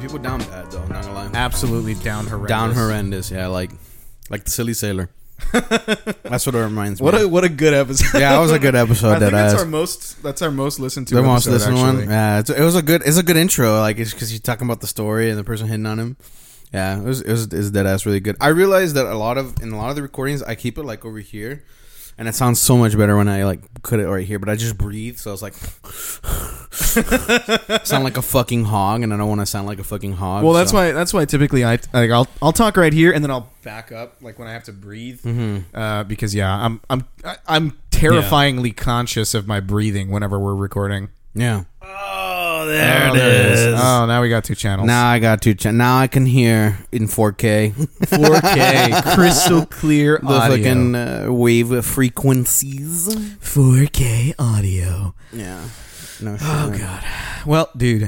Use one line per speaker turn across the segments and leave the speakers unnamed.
people down bad though. Not gonna lie.
Absolutely down horrendous.
Down horrendous. Yeah, like like the silly sailor. That's what it reminds
What
me.
a what a good episode.
yeah, that was a good
I
episode.
think
that
that's
ass.
our most that's our most listened to.
the most
episode,
listened
actually.
one. Yeah, it's, it was a good. It's a good intro. Like it's because he's talking about the story and the person hitting on him. Yeah, it was it was, it was dead ass really good. I realized that a lot of in a lot of the recordings I keep it like over here, and it sounds so much better when I like put it right here. But I just breathe, so I was like, sound like a fucking hog, and I don't want to sound like a fucking hog.
Well, that's
so.
why that's why typically I like I'll I'll talk right here and then I'll back up like when I have to breathe
Mm-hmm.
uh, because yeah I'm I'm I- I'm terrifyingly conscious of my breathing whenever we're recording.
Yeah.
Oh,
oh, there it is. Oh, now we got two channels.
Now I got to. Ch- now I can hear in 4K
4K crystal clear
the fucking uh, wave frequencies.
4K audio.
Yeah. No. Oh god.
Well, dude,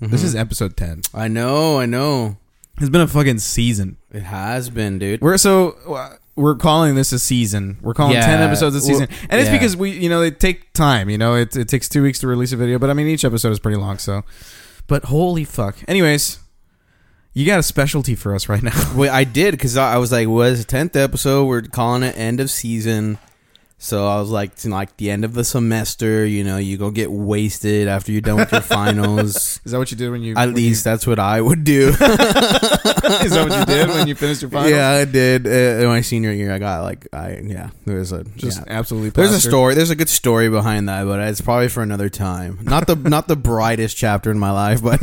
Mm-hmm.
this is episode 10.
I know. I know.
It's been a fucking season.
It has been, dude.
We're so uh, we're calling this a season. We're calling
Yeah,
10 episodes a
well,
season. and it's
yeah.
because we, you know, they take time, you know. It it takes 2 weeks to release a video, but I mean each episode is pretty long, so. But holy fuck. Anyways, you got a specialty for us right now.
Wait, I did because I, I was like, "Was the tenth episode? We're calling it end of season." So I was like, it's "Like the end of the semester, you know, you go get wasted after you're done with your finals."
Is that what you did when you
At
when you-
least that's what I would do.
Is that what you did when you finished your finals?
Yeah, I did. Uh, in my senior year, I got like, I yeah, there was a
Just
yeah.
absolutely
There's a
plastered.
story. There's a good story behind that, but it's probably for another time. Not the not the brightest chapter in my life, but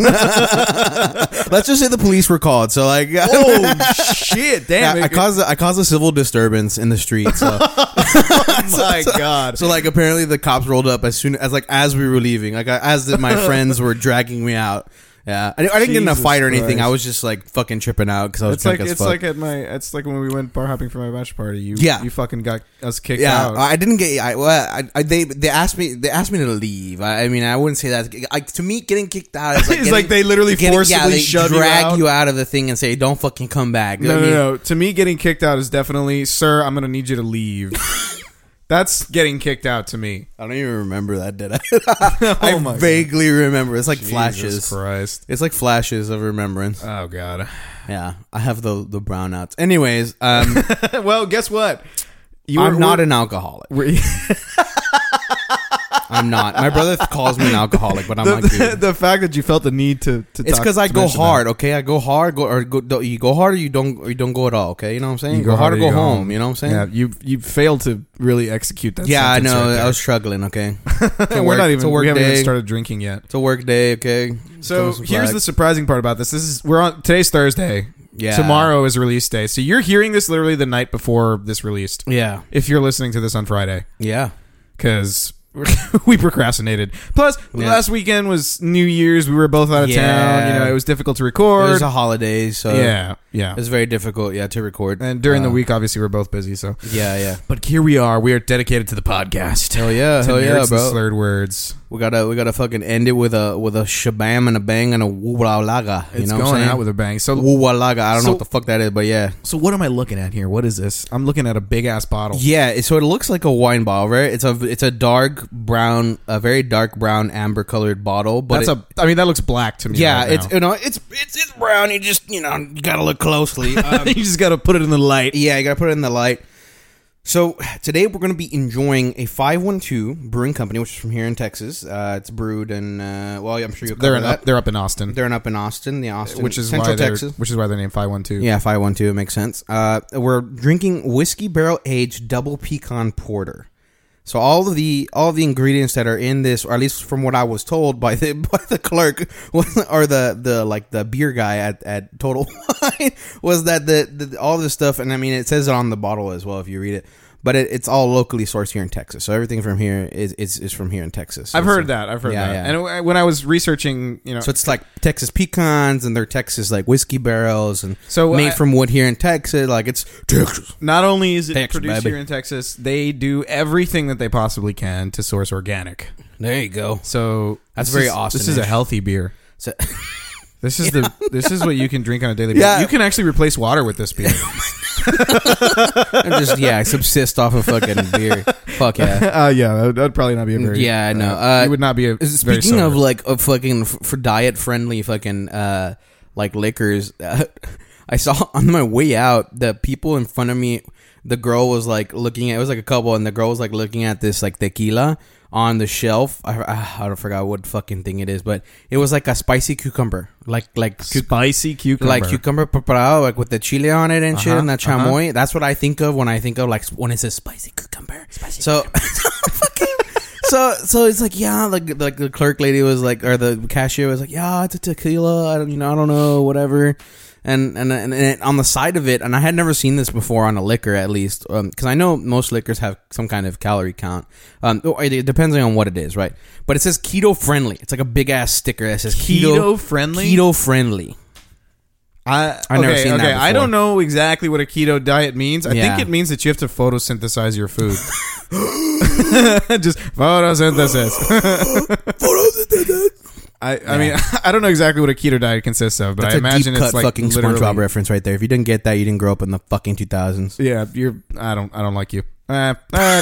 let's just say the police were called. So like,
Oh shit, damn
I, I
it.
caused a, I caused a civil disturbance in the street. So,
Oh my god.
so like apparently the cops rolled up as soon as like as we were leaving. Like I, as the, my friends were dragging me out. Yeah, I, I didn't get in a
Jesus
fight or anything.
Christ.
I was just like fucking tripping out because I was
It's
drunk
like
as
it's
fuck.
like at my it's like when we went bar hopping for my bachelor party. You
Yeah.
you fucking got us kicked
yeah,
out.
I didn't get. I, well, I, I they they asked me they asked me to leave. I, I mean, I wouldn't say that. Like to me, getting kicked out is like,
It's
getting-
like they literally forcibly
they
shove you
drag
out.
you out of the thing and say, "Don't fucking come back."
no,
I
no,
mean,
no. To me, getting kicked out is definitely, sir. I'm gonna need you to leave. That's getting kicked out to me.
I don't even remember that. Did I? I
Oh my God.
vaguely remember. It's like flashes.
Jesus Christ.
It's like flashes of remembrance.
Oh god.
Yeah, I have the the brownouts. Anyways, um,
well, guess what? You
I'm
were-
not
we're-
an alcoholic.
we're-
I'm not. My brother calls me an alcoholic, but I'm
the,
like, dude.
the, the fact that you felt the need to. to
It's
talk-
because I
to
go
mention
hard, okay? I go hard, go or go, you go hard, or you don't, or you don't go at all, okay? You know what I'm saying?
that.
go, hard or go,
you
home, You know what I'm saying?
Yeah,
Yeah,
you you failed to really execute that.
I
sentence
know.
right there.
I was struggling, okay? It's a
we're
work-
not
It's a
even.
work
We haven't
day.
even started drinking yet.
it's a work day, okay?
So
Throw some
here's
flag.
the surprising part about this. This is we're on today's Thursday.
Yeah.
Tomorrow is release day. So you're hearing this literally the night before this released.
Yeah,
If you're listening to this on Friday,
yeah.
because we procrastinated. Plus,
Yeah.
last weekend was New Year's. We were both out of
Yeah.
town. You know, it was difficult to
It was
record.
a holiday, so
yeah, yeah.
it's very difficult. Yeah, to record
And during the
Uh,
week, obviously, we're both busy. So,
Yeah, yeah.
but here we are. We are dedicated to the podcast.
Hell yeah,
To
hell
nerds
yeah,
and
bro.
Slurred words.
We gotta, we gotta fucking end it with a, with a shabam and a bang and a wubalaga. You
It's
know what
going
I'm
out
saying?
with a bang. So,
Wubalaga. I don't know
So-
what the fuck that is, but yeah.
so what am I looking at here? What is this? I'm looking at a big ass bottle.
Yeah, it- so it looks like a wine bottle, right? It's a it's a dark brown, a very dark brown amber colored bottle, but
That's
it-
a. I mean, that looks black to me.
yeah,
right now.
it's you know it's it's it's brown. You just you know you gotta look closely. Um,
you just got to put it in the light.
yeah, you gotta put it in the light. So today we're gonna be enjoying a five one two brewing company, which is from here in Texas. Uh, it's brewed in uh, well, I'm sure you'll
They're
cover
in
that.
up, they're up in Austin,
They're in up in Austin, the Austin,
which is
Central
why they're
Texas.
which is why they're named Five One Two.
Yeah, five one two. It makes sense. Uh, we're drinking whiskey barrel aged double pecan porter. So all of the all of the ingredients that are in this, or at least from what I was told by the by the clerk was, or the the like the beer guy at, at Total Wine, was that the, the all this stuff, and I mean it says it on the bottle as well if you read it, but it, it's all locally sourced here in Texas. So everything from here is is, is from here in Texas.
I've
So-
heard that. I've heard
Yeah,
that.
yeah.
And w- when I was researching, you know,
So it's like Texas pecans and they're Texas like whiskey barrels and
So uh,
made
I-
from wood here in Texas. Like it's Texas.
not only is it
Texas,
produced
baby.
here in Texas, they do everything that they possibly can to source organic.
There you go.
So
That's
this
very
is- This is a
Austin-ish.
healthy beer.
So,
This is the this is what you can drink on a daily basis.
Yeah.
You can actually replace water with this beer.
I'm just yeah, I subsist off of fucking beer. fuck yeah.
uh, yeah, that would, that would probably not be a very.
Yeah, I know. Uh,
it would not be a. very
Speaking of
sober.
like a fucking f- for diet friendly fucking uh like liquors, uh, I saw on my way out the people in front of me. The girl was like looking at it was like a couple, and the girl was like looking at this like tequila on the shelf. I I, I don't forgot what fucking thing it is, but it was like a spicy cucumber, like like cu-
spicy cucumber,
like cucumber Uh-huh, preparado, like with the chile on it and shit, and that chamoy. That's what I think of when I think of like when it says spicy cucumber. Spicy. So, fucking. So, so it's like yeah, like like the clerk lady was like, or the cashier was like, yeah, it's a tequila. I don't, you know, I don't know, whatever. And and and, and on the side of it, and I had never seen this before on a liquor, at least, because I know most liquors have some kind of calorie count. Um, or it depends on what it is, right? But it says keto friendly. It's like a big ass sticker that says keto
Keto-friendly?
Keto friendly.
I,
I've never
okay,
seen that
okay. I
before.
don't know exactly what a keto diet means. I
Yeah.
think it means that you have to photosynthesize your food. Just photosynthesis. I, I mean, I don't know exactly what a keto diet consists of, but
That's
I
a
imagine
deep
it's
cut
like
fucking
literally-
SpongeBob reference right there. If you didn't get that, you didn't grow up in the fucking 2000s.
Yeah, you're. I don't. I don't like you. Uh, uh,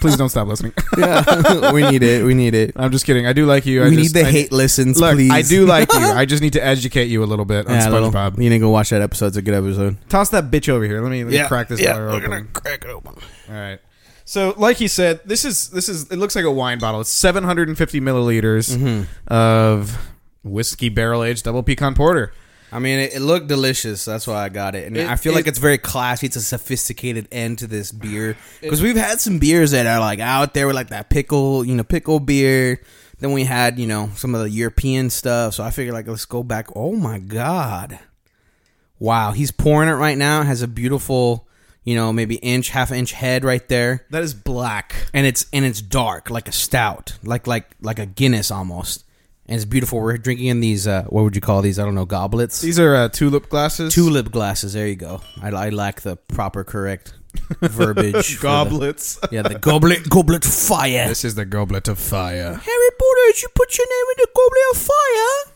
please don't stop listening.
Yeah, we need it. We need it.
I'm just kidding. I do like you. I
we
just,
need the
I-
hate listens,
Look,
please.
I do like you. I just need to educate you a little bit on
Yeah, little-
SpongeBob.
you need to go watch that episode. It's a good episode.
Toss that bitch over here. Let me, let me crack this
yeah,
door
we're
open.
gonna crack it open.
All right. So, like you said, this is this is it looks like a wine bottle. It's 750 milliliters
Mm-hmm.
of whiskey barrel aged double pecan porter.
I mean, it, it looked delicious. That's why I got it, and
It-
I feel like
it-
it's very classy. It's a sophisticated end to this beer because we've had some beers that are like out there with like that pickle, you know, pickle beer. Then we had you know some of the European stuff. So I figured like let's go back. Oh my god, wow! He's pouring it right now. It has a beautiful, you know, maybe inch, half inch head right there,
That is black.
and it's and it's dark like a stout, like like like a Guinness almost. And it's beautiful. We're drinking in these uh, what would you call these? I don't know goblets.
These are uh, tulip glasses.
Tulip glasses. There you go. I, I lack the proper correct verbiage. for
goblets.
the- yeah, the goblet, goblet fire.
this is the goblet of fire.
Harry Potter, did you put your name in the goblet of fire?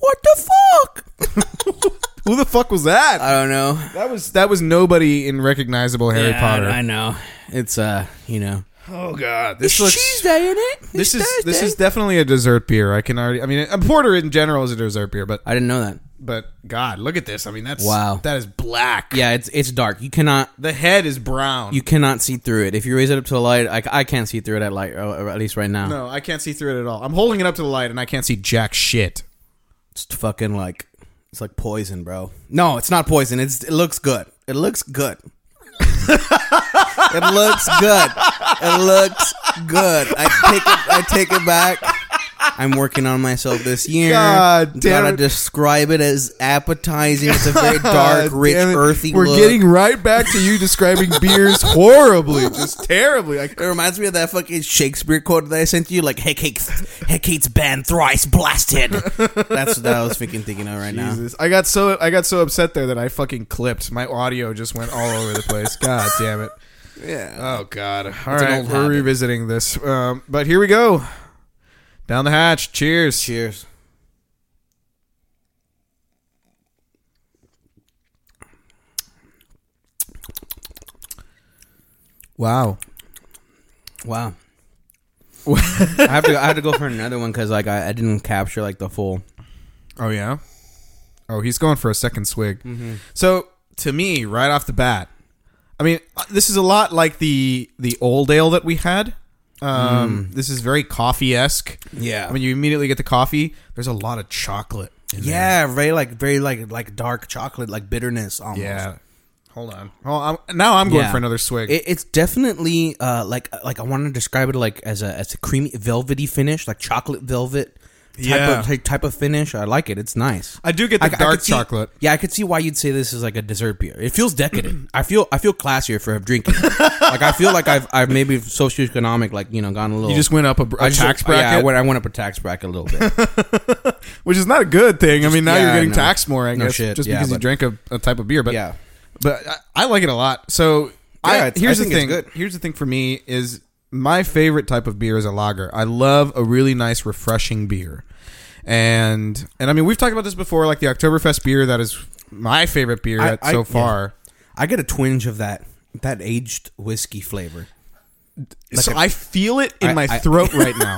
No. What the fuck?
Who the fuck was that?
I don't know.
that was that was nobody in recognizable Harry
Yeah,
Potter.
I know. It's uh, you know,
oh god, this
it's Tuesday, in it?
This is this is definitely a dessert beer. I can already. I mean, a porter in general is a dessert beer, but
I didn't know that.
but God, look at this. I mean, that's
Wow.
That is black.
Yeah, it's it's dark. You cannot
The head is brown.
you cannot see through it. If you raise it up to the light, I, I can't see through it at light, or at least right now.
No, I can't see through it at all. I'm holding it up to the light and I can't see jack shit.
It's fucking like it's like poison, bro. No, it's not poison. It's it looks good. It looks good. it looks good. It looks good. I take it I take it back. I'm working on myself this year.
God damn
Gotta
it.
describe it as appetizing. It's a very dark, rich, earthy
Ah, We're
look.
getting right back to you describing beers horribly, just terribly. I,
it reminds me of that fucking Shakespeare quote that I sent you, like Hecate's Hecate's band thrice blasted. That's what I was thinking, thinking of right now.
Jesus. I got so I got so upset there that I fucking clipped. My audio just went all over the place. God damn it. Yeah. Oh god. All
an
right,
old
we're
habit.
revisiting this. Um, but here we go. Down the hatch. Cheers.
Cheers.
Wow.
Wow. I have to I have to go for another one because like I, I didn't capture like the full.
Oh yeah. Oh, he's going for a second swig. So to me, right off the bat, I mean, uh, this is a lot like the the old ale that we had. Um, This is very coffee esque.
Mm. Yeah.
I mean, you immediately get the coffee. There's a lot of chocolate. in there.
yeah, very like very like like dark chocolate like bitterness almost.
Yeah. Hold on. Oh, I'm, now I'm going
Yeah.
for another swig.
It, it's definitely uh like like I want to describe it like as a as a creamy velvety finish like chocolate velvet. Type
Yeah.
of, type, type of finish. I like it. It's nice.
I do get the
I- I
dark
could see-
chocolate.
yeah, I could see why you'd say this is like a dessert beer. It feels decadent. I feel I feel classier for drinking. it. like I feel like I've I've maybe socioeconomic like you know gone a little.
You just went up a, br- a
I just-
tax
Yeah, I
bracket,
went, I went up a tax bracket a little bit.
which is not a good thing. I mean, now
yeah,
you're getting
no.
taxed more, I
No
guess,
shit,
just
yeah,
because you
but-
drank a, a type of beer. But
Yeah.
but I, I like it a lot. So
Yeah,
I,
it's-
here's
I
the
think it's
thing.
good.
Here's the thing for me is my favorite type of beer is a lager. I love a really nice, refreshing beer, and and I mean we've talked about this before, like the Oktoberfest beer. That is my favorite beer
I-
at,
I-
so
yeah.
far.
I get a twinge of that that aged whiskey flavor.
so I feel it in
I-
my
I-
throat right now.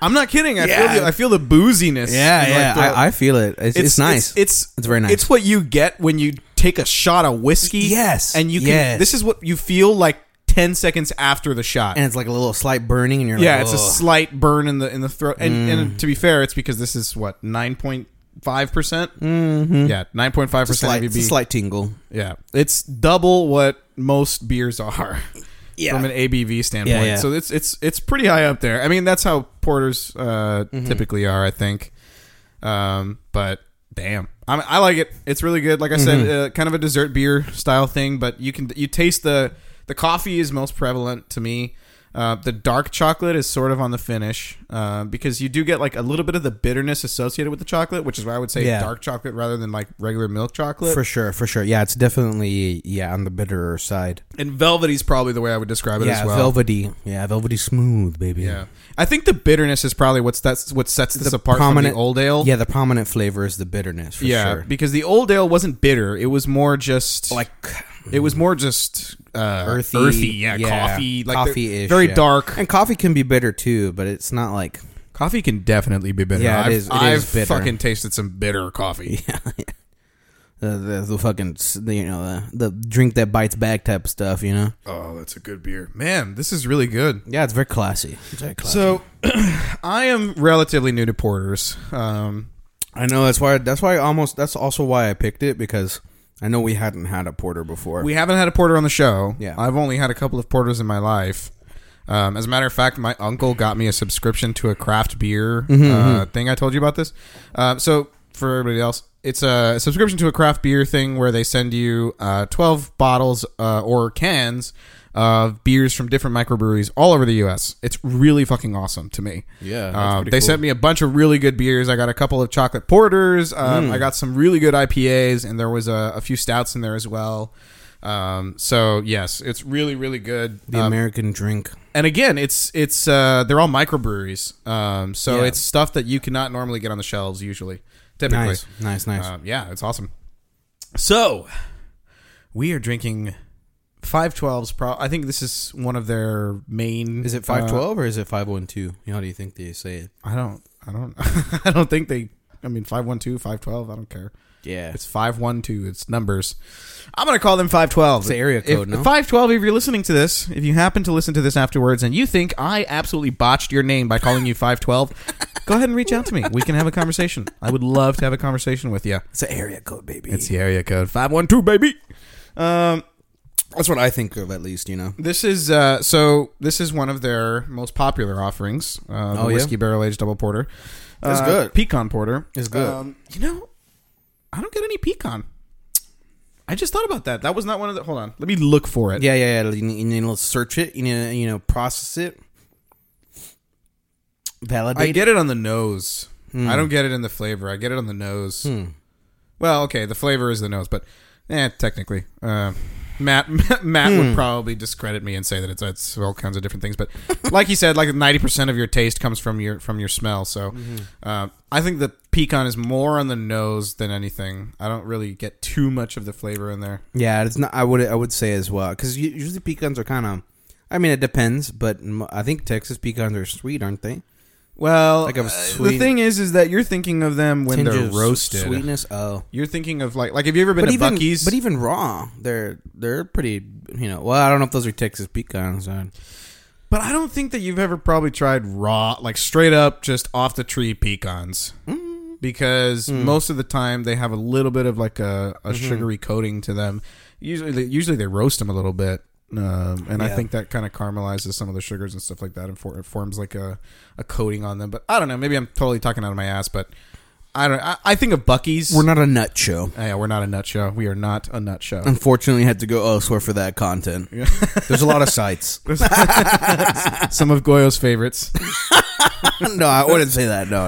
I'm not kidding. I
Yeah.
feel the, I feel the booziness.
Yeah,
in my
yeah.
throat.
I, I feel it. It's, it's, nice.
It's,
It's very nice.
It's what you get when you take a shot of whiskey.
Yes,
and you can.
yes.
This is what you feel like ten seconds after the shot.
and it's like a little slight burning, and you're
yeah,
like,
it's a
"Ugh." Mm.
slight burn in the in the throat. And, and to be fair, it's because this is what nine point five percent. Yeah, nine point five
Mm-hmm. It's a slight,
percent
it's a
ABV.
slight tingle.
yeah, it's double what most beers are
Yeah.
from an ABV standpoint.
Yeah, yeah.
So it's it's it's pretty high up there. I mean, that's how porters uh,
Mm-hmm.
typically are, I think. Um, but damn, I, I like it. It's really good. Like I said,
Mm-hmm.
uh, kind of a dessert beer style thing, but you can you taste the the coffee is most prevalent to me. Uh, the dark chocolate is sort of on the finish uh, because you do get like a little bit of the bitterness associated with the chocolate, which is why I would say
Yeah.
dark chocolate rather than like regular milk chocolate.
For sure, for sure. Yeah, it's definitely yeah on the bitterer side.
And velvety is probably the way I would describe it
yeah,
as well.
velvety. Yeah, velvety smooth, baby.
Yeah, I think the bitterness is probably what's that's what sets this apart from the old ale.
Yeah, the prominent flavor is the bitterness. For
yeah,
sure.
because the old ale wasn't bitter; it was more just
like
it was more just uh,
earthy,
yeah, coffee, like
coffee-ish,
very
yeah.
dark.
And coffee can be bitter too, but it's not like
Coffee can definitely be bitter.
Yeah, it
I've,
is- it
I've
is bitter.
fucking tasted some bitter coffee.
the the, the fucking s- the, you know the, the drink that bites back type of stuff. You know.
Oh, that's a good beer, man. This is really good.
Yeah, it's very classy. It's very classy.
So, I am relatively new to porters. Um,
I know that's why that's why I almost that's also why I picked it because I know we hadn't had a porter before.
We haven't had a porter on the show.
Yeah.
I've only had a couple of porters in my life. Um, as a matter of fact, my uncle got me a subscription to a craft beer
Mm-hmm,
uh, thing. I told you about this. Uh, so for everybody else, it's a subscription to a craft beer thing where they send you uh, twelve bottles uh, or cans of beers from different microbreweries all over the U.S. It's really fucking awesome to me.
Yeah, that's
Um,
pretty
they
cool.
sent me a bunch of really good beers. I got a couple of chocolate porters. Um,
Mm.
I got some really good IPAs, and there was a, a few stouts in there as well. Um, so yes, it's really really good.
the
Um,
American drink.
and again, it's it's uh, they're all microbreweries. Um, so
Yeah.
it's stuff that you cannot normally get on the shelves usually. Typically,
Nice, nice, nice.
Um, yeah, it's awesome. So we are drinking. 512s pro I think this is one of their main
is it
uh,
five twelve or is it five one two? How do you think they say it?
I don't. I don't. I don't think they. I mean, five one two, five twelve. I don't care.
Yeah,
It's five one two. It's numbers. I'm gonna call them five twelve.
the area code, no?
Five twelve. If you're listening to this, if you happen to listen to this afterwards, and you think I absolutely botched your name by calling you five twelve, go ahead and reach out to me. We can have a conversation. I would love to have a conversation with you.
it's an area code, baby.
It's the area code five one two, baby. Um,
that's what I think of at least. You know,
This is uh, so. This is one of their most popular offerings. Uh, the
Oh, yeah?
whiskey barrel aged double porter.
That's
Uh,
good.
Pecan porter
It's good.
Um, you know, I don't get any pecan. I just thought about that. That was not one of the. Hold on, let me look for it.
Yeah, yeah, yeah. You need, you need to search it. You need to, you know, process it. Validate.
I get it on the nose.
Hmm.
I don't get it in the flavor. I get it on the nose. Well, okay, the flavor is the nose, but eh, technically, uh, Matt Matt
Hmm.
would probably discredit me and say that it's, it's all kinds of different things. But like he said, like ninety percent of your taste comes from your from your smell. So
Mm-hmm.
uh, I think the pecan is more on the nose than anything. I don't really get too much of the flavor in there.
Yeah, it's not. I would I would say as well because usually pecans are kind of. I mean, it depends, but m- I think Texas pecans are sweet, aren't they?
Well,
Like a
uh, the
sweet-
thing is, is that you're thinking of them when
Tinge
they're
of
roasted.
sweetness. Oh,
You're thinking of like like have you ever been
but
to
even
Bucky's?
but even raw, they're they're pretty. You know, well, I don't know if those are Texas pecans. uh,
But I don't think that you've ever probably tried raw, like straight up, just off the tree pecans.
Mm.
Because most of the time they have a little bit of like a,
Mm-hmm.
a sugary coating to them. Usually, they, usually they roast them a little bit, um, and I
Yeah.
think that kind of caramelizes some of the sugars and stuff like that, and for, it forms like a, a coating on them. But I don't know. Maybe I'm totally talking out of my ass, but I don't. I, I think of Bucky's.
We're not a nut show.
yeah, we're not a nut show. We are not a nut show.
Unfortunately, had to go elsewhere for that content. There's a lot of sites.
some of Goyo's favorites.
no, I wouldn't say that. No,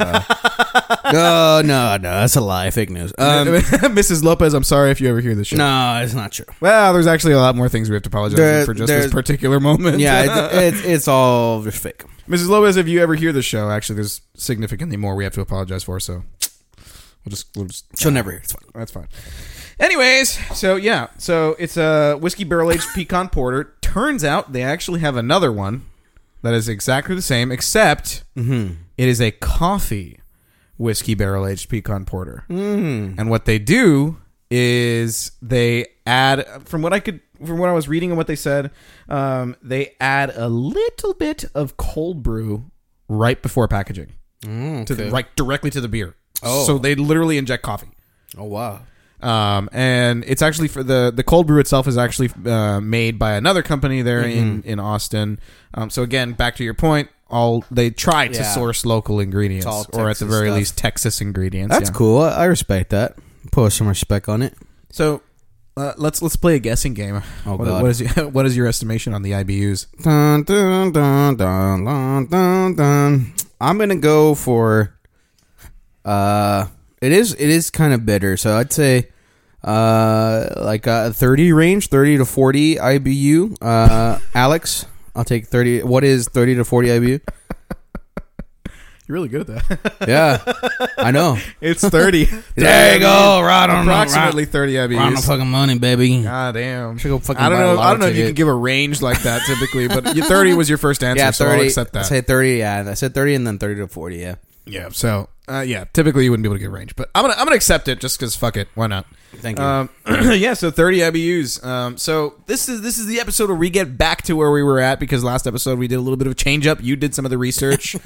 no, no, no, no. That's a lie. Fake news. Um,
Mrs. Lopez, I'm sorry if you ever hear this show.
no, it's not true.
Well, there's actually a lot more things we have to apologize
There-
for just this
there's-
particular moment.
Yeah, it, it's it's all just fake.
Mrs. Lopez, if you ever hear the show, actually, there's significantly more we have to apologize for. So we'll just, we'll just
She'll never hear. It's fine.
that's fine. Anyways, so yeah, so it's a whiskey barrel aged pecan porter. Turns out they actually have another one that is exactly the same, except it is a coffee whiskey barrel aged pecan porter. Mm. And what they do is they add, from what I could, from what I was reading and what they said, um, they add a little bit of cold brew right before packaging, to the, right directly to the beer.
Oh.
so they literally inject coffee.
Oh wow.
Um, and it's actually for the the cold brew itself is actually uh, made by another company there in in Austin. Um, so again, back to your point, all they try to
Yeah.
source local ingredients,
all
or at the
Texas
very
stuff.
least Texas ingredients.
That's
yeah.
cool. I, I respect that. Put some respect on it.
So uh, let's let's play a guessing game.
Oh,
What-
God.
what is your- what is your estimation on the IBUs?
Dun, dun, dun, dun, dun, dun, dun. I'm gonna go for. Uh, it is it is kind of bitter, so I'd say, uh, like a 30 range, 30 to 40 IBU. Uh, Alex, I'll take 30. What is 30 to 40 IBU?
You're really good at that.
Yeah, I know.
it's thirty.
There you go, right on,
Approximately thirty
on the
IBUs.
fucking money, baby.
God Ah, damn.
Should go fucking
I don't
buy a
know. I
lotto
don't know if you
ticket.
can give a range like that typically, but your thirty was your first answer,
Yeah,
so I'll
thirty.
accept
I
that.
said thirty. Yeah, I said thirty, and then thirty to forty. Yeah.
Yeah. So uh, yeah, typically you wouldn't be able to get range, but I'm gonna I'm gonna accept it just because fuck it, why not?
Thank you.
Um, yeah. So 30 IBUs. Um, so this is this is the episode where we get back to where we were at because last episode we did a little bit of a change up. You did some of the research.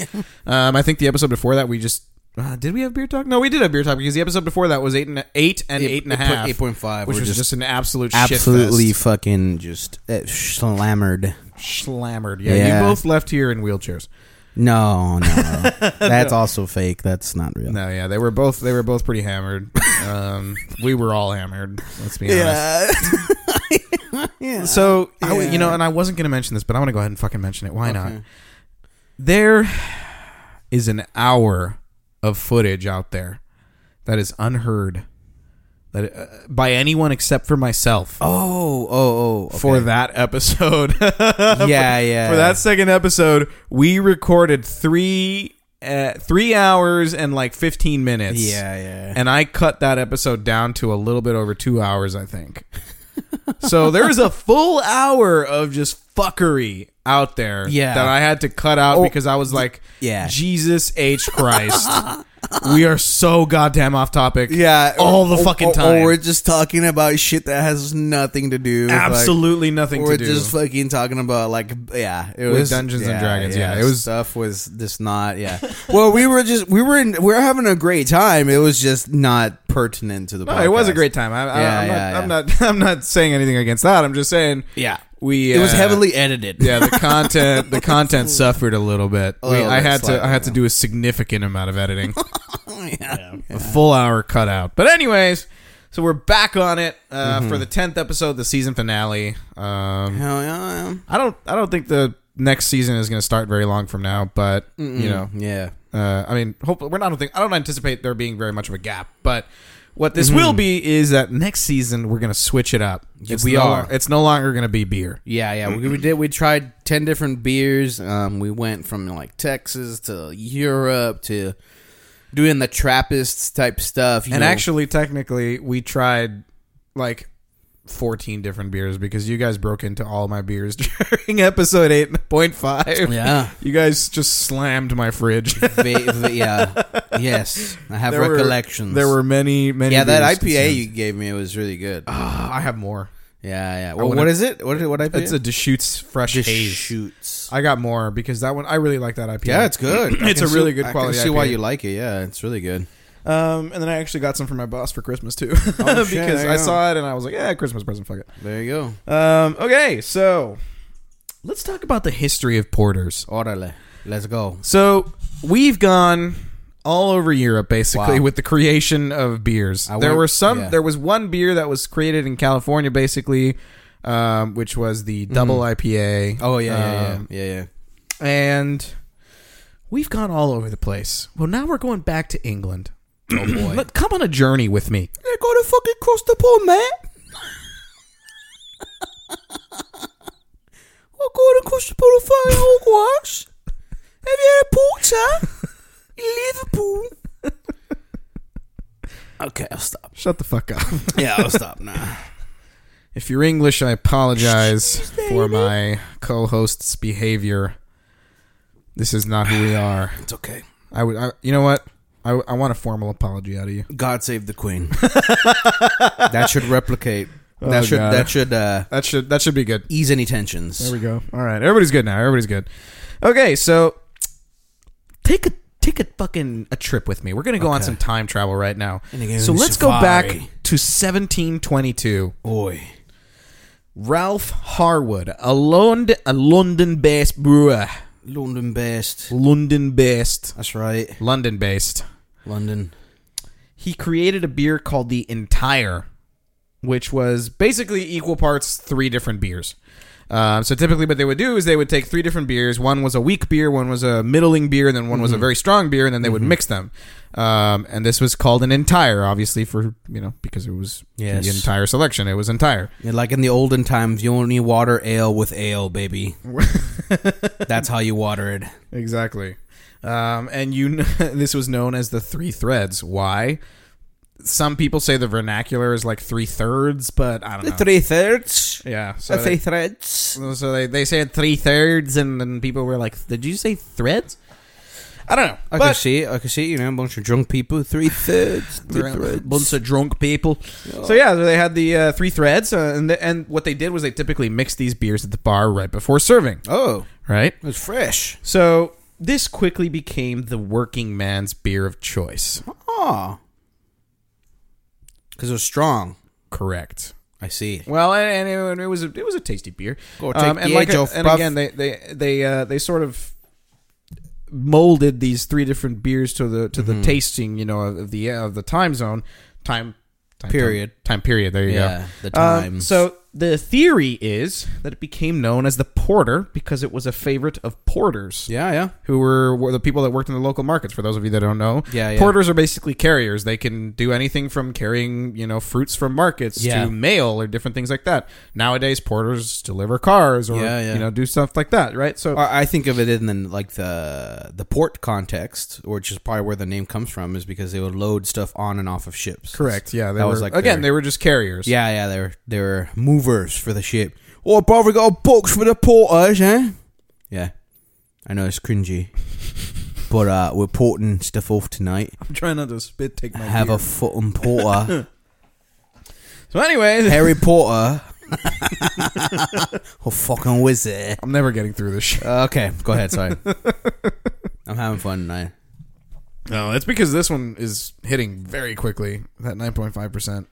um, I think the episode before that we just. Uh, did we have beer talk? No, we did have beer talk because the episode before that was eight and eight and eight and a half,
8.5,
which
we're
was just,
just
an absolute
Absolutely
shit
fucking just uh, slammered.
fest. slammered. Yeah,
Yeah.
you both left here in wheelchairs.
No, no, that's also fake. That's not real.
No, yeah, they were both they were both pretty hammered. Um, we were all hammered. Let's be honest. So I w- you know, and I wasn't going to mention this, but I'm going to go ahead and fucking mention it. Why not? There is an hour of footage out there that is unheard that uh, by anyone except for myself
Oh, oh, oh. okay.
for that episode.
yeah, yeah.
for that second episode, we recorded three uh, three hours and like 15 minutes.
Yeah, yeah.
And I cut that episode down to a little bit over two hours, I think. so there is a full hour of just fuckery out there
Yeah. Oh,
that I had to cut out because I was like,
yeah.
Jesus H. Christ. we are so goddamn off topic.
yeah,
All the
or-
fucking
or-
time.
Or we're just talking about shit that has nothing to do. with, like-
Absolutely nothing
we're
to do.
just fucking talking about like yeah, it was
Dungeons and Dragons, yeah, it was-
stuff was just not yeah. well, we were just we were in, we were having a great time. It was just not pertinent to the.
No, it was a
podcast.
great time. I, I,
Yeah,
I'm, not,
yeah,
I'm not. I'm not saying anything against that. I'm just saying.
Yeah.
we.
It was
uh,
heavily edited.
Yeah, the content. the content suffered a little bit. We-
little
I
bit,
had to. I
slightly,
had to do a significant amount of editing,
yeah.
a full hour cutout. But anyways, so we're back on it uh,
Mm-hmm.
for the tenth episode, the season finale. Um,
Hell yeah.
I don't. I don't think the next season is going to start very long from now. But you know,
Yeah.
Uh, I mean, hopefully, we're not. I don't think I don't anticipate there being very much of a gap. But what this
Mm-hmm.
will be is that next season we're going to switch it up. It's
we
no-
are.
It's no longer going to be beer.
Yeah, yeah. We, we did. We tried ten different beers. Um, we went from like Texas to Europe to doing the Trappist type stuff. you
And
know.
actually, technically, we tried like. 14 different beers because you guys broke into all my beers during episode 8.5.
Yeah.
You guys just slammed my fridge.
Va- va- yeah, yes, I have
There were-
recollections.
there were many, many.
yeah, that IPA
beers consumed.
you gave me was really good.
Ah, I have more.
yeah, yeah. Well,
wanna-
what is it? What what IPA?
It's a Deschutes Fresh
Just
Haze.
shoots.
I got more because that one I really like that IPA.
Yeah, it's good. I
it's
can
a really
see-
good
I
quality.
can see why
IPA.
you like it. Yeah, it's really good.
Um, and then I actually got some for my boss for Christmas too
Oh, there
because
you
I
go.
saw it and I was like, yeah, Christmas present, fuck it.
There you go.
Um, okay, so let's talk about the history of porters.
Orale, let's go.
So we've gone all over Europe basically
Wow.
with the creation of beers. there
went-
were some.
yeah.
There was one beer that was created in California basically, um, which was the double IPA.
Mm-hmm. Oh yeah, yeah,
Um,
yeah, yeah, yeah.
and we've gone all over the place. Well, now we're going back to England. Oh boy! come on a journey with me.
They're gonna fucking cross the pond, man. We're going across the pond of fucking Hogwarts. Have you had a porter? Liverpool. Okay, I'll stop.
Shut the fuck up.
Yeah, I'll stop now.
If you're English, I apologize for my co-host's behavior. This is not who we are.
It's okay.
I would, I, you know what? I, I want a formal apology out of you.
God save the queen. that should replicate. That
Oh,
should
God.
that should uh,
That should that should be good.
ease any tensions.
we go. All right, everybody's good now. Everybody's good. Okay, so take a take a fucking a trip with me. We're gonna go on
Okay.
some time travel right now.
And again,
So let's go
safari.
back to 1722.
Oi.
Ralph Harwood, a Lond- a London-based brewer,
London based.
London-based,
That's right.
London-based.
London.
He created a beer called the Entire, which was basically equal parts three different beers. Um, so typically, what they would do is they would take three different beers. One was a weak beer, one was a middling beer, and then one was a very strong beer, and then they would mix them. Um, and this was called an entire, obviously, for you know because it was
Yes.
the entire selection. It was entire.
Yeah, like in the olden times, you only water ale with ale, baby. That's how you water
Oh.
it.
Exactly. Um, and you, kn- this was known as the three threads. Why? Some people say the vernacular is like three thirds, but I don't know.
Three thirds.
yeah. So
three
they,
threads.
so they, they said three thirds, and then people were like, "Did you say threads?" I don't know.
I can
but
see. I can see. You know, a bunch of drunk people. Three thirds. Three
they're a
threads.
bunch of drunk people. So yeah, so they had the uh, three threads, uh, and the, and what they did was they typically mixed these beers at the bar right before serving.
Oh,
Right.
it's fresh.
So this quickly became the working man's beer of choice.
Oh, because it was strong.
Correct.
I see.
Well, and, and it, it was a, it was a tasty beer.
Go
Um,
take
and
the
like
edge
a-
off,
and
bruv.
again, they they they uh, they sort of molded these three different beers to the to
Mm-hmm.
the tasting, you know, of the of the time zone, time, time
Period.
time, period. There you
Yeah,
go.
the time.
Um, so the theory is that it became known as the porter because it was a favorite of porters
Yeah, yeah.
who were, were the people that worked in the local markets. For those of you that don't know,
Yeah, yeah.
porters are basically carriers. They can do anything from carrying, you know, fruits from markets
Yeah.
to mail or different things like that. Nowadays, porters deliver cars or
Yeah, Uh, yeah.
you know do stuff like that, right? So
I I think of it in the, like the the port context, which is probably where the name comes from, is because they would load stuff on and off of ships.
correct, yeah. They
That
were,
was like
again,
their-
they were just carriers.
Yeah, yeah, they're they're movers for the ship. Oh, bro, we got books for the porters, eh? Yeah, I know it's cringy, but uh, we're porting stuff off tonight.
I'm trying not to spit take my
Have a fucking porter,
so anyway.
Harry Potter, or fucking wizard.
I'm never getting through this shit.
Uh, okay, go ahead. Sorry, I'm having fun tonight.
No, it's because this one is hitting very quickly. That 9.5%.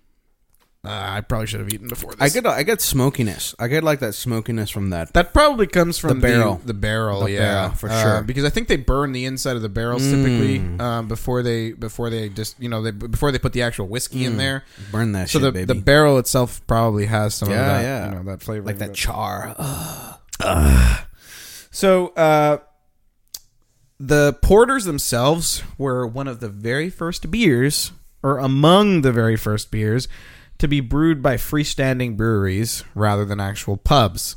Uh, I probably should have eaten before this.
I get I get smokiness. I get like that smokiness from that.
That probably comes from
The
the
barrel.
barrel. The, barrel,
The
yeah,
barrel, for
Uh,
sure. Mm.
because I think they burn the inside of the barrels typically um, before they before they just you know they before they put the actual whiskey in there.
Burn that
So
Mm. shit,
the
baby.
the barrel itself probably has some
Yeah,
of that,
yeah.
you know, that flavor,
like that char. Ugh.
So uh, the porters themselves were one of the very first beers, or among the very first beers, to be brewed by freestanding breweries rather than actual pubs.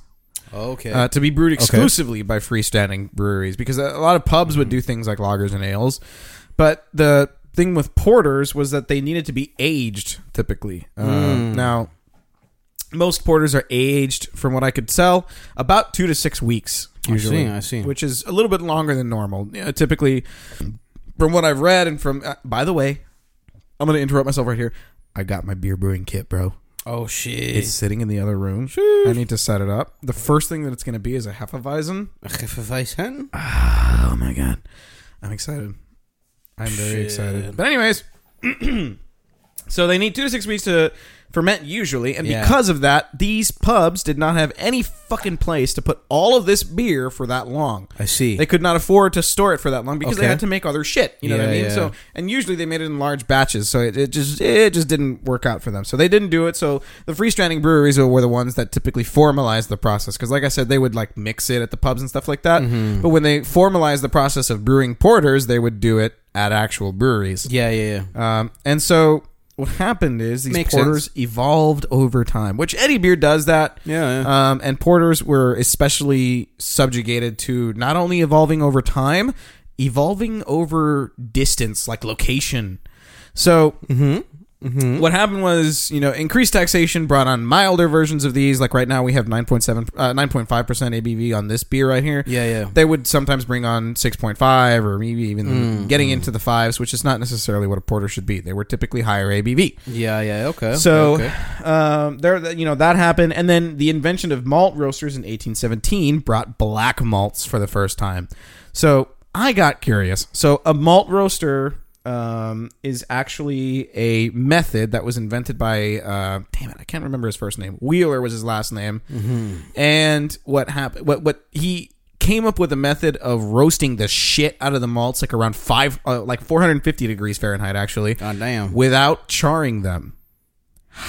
Okay.
uh, to be brewed exclusively by freestanding breweries because a a lot of pubs would
Hmm.
do things like lagers and ales, but the thing with porters was that they needed to be aged typically. Uh,
Hmm.
Now, most porters are aged, from what I could tell, about two to six weeks usually.
I see.
which is a little bit longer than normal. You know, typically, from what I've read and from, uh, by the way, I'm going to interrupt myself right here. I got my beer brewing kit, bro.
oh shit.
It's sitting in the other room. I need to set it up. The first thing that it's going to be is a Hefeweizen.
Hefeweizen?
Oh my god, I'm excited. I'm very excited. But anyways, so they need two to six weeks to ferment usually, and
Yeah.
because of that, these pubs did not have any fucking place to put all of this beer for that long.
I see.
They could not afford to store it for that long because
Okay.
they had to make other shit. You know what
Yeah,
I mean?
yeah.
So and usually they made it in large batches, so it, it just it just didn't work out for them. So they didn't do it. So the freestanding breweries were the ones that typically formalized the process because, like I said, they would like mix it at the pubs and stuff like that.
Mm-hmm.
But when they formalized the process of brewing porters, they would do it at actual breweries.
yeah, yeah, yeah.
Um, and so what happened is these
Mm-hmm. Makes
porters evolved over time, which any beer does that.
Yeah,
Um, and porters were especially subjugated to not only evolving over time,
Mm-hmm.
evolving over distance, like location. So What happened was, you know, increased taxation brought on milder versions of these. Like right now, we have 9.7, uh, 9.5% ABV on this beer right here.
Yeah, yeah.
They would sometimes bring on 6.5 or maybe even getting into the fives, which is not necessarily what a porter should be. They were typically higher ABV.
Yeah, yeah, okay.
So,
okay.
um, there, you know, that happened, and then the invention of malt roasters in 1817 brought black malts for the first time. So I got curious. So a malt roaster um, is actually a method that was invented by, uh, damn it, I can't remember his first name. Wheeler was his last name,
Mm-hmm.
and what happened? What what he came up with a method of roasting the shit out of the malts like around 5 uh, like 450 degrees Fahrenheit actually
God Oh, damn.
without charring them.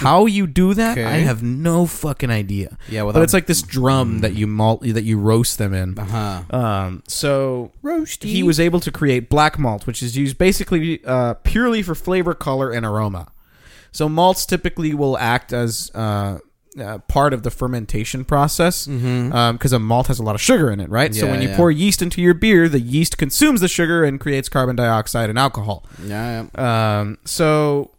How you do that,
Okay.
I have no fucking idea.
Yeah,
but
without-
it's like this drum that you malt that you roast them in.
Huh.
Um, so
Roasty.
he was able to create black malt, which is used basically uh, purely for flavor, color, and aroma. So malts typically will act as uh, uh, part of the fermentation process because a malt has a lot of sugar in it, right? so
Mm-hmm. Yeah,
when you
yeah.
pour yeast into your beer, the yeast consumes the sugar and creates carbon dioxide and alcohol.
Yeah, yeah.
Um, so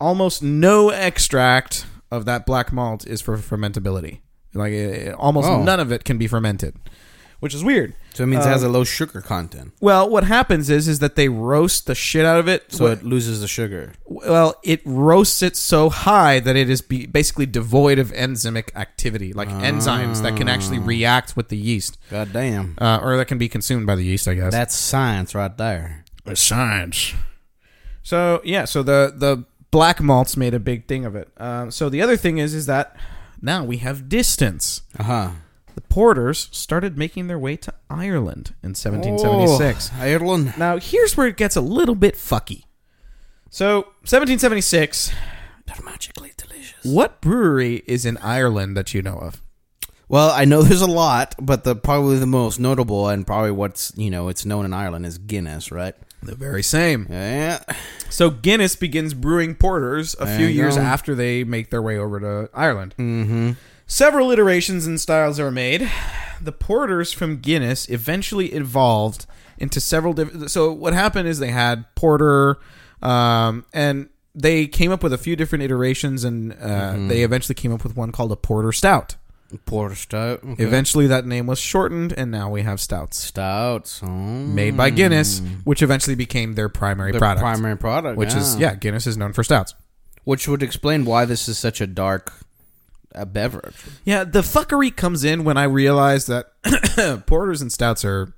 almost no extract of that black malt is for fermentability. Like it, it- almost
Oh.
none of it can be fermented, which is weird.
So it means it has a low sugar content.
Well, what happens is is that they roast the shit out of it.
So
So
it loses the sugar.
well, it roasts it so high that it is be basically devoid of enzymic activity, like enzymes that can actually react with the yeast,
God damn.
uh, or that can be consumed by the yeast. I guess
That's science right there.
It's science. So yeah, so the the black malts made a big thing of it. Um, so the other thing is is that now we have distance.
Uh huh.
The porters started making their way to Ireland in 1776.
Oh, Ireland.
Now here's where it gets a little bit fucky. So 1776.
They're magically delicious.
What brewery is in Ireland that you know of?
Well, I know there's a lot, but the probably the most notable and probably what's you know it's known in Ireland is Guinness, right?
The very same.
Yeah.
So Guinness begins brewing porters a few
you
years
go.
after they make their way over to Ireland. Mm-hmm. Several iterations and styles are made. The porters from Guinness eventually evolved into several different. So what happened is they had porter, um, and they came up with a few different iterations, and uh,
Mm-hmm.
they eventually came up with one called a porter stout.
Porter stout. Okay.
Eventually, that name was shortened, and now we have stouts
Stouts. mm,
made by Guinness, which eventually became their primary
their
product.
primary Ah. product,
which is yeah, Guinness is known for stouts.
which would explain why this is such a dark uh, beverage.
Yeah, the fuckery comes in when I realize that porters and stouts are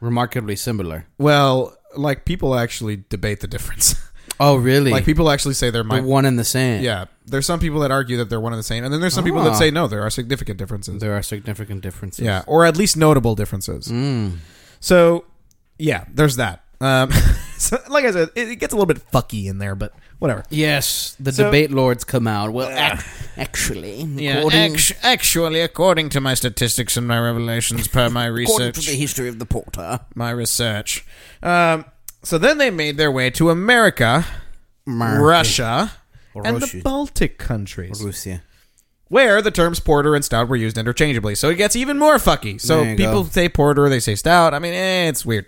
Remarkably similar.
well, like people actually debate the difference.
Oh, really?
like
Like
people actually say they're my
one and the same.
yeah. There's some people that argue that they're one and the same, and then there's some people that
Ah.
say no, there are significant differences.
There are significant differences.
Yeah, or at least notable differences. So yeah, there's that. Um, so, like I said, it, it gets a little bit fucky in there, but whatever.
Yes, the
So-
debate lords come out. Well, ac- actually, according,
actually, according to my statistics and my revelations per my
according to the history of the porter,
my research. Um, so then they made their way to America, Russia, and the
Russia.
Baltic countries,
Russia.
where the terms porter and stout were used interchangeably. So it gets even more fucky. So
There you
people
go.
say porter, they say stout. I mean, eh, it's weird.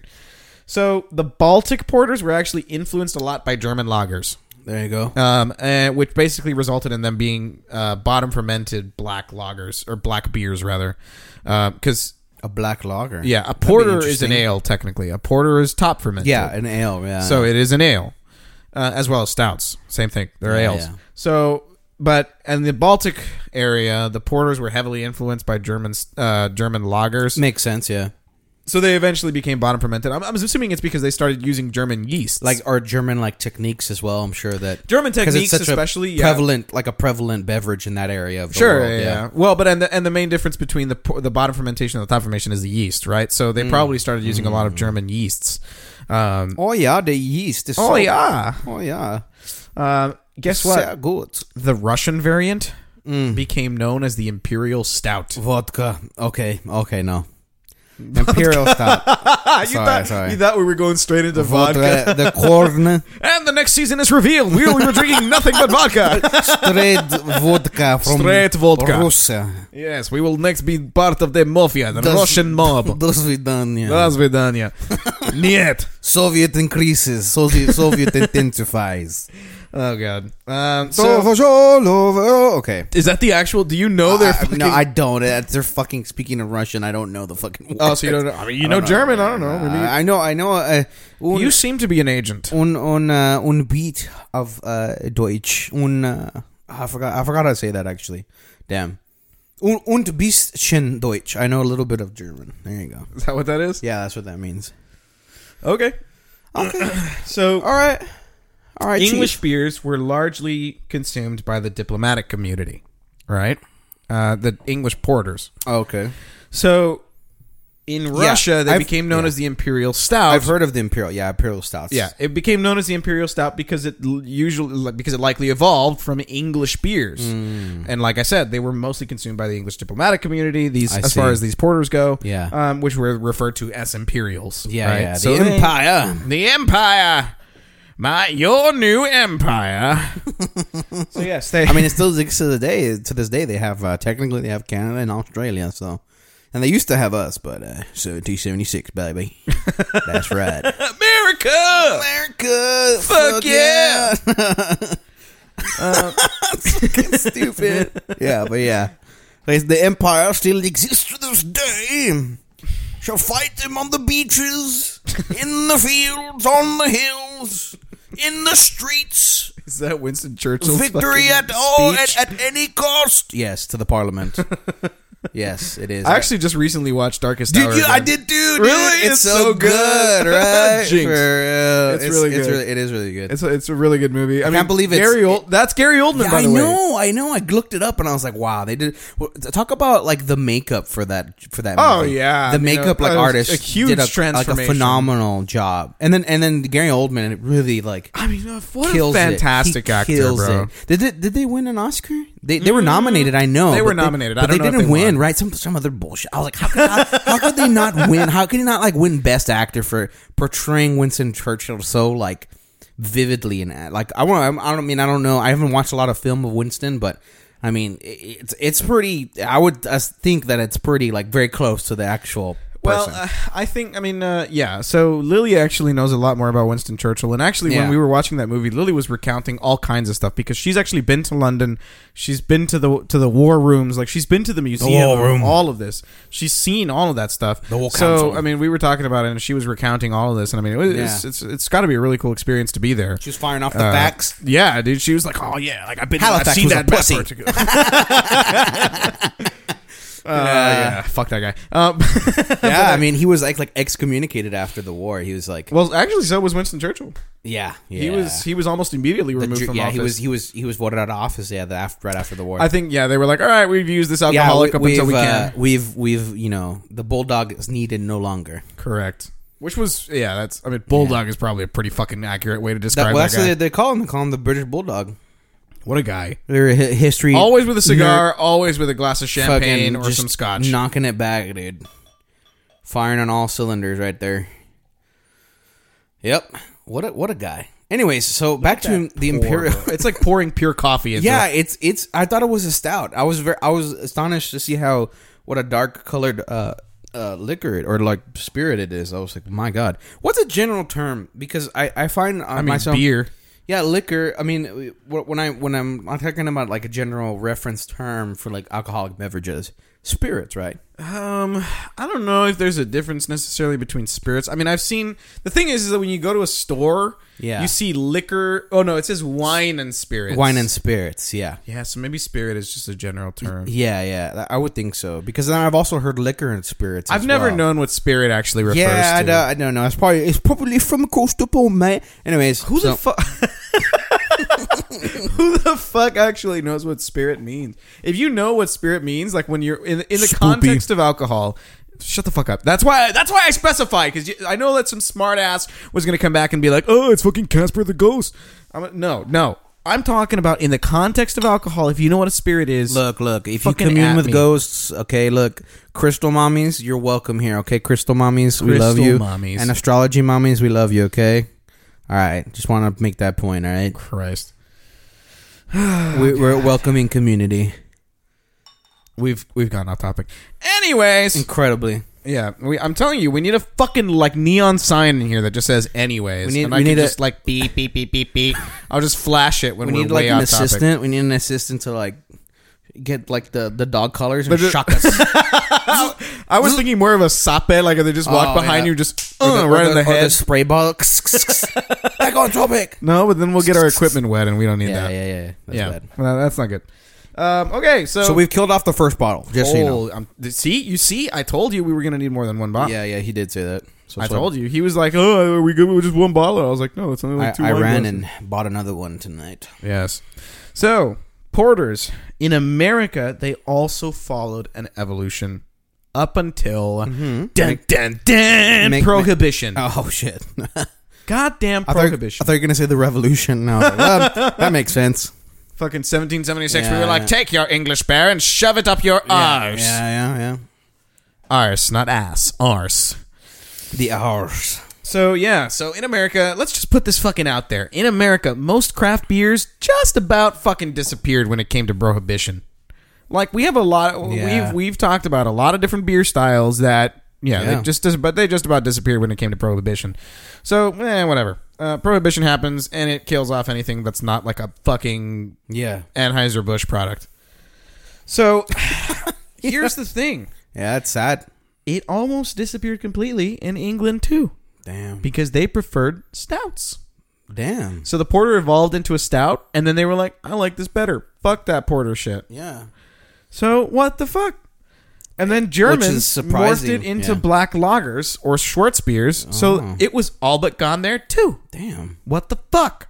So the Baltic porters were actually influenced a lot by German lagers,
There you go.
um, eh, which basically resulted in them being uh, bottom fermented black lagers or black beers rather, because.
A black lager.
yeah, a
That'd be
porter is an
interesting.
ale technically. A porter is top fermented.
Yeah, an ale. Yeah.
So it is an ale, uh, as well as stouts. Same thing. They're
Yeah,
ales.
yeah.
So, but in the Baltic area, the porters were heavily influenced by German uh, German lagers.
makes sense. Yeah.
So they eventually became bottom fermented. I'm, I'm assuming it's because they started using German yeast,
Like our German like techniques as well. I'm sure that
German
'cause
techniques,
it's such
especially
a
yeah.
prevalent, like a prevalent beverage in that area of the
Sure,
world.
yeah, yeah. Well, but and the, and the main difference between the por- the bottom fermentation and the top fermentation is the yeast, right? So
Mm.
they probably started using a lot of German yeasts. Um,
Oh yeah, the yeast is.
oh
so-
yeah.
Oh yeah.
Um, guess what?
So good.
the Russian variant became known as the Imperial Stout.
Vodka. Okay. Okay. No. Imperial style.
Ah, you,
Sorry,
thought,
sorry.
you thought we were going straight into vodka.
Vodka. The corn.
And the next season is revealed. We we were drinking nothing but vodka.
Straight vodka from
Straight vodka.
Russia.
yes, we will next be part of the mafia, the Russian mob.
Those we done. Yeah.
Разведание. Нет.
Soviet increases. Soviet, Soviet intensifies.
Oh god. Um,
So,
so
Oh, Okay.
is that the actual? Do you know their?
I-
Oh, fucking,
Uh, no, I don't. That's- They're fucking speaking in Russian. I don't know the fucking. Words.
oh, so you don't. Know, I mean, you know German. I don't know.
Uh,
Maybe-
I know. I know. Uh, un,
you seem to be an agent.
un un uh, un beat of uh, Deutsch. Un uh, I forgot. I forgot how to say that actually. Damn. Un und bisschen Deutsch. I know a little bit of German. There you go.
Is that what that is?
Yeah, that's what that means.
Okay.
Okay.
So
All right. All right.
English
Chief.
beers were largely consumed by the diplomatic community, right? Uh, the English porters.
Oh, Okay.
So in Russia, they
I've-
became known
yeah.
as the imperial stout.
I've heard of the imperial. Yeah, imperial stouts.
Yeah, it became known as the imperial stout because it l- usually because it likely evolved from English beers.
Hmm.
And like I said, they were mostly consumed by the English diplomatic community. These
I
as far
see.
as these porters go,
Yeah.
um, which were referred to as imperials.
Yeah.
right?
yeah the
So they-
empire.
the empire, my your new empire. so yes, they.
I mean, it still exists to the day. To this day, they have uh, technically they have Canada and Australia. So, and they used to have us, but uh, seventeen seventy six, baby. That's right,
America.
America.
Fuck yeah.
stupid. yeah, but yeah, Like, the empire still exists to this day. Shall fight them on the beaches, in the fields, on the hills, in the streets.
Is that Winston Churchill's
Victory
fucking
at all, at,
speech?
at any cost. Yes, to the parliament. yes, it is.
I actually just recently watched Darkest
Dude,
Hour.
you- I
again.
did too. Dude.
Really?
it's,
It's
so,
so
good,
good.
right?
Jinx.
For real.
It's really good.
it is really good.
It's a, it's a really good movie. I,
can't
mean,
believe it's-
Gary Old. That's Gary Oldman.
Yeah,
by
I
the way.
know, I know. I looked it up and I was like, wow, they did. well, Talk about like the makeup for that for that.
Oh,
movie.
yeah.
the
I mean,
makeup
uh,
like
it was
artist
a huge
did like a
transformation.
phenomenal job. And then and then Gary Oldman it really like
I mean, uh, what
kills
a fantastic
it. He
actor,
kills
bro. Mm,
it. Did they, did they win an Oscar? They, they were nominated, I know.
They were
but
nominated. I
but
don't know
they
if
didn't
they
win,
won.
right? Some some other bullshit. I was like, how could how could they not win? How could he not like win Best Actor for portraying Winston Churchill so like vividly and uh, like I want I don't mean I don't know. I haven't watched a lot of film of Winston, but. I mean, i- it's it's pretty. I would uh, think that it's pretty like very close to the actual
Well,
person.
uh, I think I mean, uh, yeah. So Lily actually knows a lot more about Winston Churchill, and actually,
Yeah.
when we were watching that movie, Lily was recounting all kinds of stuff because she's actually been to London, she's been to the to the war rooms, like she's been to the museum,
war room.
all of this. She's seen all of that stuff.
The war
so
council.
I mean, we were talking about it, and she was recounting all of this, and I mean, it was, it's
Yeah.
it's, it's got to be a really cool experience to be there.
She was firing off the
Uh,
facts.
Yeah, dude. She was like, "Oh yeah, like I've been.
Halifax
I've seen
was a
that
pussy.
map article." Uh, yeah, fuck that guy. Um,
Yeah, I mean, he was like like excommunicated after the war. He was like,
well, actually, so was Winston Churchill.
Yeah, yeah.
He was he was almost immediately
The
removed
ju-
from
yeah,
office.
he was he was he was voted out of office. Yeah, the after, right after the war.
I think yeah, they were like, all right, we've used this
yeah,
alcoholic up until
we've,
we
uh,
can.
we've we've you know the bulldog is needed no longer.
Correct. Which was yeah, that's I mean, bulldog is probably a pretty fucking accurate way to
That,
describe
well,
that,
that's what
guy.
they, they call him. They call him the British bulldog.
what a guy!
They're a hi- history
Always with a
nerd
cigar, always with a glass of
fucking
champagne or
just
some scotch.
knocking it back, dude. Firing on all cylinders right there. Yep, what a, what a guy. Anyways, so back to the imperial.
it's like pouring pure coffee into
Yeah, it's it's. I thought it was a stout. I was very, I was astonished to see how what a dark colored uh, uh, liquor it, or like spirit it is. I was like, my god, what's a general term? Because I I find uh,
I mean,
myself
beer.
Yeah, liquor. I mean, wh- when I when I'm, I'm talking about like a general reference term for like alcoholic beverages, spirits, right?
Um, I don't know if there's a difference necessarily between spirits. I mean, I've seen the thing is, is that when you go to a store,
Yeah.
you see liquor. Oh no, it says wine and spirits.
Wine and spirits. Yeah.
yeah, so maybe spirit is just a general term.
Yeah, yeah, Th- I would think so because then I've also heard liquor and spirits.
I've
as
never
well.
known what spirit actually refers
Yeah, I
to.
don't, I don't know. It's probably it's probably from coast to pole, mate. Anyways,
Who
so-
the fuck? Who the fuck actually knows what spirit means? If you know what spirit means, like when you're in in the
Spoopy.
context of alcohol. Shut the fuck up. That's why. That's why I specify because I know that some smart ass was gonna come back and be like, "Oh, it's fucking Casper the Ghost." I'm no, no. I'm talking about in the context of alcohol. If you know what a spirit is,
Look, look. If you
Fucking
commune
at
with
me.
ghosts, okay. Look, crystal mommies, you're welcome here, okay. Crystal mommies, we love
Crystal
you.
mommies.
And astrology mommies, we love you, okay. All right, just want to make that point. All right,
Christ, Oh
we, we're a welcoming community,
we've we've gone off topic. Anyways,
incredibly.
Yeah, we, I'm telling you, we need a fucking like neon sign in here that just says "anyways,"
We need-
and
we
I
need
can
a-
just like beep beep beep beep beep. I'll just flash it when
We
we are
need like
way
an
off topic.
assistant. We need an assistant to like get like the the dog collars and
But the-
shock us.
I was thinking more of a sape, like if they just walk
Oh,
behind
yeah.
you, just
Or
uh,
or
right in the
or
head.
spray ball. Back on topic.
no, but then we'll get our equipment wet, and we don't need
Yeah,
that.
yeah, yeah. That's
yeah,
bad.
Well, that's not good. Um, okay, so
So we've killed off the first bottle. Just so you know.
Oh, I'm- see, you see, I told you we were gonna need more than one bottle.
Yeah, yeah. He did say that. So
I told you. He was like, "Oh, are we good with just one bottle?" I was like, "No, it's only
I,
like two
I
wine
ran
glasses."
and bought another one tonight.
Yes. So, porters in America, they also followed an evolution up until dun, dun, dun,
make-
prohibition.
Oh shit!
Goddamn
I thought, I
prohibition.
thought you were gonna say the revolution. No, that, that makes sense.
Fucking 1776, we
Yeah.
were like, take your English bear and shove it up your arse.
Yeah, yeah, yeah.
Arse, not ass. Arse.
The hours.
So, yeah, so in America, let's just put this fucking out there. In America, most craft beers just about fucking disappeared when it came to prohibition. Like we have a lot
Yeah.
we've we've talked about a lot of different beer styles that yeah,
Yeah.
They just dis- but they just about disappeared when it came to prohibition. So, eh, whatever. Uh, prohibition happens and it kills off anything that's not like a fucking
Yeah,
Anheuser-Busch product. So, here's the thing.
yeah. That's sad.
It almost disappeared completely in England too
Damn.
because they preferred stouts.
Damn.
So the porter evolved into a stout, and then they were like, "I like this better. Fuck that porter shit."
Yeah.
So what the fuck? And then
is
Germans morphed
surprising,
it into
yeah.
black lagers or Schwarzbiers, so it was all but gone there too.
Damn.
What the fuck?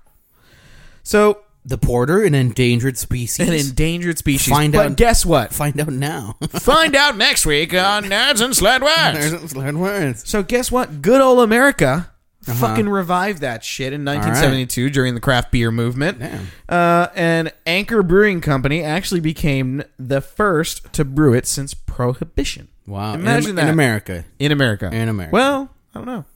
So
The porter, an endangered species.
an endangered species.
Find
but
out-
guess what?
Find out now.
Find out next week on Nads and Sled West.
learn words.
So guess what? Good old America fucking revived that shit in
Uh-huh. right.
1972 during the craft beer movement.
Damn.
Uh, and Anchor Brewing Company actually became the first to brew it since Prohibition.
Wow.
Imagine
in,
that.
in America.
In America.
In America.
Well, I don't know.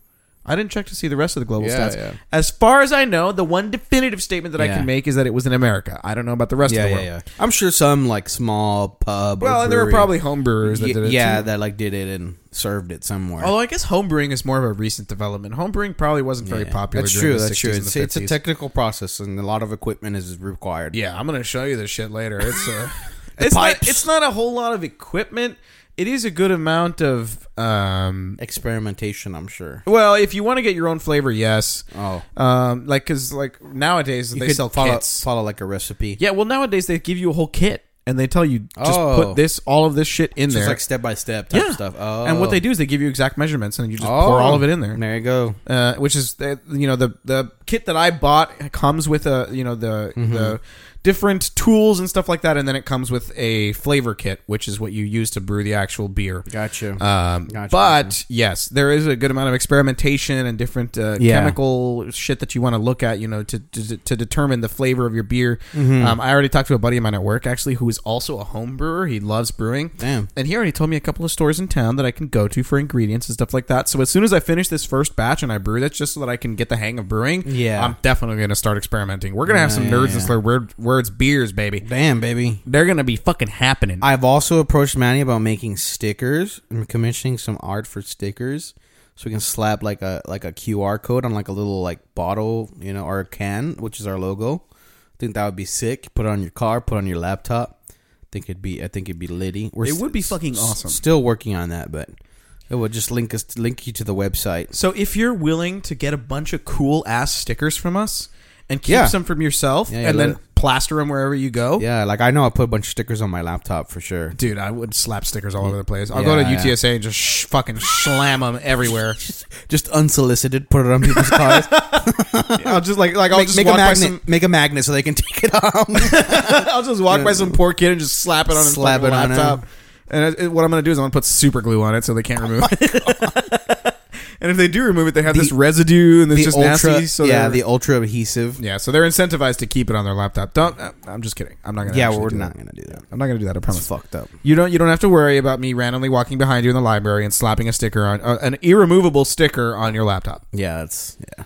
I didn't check to see the rest of the global
Yeah,
stats.
yeah.
As far as I know, the one definitive statement that I
Yeah.
can make is that it was in America. I don't know about the rest
Yeah,
of the
yeah,
world.
yeah. I'm sure some like small pub.
Well,
or
and there were
brewery-
probably homebrewers that
Y-
did it.
yeah,
too.
that like did it and served it somewhere.
Although I guess homebrewing is more of a recent development. Homebrewing probably wasn't very
Yeah.
popular.
That's
during
true.
The
That's
60s
true.
and
It's,
the
it's a
50s.
technical process, and a lot of equipment is required.
Yeah, I'm gonna show you this shit later. It's uh, a, it's
pipes.
not, it's not a whole lot of equipment. It is a good amount of, um,
Experimentation, I'm sure.
well, if you want to get your own flavor, yes.
Oh,
Um, like because like nowadays
you
they
could
sell
follow
kits.
follow like a recipe.
Yeah, well nowadays they give you a whole kit and they tell you just
Oh.
put this all of this shit in
So
there.
it's like step by step type
Yeah.
stuff. Oh,
And what they do is they give you exact measurements and you just
Oh.
pour all of it in there.
There you go.
uh, which is uh, you know the the kit that I bought comes with a you know the the different tools and stuff like that, and then it comes with a flavor kit, which is what you use to brew the actual beer.
Gotcha.
Um,
Gotcha.
but yes, there is a good amount of experimentation and different uh,
Yeah.
chemical shit that you want to look at, you know, to, to to determine the flavor of your beer.
Mm-hmm.
Um, I already talked to a buddy of mine at work actually, who is also a home brewer. He loves brewing,
Damn.
and he already told me a couple of stores in town that I can go to for ingredients and stuff like that. So as soon as I finish this first batch and I brew that's just so that I can get the hang of brewing,
Yeah.
I'm definitely going to start experimenting. We're going to have some
yeah,
nerds
yeah.
and slur word, words beers, baby.
Damn, baby.
They're going to be fucking happening.
I've also approached Manny about making stickers. I'm commissioning some art for stickers, so we can slap like a like a QR code on like a little like bottle, you know, or a can, which is our logo. I think that would be sick. Put it on your car. Put it on your laptop. I think it'd be. I think it'd be litty. We're
It
s-
would be
s-
fucking
s-
awesome.
Still working on that, but it would just link us link you to the website.
So if you're willing to get a bunch of cool ass stickers from us and keep
Yeah.
some from yourself
Yeah, yeah,
and
let
then plaster them wherever you go,
Yeah, like I know I put a bunch of stickers on my laptop for sure.
dude, I would slap stickers all over the place. I'll go to
Yeah, yeah.
UTSA and just sh- fucking slam them everywhere.
Just unsolicited, put it on people's cars.
I'll just like like I'll
make,
just
make a
walk by
magnet.
some
Make a magnet so they can take it off.
I'll just walk by some poor kid and just slap it on his
Slap
fucking
it on
laptop. and it, it- what I'm going to do is I'm going to put super glue on it so they can't remove it. and if they do remove it, they have this residue and it's
the
just
ultra,
nasty. So
yeah,
they're-
the ultra adhesive.
yeah, so they're incentivized to keep it on their laptop. Don't. uh, I'm just kidding. I'm not going to.
Yeah, we're not gonna do that.
I'm not going to do that. I
It's
promise.
fucked up.
You don't. You don't have to worry about me randomly walking behind you in the library and slapping a sticker on uh, an irremovable sticker on your laptop.
Yeah, it's yeah.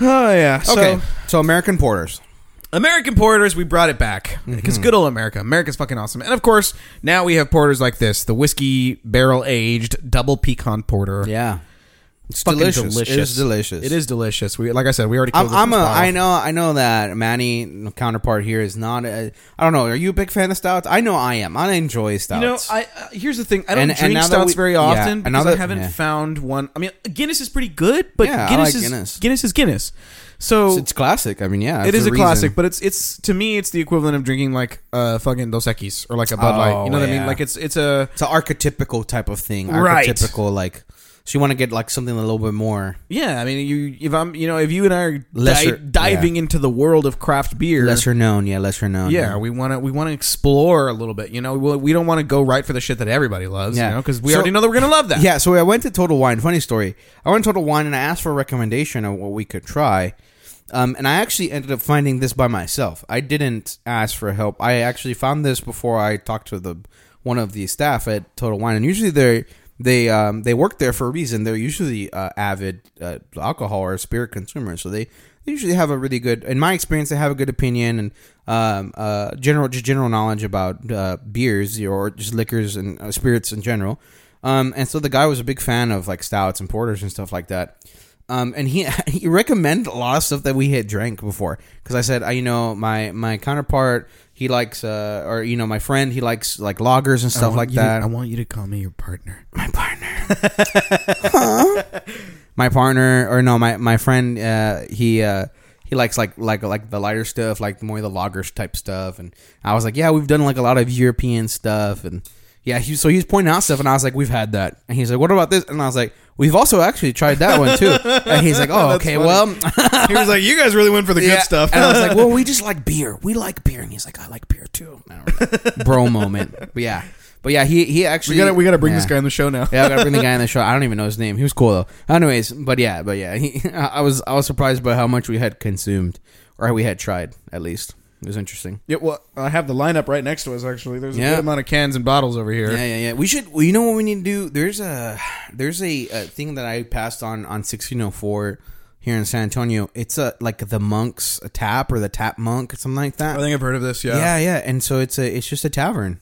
Oh yeah.
Okay, so, American porters.
American porters, we brought it back
Mm-hmm.
because good old America, America's fucking awesome. And of course, now we have porters like this, the whiskey barrel aged double pecan porter.
Yeah. It's
Fucking
delicious. It is delicious.
It is delicious. We like I said, we already. Killed
I'm,
this
I'm a.
first bottle.
I know. I know that Manny counterpart here is not. A, I don't know. Are you a big fan of stouts? I know I am. I enjoy stouts.
You know, I uh, here's the thing. I don't
And- and
drink
now that
stouts
we-
very
yeah,
often
and
because
now
I
that-
haven't
yeah.
found one. I mean, Guinness is pretty good, but
Yeah, I like
Guinness, is, Guinness.
Guinness.
is Guinness. So
it's, it's classic. I mean, yeah,
it
that's
is a
the reason.
classic, but it's it's to me it's the equivalent of drinking like uh fucking Dos Equis or like a Bud
Oh,
Light. You know what I mean?
yeah.
Like it's it's a
It's an archetypical type of thing.
Right.
Archetypical, like so you want to get like something a little bit more
yeah. I mean, you if I'm you know if you and I are
Lesser-
di- diving into the world of craft beer,
lesser known. Yeah, lesser known.
yeah, we want to we want to explore a little bit. You know, we, we don't want to go right for the shit that everybody loves.
Yeah.
you know, because we
So-
already know that we're gonna love that.
Yeah, so I went to Total Wine. Funny story. I went to Total Wine and I asked for a recommendation of what we could try. Um, and I actually ended up finding this by myself. I didn't ask for help. I actually found this before I talked to the one of the staff at Total Wine. And usually they they um, they work there for a reason. They're usually uh, avid uh, alcohol or spirit consumers, so they, they usually have a really good. In my experience, they have a good opinion and um, uh, general just general knowledge about uh, beers or just liquors and uh, spirits in general. Um, and so the guy was a big fan of like stouts and porters and stuff like that. Um, and he he recommended a lot of stuff that we had drank before because I said, I, you know, my my counterpart he likes uh, or you know my friend he likes like loggers and stuff like that.
I want Oh, you to call me your partner.
my partner, Huh? my partner or no my my friend uh, he. Uh, he likes like like like the lighter stuff, like more the loggers type stuff, and I was like, yeah, we've done like a lot of European stuff, and yeah, he, so he was pointing out stuff, and I was like, we've had that, and he's like, what about this, and I was like, we've also actually tried that one too, and he's like, oh, okay, well,
he was like, "You guys really went for the
Yeah. And I was like, well, we just like beer. We like beer. And he's like, I like beer too. And I was like, Bro moment. But yeah. But yeah, he, he actually.
we gotta we gotta bring
yeah.
this guy on the show now."
yeah, I gotta bring the guy in the show. I don't even know his name. He was cool though. Anyways, but yeah, but yeah, he, I was I was surprised by how much we had consumed, or we had tried at least. It was interesting.
Yeah, well, I have the lineup right next to us. Actually, there's a
Yeah.
good amount of cans and bottles over here.
Yeah, yeah, yeah. We should. Well, you know what we need to do? There's a there's a, a thing that I passed on on 1604 here in San Antonio. It's a like the monks a tap or the tap monk or something like that.
I think I've heard of this. Yeah,
Yeah, yeah. And so it's a it's just a tavern.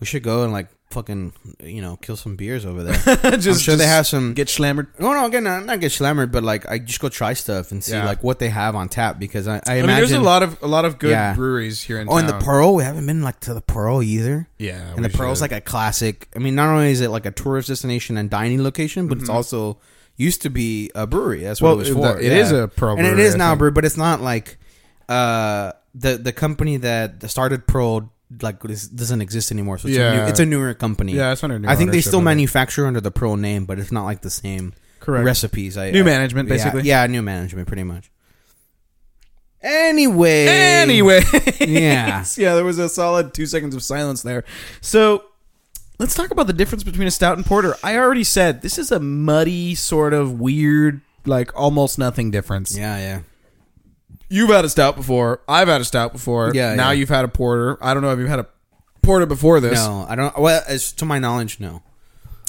We should go and like fucking you know kill some beers over there.
just,
I'm sure they have some.
get slammered.
no, no, again, not, not get slammered, but like I just go try stuff and see
Yeah.
like what they have on tap because I, I
I
imagine.
mean, there's a lot of a lot of good
Yeah.
breweries here in
Oh, and the
town.
Pearl. We haven't been like to the Pearl either.
Yeah,
and the Pearl's like a classic. I mean, not only is it like a tourist destination and dining location, but it's also used to be a brewery. That's what
Mm-hmm. Well,
it was
it-
for.
it is a Pearl
and it
brewery,
is
I
now a
think.
brewery, but it's not like uh, the the company that started Pearl like this doesn't exist anymore. So it's, a,
Yeah.
new, it's a newer company.
yeah, it's under new.
I think they
ownership,
still
I think.
manufacture under the Pearl name, but it's not like the same
correct
recipes. I,
new
I-
management
yeah,
basically.
yeah, new management, pretty much. Anyway,
Anyway,
Yeah.
yeah, there was a solid two seconds of silence there. So let's talk about the difference between a stout and porter. I already said this is a muddy sort of weird, like almost nothing difference.
yeah, yeah.
You've had a stout before. I've had a stout before.
Yeah,
Now
yeah.
you've had a porter. I don't know if you've had a porter before this.
No, I don't. Well, as to my knowledge, no.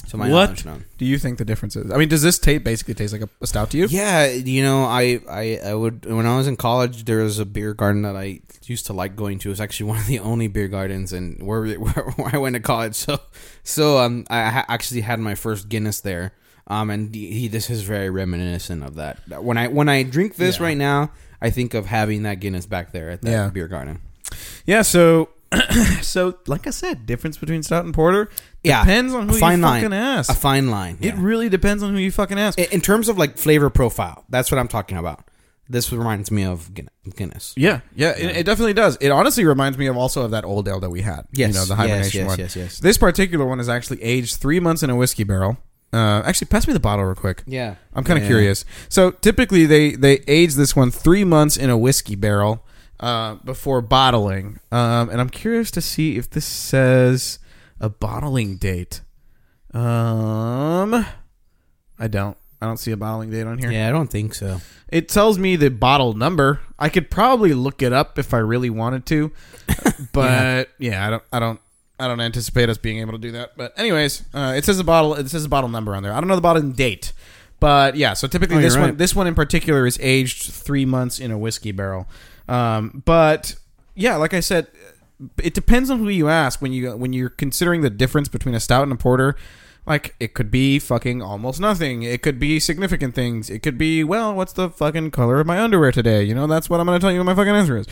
To my
What?
knowledge, no.
Do you think the difference is? I mean, does this tape basically taste like a, a stout to you?
Yeah, you know, I, I I would when I was in college, there was a beer garden that I used to like going to. It was actually one of the only beer gardens and where, we- where, where I went to college. So so um, I ha- actually had my first Guinness there. Um, and he, he- this is very reminiscent of that. When I when I drink this
Yeah.
right now, I think of having that Guinness back there at that
Yeah.
beer garden.
Yeah. So, so like I said, difference between stout and porter
Yeah,
depends on who
fine
you
line.
fucking ask.
A fine line.
It really depends on who you fucking ask.
In- in terms of like flavor profile, that's what I'm talking about. This reminds me of Guin- Guinness.
yeah, yeah, It, it definitely does. It honestly reminds me of also of that old ale that we had.
Yes,
you know the
yes,
hibernation
yes,
one.
yes, yes.
This particular one is actually aged three months in a whiskey barrel. Uh, actually, pass me the bottle real quick.
Yeah,
I'm kind of curious. So typically they they age this one three months in a whiskey barrel uh, before bottling, um, and I'm curious to see if this says a bottling date. Um, I don't. I don't see a bottling date on here.
Yeah, I don't think so.
It tells me the bottle number. I could probably look it up if I really wanted to, but yeah. I don't. I don't. I don't anticipate us being able to do that. But anyways, uh, it says the bottle. It says the bottle number on there. I don't know the bottle date, But yeah, so typically
Oh,
this
you're
one
right.
this one in particular is aged three months in a whiskey barrel. Um, but yeah, like I said, it depends on who you ask when you when you're considering the difference between a stout and a porter. Like it could be fucking almost nothing. It could be significant things. It could be well, what's the fucking color of my underwear today? You know, that's what I'm gonna tell you. What my fucking answer is.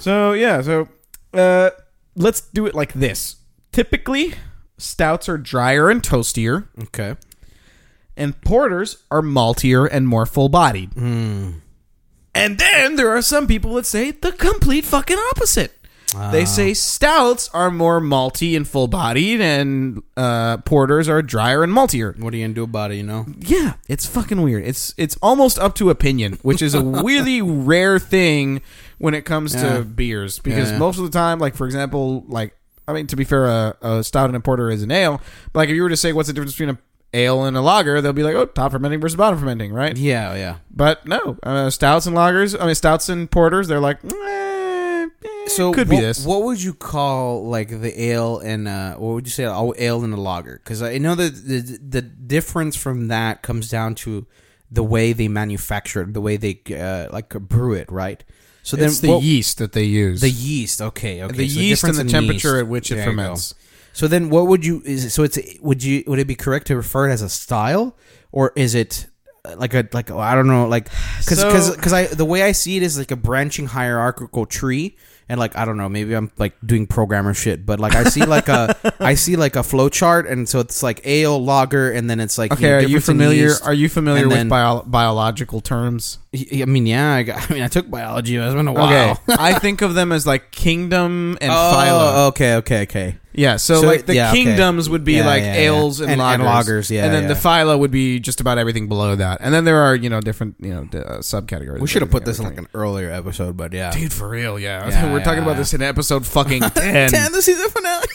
so yeah, so uh, let's do it like this. Typically, stouts are drier and toastier
Okay.
and porters are maltier and more full bodied. And then there are some people that say the complete fucking opposite. They say stouts are more malty and full bodied, and uh, porters are drier and maltier.
What are you gonna do about it? You know.
Yeah, it's fucking weird. It's it's almost up to opinion, which is a really rare thing when it comes
Yeah.
to beers because
Yeah.
most of the time, like for example, like I mean to be fair, a, a stout and a porter is an ale. But like if you were to say what's the difference between a ale and a lager, they'll be like, oh, top fermenting versus bottom fermenting, right?
Yeah. Yeah.
But no, uh, stouts and lagers. I mean, stouts and porters. They're like, eh, eh,
So
could
what-
be this.
What would you call like the ale and uh, what would you say oh, ale and a lager? Because I know that the the difference from that comes down to the way they manufacture it, the way they uh, like brew it, right? So then
it's the
what-
yeast that they use.
the yeast. Okay, okay.
The
so
yeast and
difference
the
in
temperature
yeast.
at which it
There you go.
ferments.
So then, what would you? Is it, so it's would you would it be correct to refer it as a style, or is it uh, like a like oh, I don't know like because
So-
because I the way I see it is like a branching hierarchical tree and like I don't know maybe I'm like doing programmer shit but like I see like a I see like a flow chart and so it's like ale lager and then it's like
okay, are you
difference in
familiar?
yeast.
Are you familiar
and
with
then-
bio- biological terms?
I mean yeah I, got, I mean I took biology it's been a while
I think of them as like kingdom and
oh
phylum.
okay okay okay
Yeah, so,
So,
like the
yeah, okay.
kingdoms would be
Yeah,
like
yeah, yeah.
ales and,
And-
lagers,
and lagers, yeah,
and then the
yeah.
phyla would be just about everything below that, and then there are you know different you know d- uh, subcategories.
we should have put this in
in
like an earlier episode but yeah
dude for real, yeah.
Yeah,
We're talking
yeah,
about
yeah.
this in episode fucking ten.
and the season finale.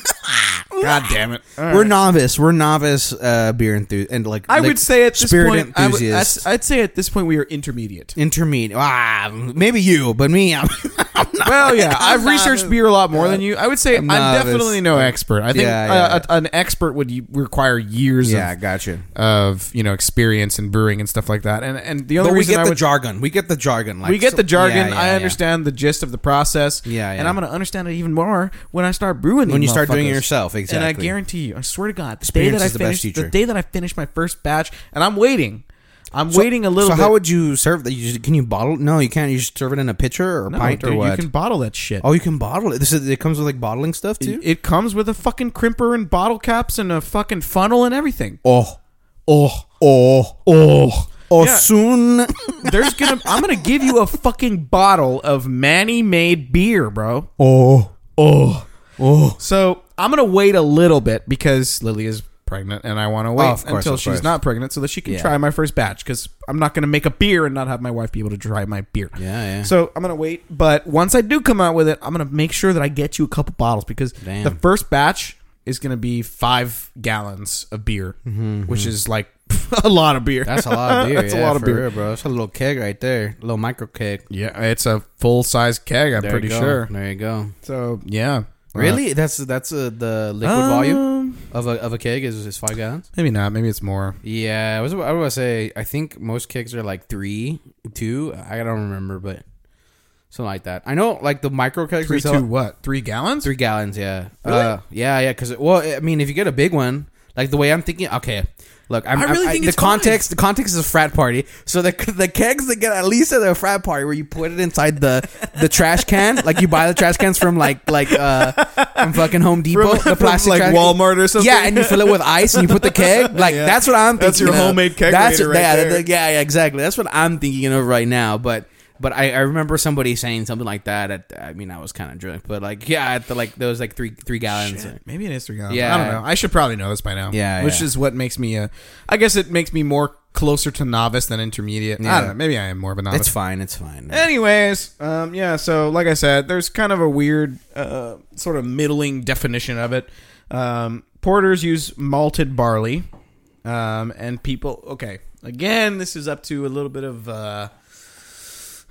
God damn it.
We're novice. We're novice uh, beer enthusiasts. And like
I
like
would say at this
spirit
point, I would, I'd,
enthusiast,
I'd say at this point we are intermediate.
intermediate. Ah, maybe you, but me. I'm, I'm not.
Well, yeah,
I'm
I've researched
novice.
beer a lot more than you. I would say I'm,
novice.
definitely no expert. I think
Yeah,
uh,
yeah,
a- an expert would y- require years
Yeah,
of,
gotcha.
of you know experience in brewing and stuff like that. And and the only
But we
reason
get
I
the
would,
jargon. We get the jargon. Like,
we get
so-
the jargon.
yeah, yeah,
I
yeah.
understand the gist of the process.
Yeah,
and
yeah.
I'm going to understand it even more when I start brewing.
When you
these
start doing it
motherfuckers.
yourself, exactly.
And I guarantee you, I swear to God, the
Experience
day that
is
I
the best
finish
teacher.
day that I finish my first batch, and I'm waiting, I'm waiting a little.
So
bit.
how would you serve that? You just, can you bottle? No, you can't. You just serve it in a pitcher or a
No,
pint
dude,
or what?
You can bottle that shit.
oh, you can bottle it. This is, it comes with like bottling stuff too.
It comes with a fucking crimper and bottle caps and a fucking funnel and everything.
oh, oh, oh, oh, oh!
Yeah.
Soon.
There's gonna I'm gonna give you a fucking bottle of Manny made beer, bro.
Oh, oh, oh.
So I'm gonna wait a little bit because Lily is pregnant and I want to wait
Oh, of course,
until
of
she's
course.
not pregnant so that she can
Yeah.
try my first batch because I'm not gonna make a beer and not have my wife be able to try my beer.
Yeah, yeah.
So I'm gonna wait, but once I do come out with it, I'm gonna make sure that I get you a couple bottles because
Damn.
the first batch is gonna be five gallons of beer, which is like a lot of beer.
Mm-hmm, That's a lot of beer.
That's a lot of
for
beer.
real, bro. That's a little keg right there, a little micro keg.
Yeah, it's a full size keg. I'm
There you
pretty
go.
sure.
There you go.
So uh, yeah,
Really? that's that's uh, the
Uh,
liquid volume
um,
of a of a keg is, is five gallons.
Maybe not. Maybe it's more.
Yeah, I was about- I was about to say I think most kegs are like three, two. I don't remember, but something like that. I know like the micro kegs
Three
they
to
sell-
what? Three gallons?
three gallons. Yeah, uh, yeah, yeah. Because well, I mean, if you get a big one, like the way I'm thinking, okay. Look, I'm,
I really think
the
it's
context. The context is a frat party, so the the kegs that get at least at a frat party where you put it inside the the trash can, like you buy the trash cans from like like uh from fucking Home Depot, the plastic
like
trash-
Walmart or something.
Yeah, and you fill it with ice and you put the keg. Like
Yeah.
that's what I'm thinking.
That's your
of.
homemade kegerator
That's what-
right
yeah,
there.
that- yeah, yeah, exactly. That's what I'm thinking of right now. But but I, I remember somebody saying something like that. At I mean, I was kind of drunk, but like yeah, at the, like there was like three three gallons.
Shit, Maybe it is three gallons.
Yeah.
I don't know. I should probably know this by now.
Yeah,
Which
yeah.
is what makes me. Uh, I guess it makes me more closer to novice than intermediate. I
Yeah.
don't know. Maybe I am more of a novice.
It's fine. It's fine.
Anyways, um, yeah. So, like I said, there's kind of a weird, uh, sort of middling definition of it. Um, porters use malted barley, um, and people. Okay, again, this is up to a little bit of uh,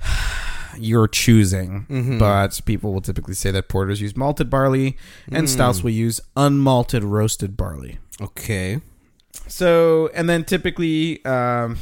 your choosing, but people will typically say that porters use malted barley, and stouts will use unmalted roasted barley.
Okay.
So, and then typically, um,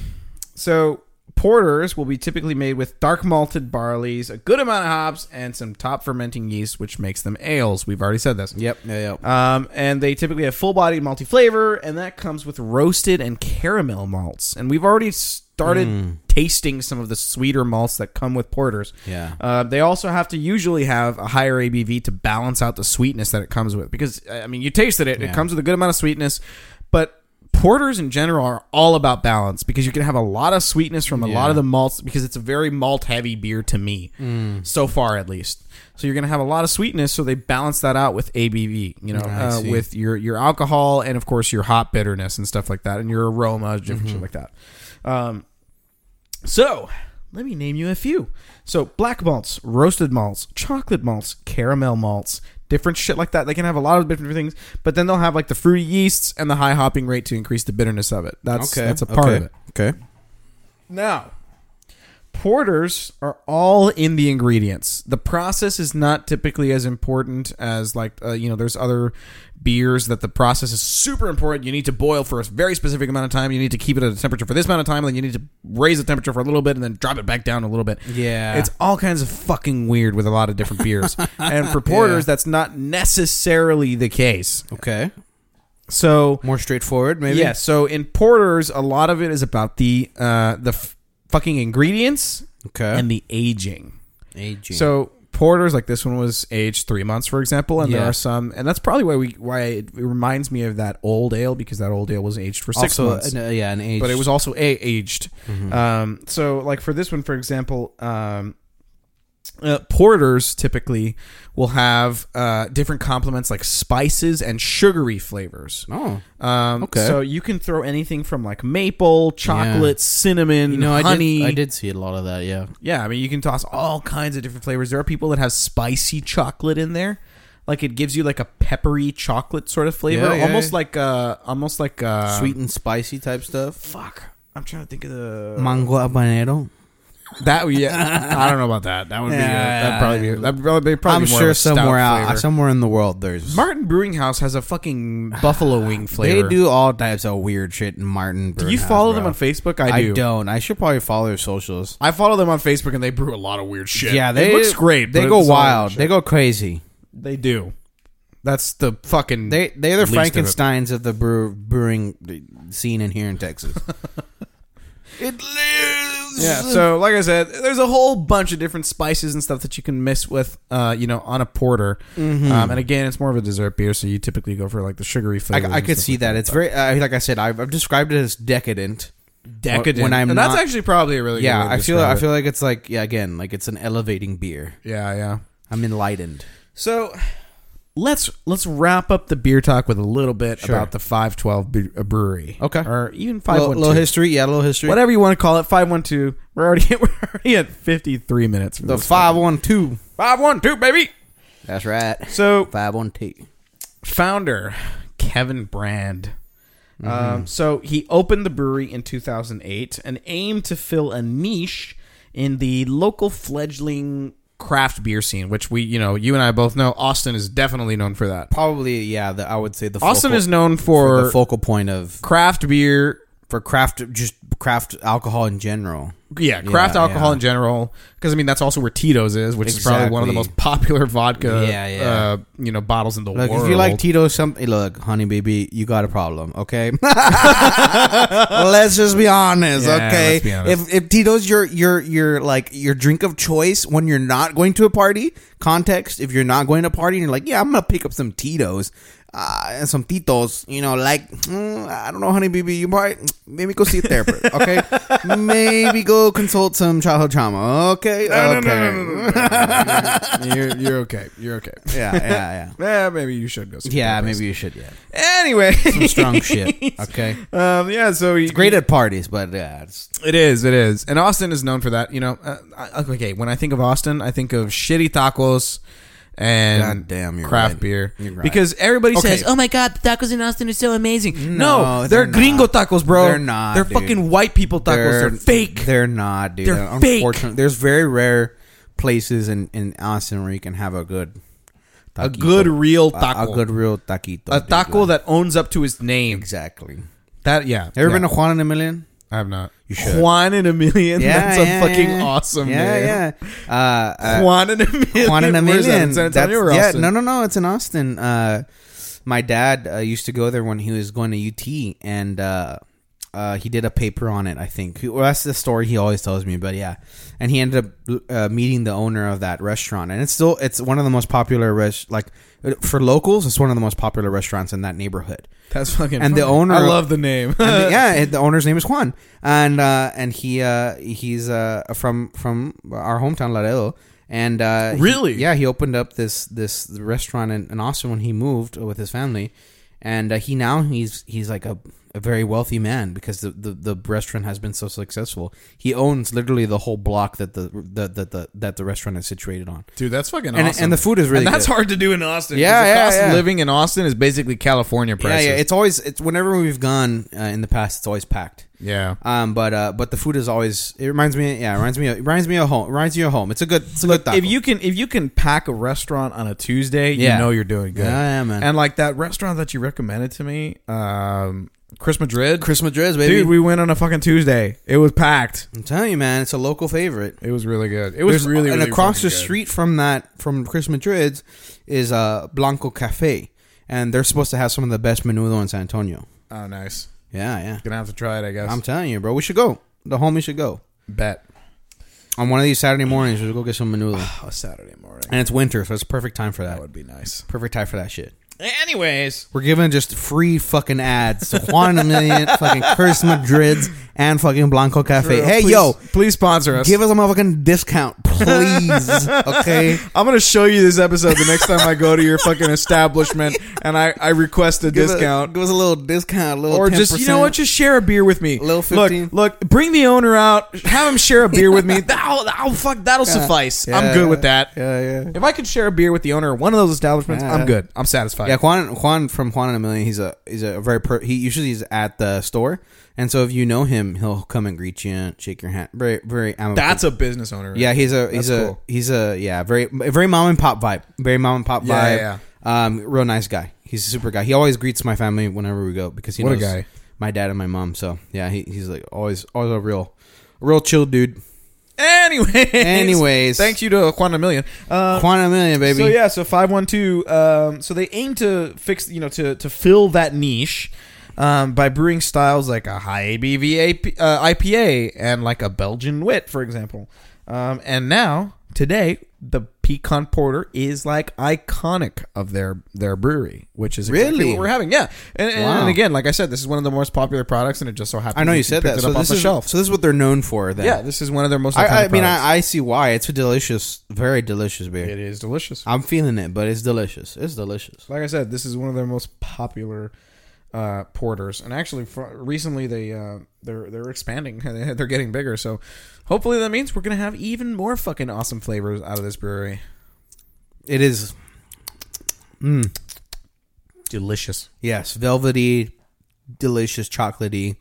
so porters will be typically made with dark malted barleys, a good amount of hops, and some top fermenting yeast, which makes them ales. We've already said this.
Yep. Yeah, yep.
Um, and they typically have full bodied multi flavor, and that comes with roasted and caramel malts. And we've already started
Mm.
tasting some of the sweeter malts that come with porters.
Yeah.
Uh, they also have to usually have a higher ABV to balance out the sweetness that it comes with. Because, I mean, you tasted it, it comes with a good amount of sweetness, but porters in general are all about balance because you can have a lot of sweetness from a lot of the malts because it's a very malt heavy beer to me so far at least so you're going to have a lot of sweetness so they balance that out with abv you know uh,
see.
with your your alcohol and of course your hop bitterness and stuff like that and your aroma different shit like that um, so let me name you a few so black malts roasted malts chocolate malts caramel malts different shit like that they can have a lot of different things but then they'll have like the fruity yeasts and the high hopping rate to increase the bitterness of it that's
okay.
that's a part
okay.
of it
Okay.
now, porters are all in the ingredients. The process is not typically as important as like uh, you know. There's other beers that the process is super important. You need to boil for a very specific amount of time. You need to keep it at a temperature for this amount of time. Then you need to raise the temperature for a little bit and then drop it back down a little bit.
Yeah.
it's all kinds of fucking weird with a lot of different beers. and for porters, that's not necessarily the case.
Okay.
So
More straightforward, maybe.
yeah, so in porters, a lot of it is about the uh, the f- fucking ingredients
Okay.
and the aging.
aging.
So porters like this one was aged three months, for example, and there
Yeah.
are some, and that's probably why we why it, it reminds me of that old ale because that old ale was aged for six
also,
months,
an- Mm-hmm. uh, yeah, an age.
but it was also a aged. Um, so like for this one, for example. Um, uh, porters typically will have uh, different complements like spices and sugary flavors.
Oh.
Um,
Okay.
So you can throw anything from like maple, chocolate, cinnamon,
You know, I
honey.
did, I did see a lot of that, yeah.
Yeah, I mean, you can toss all kinds of different flavors. There are people that have spicy chocolate in there. Like it gives you like a peppery chocolate sort of flavor,
Yeah, yeah,
almost
yeah.
like uh, almost like uh,
Sweet and spicy type stuff.
Fuck, I'm trying to think of the
Mango habanero.
that. Yeah, I don't know about that. That would be
Yeah,
that probably be that'd probably, probably
I'm
be more
sure
of a stout
somewhere out,
flavor.
somewhere in the world, there's.
Martin Brewing House has a fucking buffalo wing
they
flavor.
do all types of weird shit in Martin.
You follow them on Facebook? I do.
I don't. I should probably follow their socials.
I follow them on Facebook and they brew a lot of weird shit.
Yeah,
It
they
looks great.
They
but
go
it's all
wild.
shit.
They go crazy.
They do. That's the fucking.
They they're the
Least of it.
Frankenstein's of the brew, brewing scene in here in Texas.
it lives. Yeah. So like I said, there's a whole bunch of different spices and stuff that you can mix with, uh, you know, on a porter. Um, and again, it's more of a dessert beer, so you typically go for like the sugary flavor.
I, I could see that. It's very uh, like I said. I've, I've described it as decadent.
decadent.
when I'm
and
not-
that's actually probably a really Good
Yeah,
way to
I feel
describe
I
it.
feel like it's like yeah again like it's an elevating beer.
Yeah, yeah.
I'm enlightened.
So let's let's wrap up the beer talk with a little bit about the 512 bre- uh, brewery.
Okay.
Or even
A little,
512.
little history, yeah, a little history.
whatever you want to call it, five one two. We're already we're already at fifty three minutes.
The five one two.
five one two, baby.
That's right.
So
Five one two.
founder Kevin Brand. Um, so he opened the brewery in two thousand eight and aimed to fill a niche in the local fledgling craft beer scene, which we you know you and I both know Austin is definitely known for that.
Probably yeah. The, I would say the
Austin
focal,
is known
for
for,
the focal point of
craft beer
for craft just craft alcohol in general.
Yeah, craft
Yeah,
alcohol
yeah.
in general, because I mean that's also where Tito's is, which is probably one of the
Exactly.
most popular vodka,
Yeah, yeah.
Uh, you know, bottles in the
Look,
world.
if you like Tito, something. Look, honey, baby, you got a problem. Okay, let's just be honest.
Yeah,
okay,
let's be honest.
if if Tito's your your your like your drink of choice when you're not going to a party, context. If you're not going to a party, and you're like, yeah, I'm gonna pick up some Tito's. Uh, and some titos, you know, like mm, I don't know, honey, baby, you might maybe go see a therapist, okay? maybe go consult some childhood trauma, okay? okay,
you're, you're okay, you're okay.
yeah, yeah, yeah,
Yeah, maybe you should go. see
yeah.
therapist.
Maybe you should, yeah.
Anyway,
Some strong shit, okay?
um, yeah. So he,
great at parties, but yeah, it's,
It is, it is, and Austin is known for that. You know, uh, I- okay. When I think of Austin, I think of shitty tacos and
God damn, you're
craft
right.
beer
You're right.
because everybody
Okay.
says, "Oh my god, the tacos in Austin are so amazing." No,
No,
they're,
they're not.
gringo tacos, bro.
They're not,
They're
dude.
fucking white people tacos. They're, fake.
They're not, dude.
They're fake.
There's very rare places in, in Austin where you can have a good,
a good real taco.
a, a good real taquito,
A
dude.
taco that owns up to his name.
exactly.
That yeah.
Ever
yeah.
been to Juan in a Million?
I have not. You
should.
Juan in a million.
Yeah,
That's a
yeah,
fucking
yeah.
awesome
Yeah,
name.
yeah. Uh, uh,
Juan in a million.
Juan in a
Where's that,
Million.
in San
That's-
Antonio or
yeah,
Austin?
no, no, no. It's in Austin. Uh, my dad uh, used to go there when he was going to UT, and uh, uh, he did a paper on it. I think well, that's the story he always tells me. But yeah, and he ended up uh, meeting the owner of that restaurant, and it's still it's one of the most popular res- like for locals. It's one of the most popular restaurants in that neighborhood.
That's fucking.
And the
funny.
owner
I
of-
love the name.
and the- yeah, and the owner's name is Juan, and uh, and he uh, he's uh, from from our hometown Laredo, and uh, he-
Really?
yeah, he opened up this this restaurant in, in Austin when he moved with his family, and uh, he now he's he's like a, a very wealthy man because the, the the restaurant has been so successful. He owns literally the whole block that the that the, the that the restaurant is situated on,
Dude, that's fucking
and
awesome.
and the food is really
And that's
good.
hard to do in Austin. 'cause
Yeah,
the
yeah,
cost of
yeah.
living in Austin is basically California
Yeah,
prices.
yeah. It's always it's whenever we've gone uh, in the past, it's always packed.
Yeah.
Um, but uh, but the food is always. It reminds me. Yeah, it reminds me. Of, it reminds me of home. It reminds you of home. It's a good. It's a good. Taco.
If you can, if you can pack a restaurant on a Tuesday,
Yeah.
you know you're doing good.
Yeah, yeah, man.
And like that restaurant that you recommended to me, um, Chris Madrid.
Chris Madrid, baby.
Dude, we went on a fucking Tuesday. It was packed.
I'm telling you, man, it's a local favorite.
It was really good. It was
There's-
really,
and
really
across
fucking
the
good.
street from that from Chris Madrid's is uh, Blanco Cafe, and they're supposed to have some of the best menudo in San Antonio.
Oh, nice.
Yeah, yeah.
Gonna have to try it, I guess.
I'm telling you, bro. We should go. The homie should go
bet.
on one of these Saturday mornings. We'll go get some menudo,
Oh, Saturday morning.
and it's winter, so it's perfect time for that.
That would be nice.
Perfect time for that shit.
Anyways,
We're giving just free fucking ads to Juan in a Million, fucking Curse Madrids, and fucking Blanco Cafe. hey,
please-
yo,
please sponsor us.
give us a motherfucking discount, please. okay?
I'm gonna show you this episode the next time I go to your fucking establishment and I, I request a
Give us-
discount.
give us a little discount, a little
or just you know what,
10%.
just share a beer with me.
Little
Look,
15.
look, bring the owner out, have him share a beer with me. That'll, I'll fuck that'll suffice. I'm
Yeah,
good with that.
Yeah, yeah.
If I can share a beer with the owner of one of those establishments,
Yeah.
I'm good. I'm satisfied.
Yeah, Juan Juan from Juan in a Million. He's a he's a very per, he usually is at the store, and so if you know him, he'll come and greet you, and shake your hand. Very very amiable.
That's a business owner.
Yeah, he's a he's
That's
a
cool.
he's a yeah very very mom and pop vibe, very mom and pop vibe.
Yeah, yeah,
Um, real nice guy. He's a super guy. He always greets my family whenever we go because he
What a
knows
guy.
my dad and my mom. So yeah, he, he's like always always a real real chill dude.
Anyways,
Anyways.
thank you to Quantum Million. Uh,
Quantum Million baby.
So yeah, so five one two. Um, so they aim to fix, you know, to to fill that niche um, by brewing styles like a high ABV AP, uh, IPA and like a Belgian wit, for example. Um, and now today, the pecan porter is like iconic of their their brewery, which is exactly
Really?
what we're having. Yeah, and, and,
Wow.
and again, like I said, this is one of the most popular products, and it just so happens
I know
that
you said
picked
that.
It
So
up off
this
the
is
shelf.
so this is what they're known for. Then
yeah, this is one of their most.
I, I
iconic
mean
products.
I, I see why. It's a delicious, very delicious beer.
it is delicious.
I'm feeling it, but it's delicious. It's delicious.
like I said, this is one of their most popular uh, porters, and actually, fr recently they uh, they're they're expanding, they're getting bigger. So hopefully, that means we're gonna have even more fucking awesome flavors out of this brewery.
It is mm,
Delicious.
yes, velvety, delicious, chocolatey.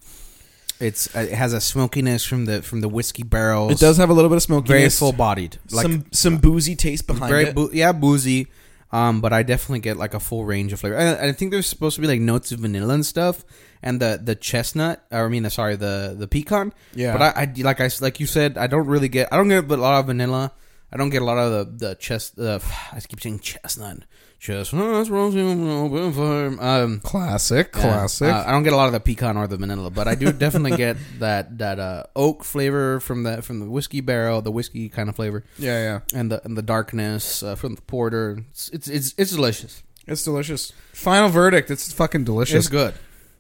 It's uh, it has a smokiness from the from the whiskey barrels.
It does have a little bit of smoke.
very full bodied, like
some some boozy taste behind
very
it.
boo- yeah boozy. Um, but I definitely get like a full range of flavor. And I think there's supposed to be like notes of vanilla and stuff, and the the chestnut. Or I mean, uh, sorry, the the pecan.
Yeah.
But I, I like I s- like you said, I don't really get. I don't get a lot of vanilla. I don't get a lot of the the chest. Uh, I keep saying chestnut. Chestnuts roasting on an open flame. Um,
classic,
yeah.
classic.
Uh, I don't get a lot of the pecan or the vanilla, but I do definitely get that that uh, oak flavor from the from the whiskey barrel, the whiskey kind of flavor
yeah, yeah.
and the and the darkness uh, from the porter. It's it's it's, it's delicious.
It's delicious. Final verdict. It's fucking delicious.
good.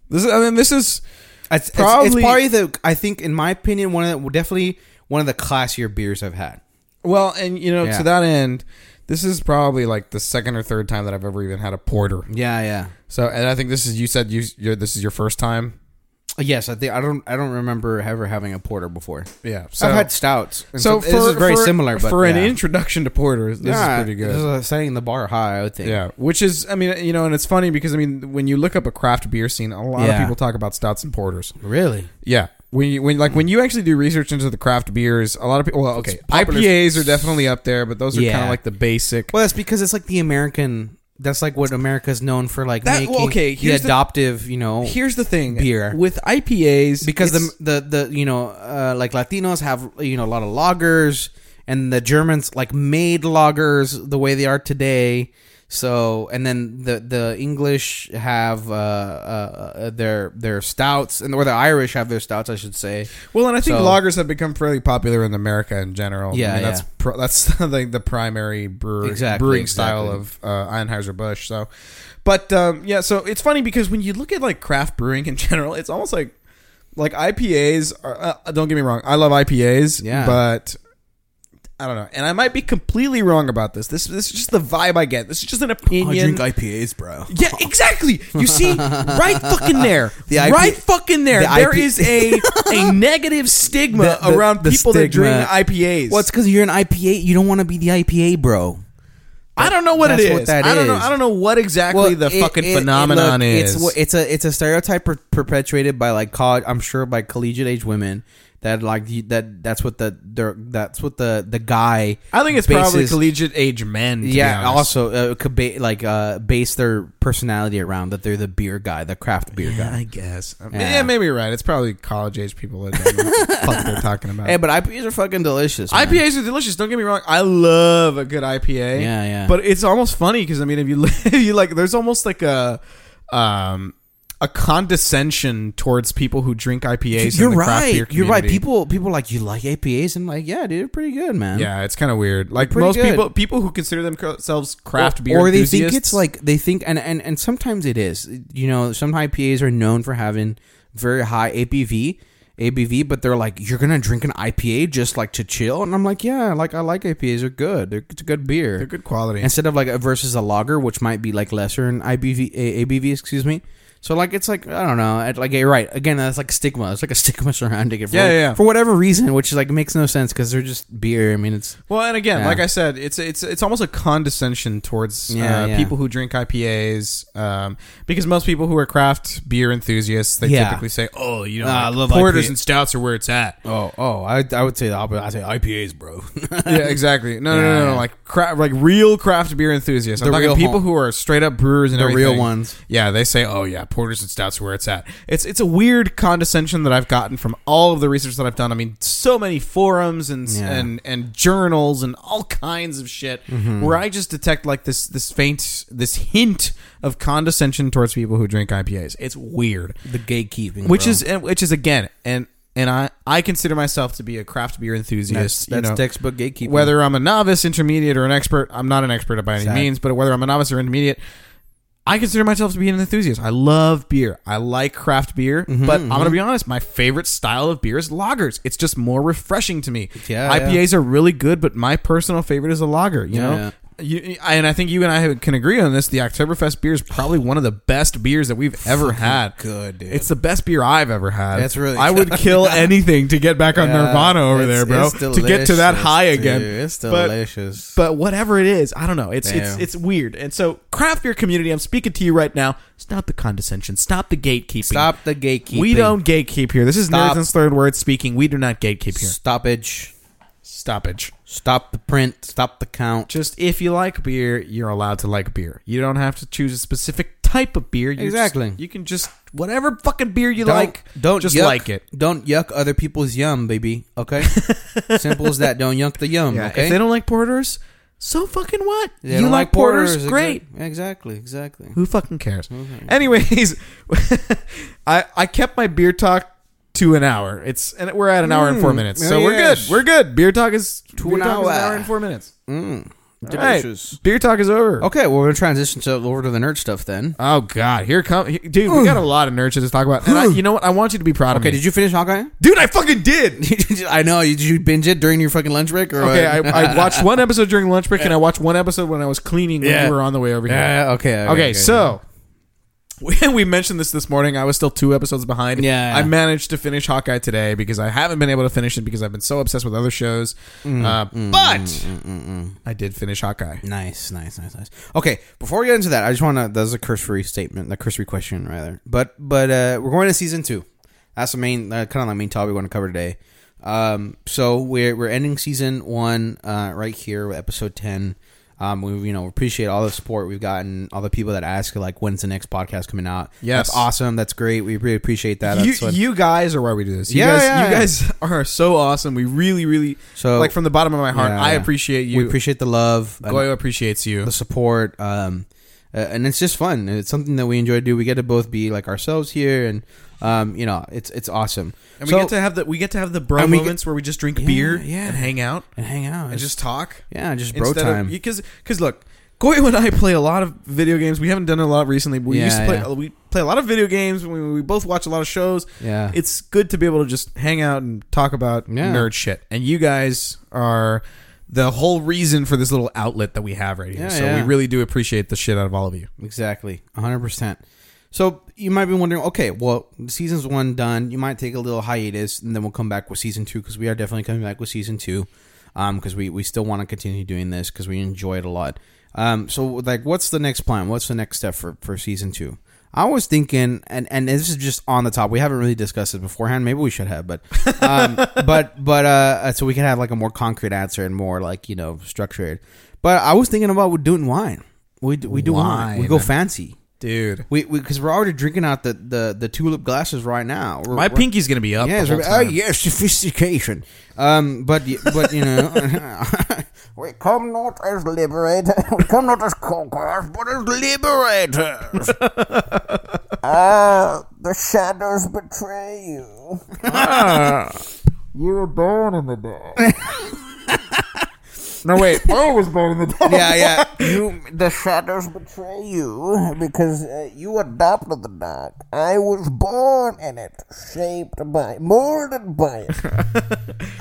This is. I mean, this is.
It's probably, it's,
Probably-
probably the I think in my opinion one of the, definitely one of the classier beers I've had.
Well, and you know,
Yeah.
to that end, this is probably like the second or third time that I've ever even had a porter.
Yeah, yeah.
So, and I think this is you said you you this is your first time.
Yes, I think I don't I don't remember ever having a porter before.
Yeah. So,
I've had stouts. and
so
some- this is very
for-
similar, but
for
yeah.
an introduction to porters, this
Yeah,
is pretty
This
good.
is uh, setting the bar high. I would think.
yeah, which is, I mean, you know, and it's funny because I mean, when you look up a craft beer scene, a lot
Yeah.
of people talk about stouts and porters.
Really.
Yeah, when you when like when you actually do research into the craft beers, a lot of people. Well, okay,
popular-
IPAs are definitely up there, but those are
Yeah.
kind of like the basic.
Well, that's because it's like the American That's like what America's known for, like
That-
making
well, okay,
the
here's the-
adoptive, you know,
Here's the thing
Beer.
with IPAs
because
it's-
the the the you know uh, like Latinos have you know a lot of loggers, and the Germans like made loggers the way they are today. So and then the the English have uh, uh, uh, their their stouts, and or the Irish have their stouts, I should say.
Well, and I think
So-
lagers have become fairly popular in America in general. I
Yeah,
mean, that's
yeah.
pro- that's like the primary brewer,
Exactly,
brewing
exactly.
style of uh, Anheuser Busch. So, but um, yeah, so it's funny because when you look at like craft brewing in general, it's almost like like IPAs. Are, uh, don't get me wrong, I love IPAs.
Yeah.
but I don't know, and I might be completely wrong about this. This this is just the vibe I get. This is just an opinion.
Oh, IPAs, bro.
Yeah, exactly. You see, right fucking there,
The IP
right fucking there,
the
There
IP
is a a negative stigma
The- the-
around
the
people that drink
stigma.
IPAs.
Well, it's because you're an IPA. You don't want to be the IPA, bro.
I don't know what it
that's
is.
what that
I don't know.
is.
I don't know what exactly the
it-
fucking
it- it-
phenomenon
look,
is.
It's wha- it's a it's a stereotype per- perpetuated by like college. I'm sure by collegiate age women that like you- that that's what the they're- that's what the the guy.
I think it's probably
bases-
collegiate age men. to be
Yeah,
honest.
also uh, could ba- like uh, base their personality around that they're the beer guy, the craft beer
Yeah,
guy.
I guess. I mean,
Yeah.
Yeah. maybe you're right. It's probably college age people that don't know what the fuck they're talking about.
Hey, but IPAs are fucking delicious. man.
IPAs are delicious. Don't get me wrong. I love a good IPA.
Yeah, yeah.
But it's almost funny because I mean, if you if you like, there's almost like a um a condescension towards people who drink IPAs. in
You're
the craft beer
right. You're right.
community.
People people are like you like IPAs. I'm like, yeah, dude, they're pretty good, man.
Yeah, it's kind of weird. Like
Pretty
most
good.
people, people who consider themselves craft beer,
or they
enthusiasts-
think it's like they think and, and and sometimes it is you know some ipas are known for having very high apv abv but they're like you're gonna drink an ipa just like to chill and i'm like yeah like i like apas they're good they're, it's a good beer
they're good quality.
instead of like a versus a lager which might be like lesser in ibv a, abv excuse me so like it's like I don't know I'd- like you're right again that's like stigma it's like a stigma surrounding it for,
Yeah, yeah, yeah.
for whatever reason which is like makes no sense because they're just beer I mean it's
Well, and again,
Yeah.
like I said, it's it's it's almost a condescension towards
Yeah,
uh,
yeah.
people who drink IPAs, um, because most people who are craft beer enthusiasts, they
Yeah.
typically say, "Oh, you know,
Ah, I
like,
love
porters
IPA.
and stouts are where it's at."
oh oh I, I would say the opposite I say IPAs bro
yeah, exactly. No, no, no, no,
Yeah.
like cra- like real craft beer enthusiasts. I'm
The
talking
real
people
hom-
who are straight up brewers and
the
everything.
real ones
Yeah, they say, "Oh yeah, porters and stouts are where it's at." It's it's a weird condescension that I've gotten from all of the research that I've done. I mean, so many forums and
Yeah.
and and journals and all kinds of shit
Mm-hmm.
where I just detect like this this faint this hint of condescension towards people who drink IPAs. It's weird,
the gatekeeping,
which
bro.
is and- which is again and and I I consider myself to be a craft beer
that's,
enthusiast. you
that's
know.
textbook gatekeeping.
Whether I'm a novice, intermediate, or an expert, I'm not an expert by any
Exact-
means, but whether I'm a novice or intermediate, I consider myself to be an enthusiast. I love beer. I like craft beer,
Mm-hmm,
but I'm going to be honest, my favorite style of beer is lagers. It's just more refreshing to me.
Yeah, yeah.
IPAs are really good, but my personal favorite is a lager, you
Yeah,
know?
yeah.
You, I- and I think you and I can agree on this. The Oktoberfest beer is probably one of the best beers that we've ever had.
good, dude.
It's the best beer I've ever had.
That's really
I would kill anything to get back on
Yeah,
Nirvana over
it's-
there, bro.
it's
To get to that
delicious,
high again.
dude. It's
But-
delicious.
But, whatever it is, I don't know. It's it's
Damn.
it's weird. And so, craft beer community, I'm speaking to you right now. Stop the condescension. Stop the gatekeeping.
Stop the gatekeeping.
We don't gatekeep here. This is
Stop.
Nathan's third word speaking. We do not gatekeep here.
stoppage.
Stoppage.
Stop the print. Stop the count.
Just if you like beer, you're allowed to like beer. You don't have to choose a specific type of beer. You
Exactly.
Just, you can just whatever fucking beer you
Don't-
like.
don't
just
yuck,
like it.
Don't yuck other people's yum, baby. Okay, simple as that. Don't yuck the yum.
Yeah,
okay.
If they don't like porters, so fucking what?
They
you
don't
like, porters?
exa-
Great.
Exactly. Exactly.
Who fucking cares?
Mm-hmm.
Anyways, I I kept my beer talk to an hour. It's and we're at an hour and four minutes, so
oh
we're
yes.
good. We're good. Beer talk is
To
beer
an
talk is
hour.
and four minutes.
Mm.
All right. Beer talk is over.
Okay. Well, we're gonna transition to over to the nerd stuff then.
Oh God, here come he- dude. We got a lot of nerd shit to talk about, and I, you know what? I want you to be proud of
Okay.
me,
Did you finish Hawkeye?
dude. I fucking did.
I know. Did you binge it during your fucking lunch break? Or
Okay, I,
what?
I watched one episode during lunch break, and I watched one episode when I was cleaning when
Yeah.
we were on the way over here.
Yeah, okay.
Okay, so we, we mentioned this this morning. I was still two episodes behind.
Yeah.
I managed to finish Hawkeye today because I haven't been able to finish it because I've been so obsessed with other shows.
Mm,
uh, but I did finish Hawkeye.
Nice, nice, nice, nice. Okay, before we get into that, I just want to. That's a cursory statement, a cursory question, rather. But but uh, we're going to season two. That's the main uh, kind of the main topic we want to cover today. Um, so we're we're ending season one uh, right here with episode ten. Um, we you know appreciate all the support we've gotten, all the people that ask like when's the next podcast coming out.
Yes.
that's awesome. That's great. We really appreciate that.
you,
That's what-
you guys are why we do this. You
Yeah,
guys,
yeah,
you
yeah.
guys are so awesome. We really, really
So-
like from the bottom of my heart.
Yeah,
I
yeah.
appreciate you.
we appreciate the love. and-
Goyo appreciates you.
the support um uh, and it's just fun it's something that we enjoy to do we get to both be like ourselves here and um you know it's it's awesome
And
So-
we get to have the we get to have the bro
And we
moments where we just drink
Yeah,
beer
yeah.
and hang out
and hang out
and just talk.
yeah just bro
instead
time
of because because look, Goyo and I play a lot of video games. We haven't done a lot recently. But we
Yeah,
used to play
yeah.
we play a lot of video games. We, we both watch a lot of shows.
yeah
It's good to be able to just hang out and talk about
Yeah.
nerd shit. And you guys are the whole reason for this little outlet that we have right here.
Yeah,
so
yeah.
we really do appreciate the shit out of all of you.
exactly 100% so you might be wondering okay well season's one done you might take a little hiatus and then we'll come back with season two because we are definitely coming back with season two um because we we still want to continue doing this because we enjoy it a lot um so like what's the next plan what's the next step for for season two I was thinking, and and this is just on the top. We haven't really discussed it beforehand. Maybe we should have, but um, but but uh, so we can have like a more concrete answer and more like you know structured. But I was thinking about doing wine. We do, we do wine. We
Wine.
go fancy.
Dude.
We because we, are already drinking out the the, the tulip glasses right now. We're,
My
we're-
pinky's gonna be up.
Yes,
the whole
we're- oh
time.
yes, sophistication. Um, but y- but you know,
We come not as liberators, we come not as conquerors, but as liberators. ah, the shadows betray you. you were born in the dark.
No wait.
I was born in the dark.
yeah, yeah.
You, the shadows betray you because uh, you adopted the dark. I was born in it, shaped by, molded by it.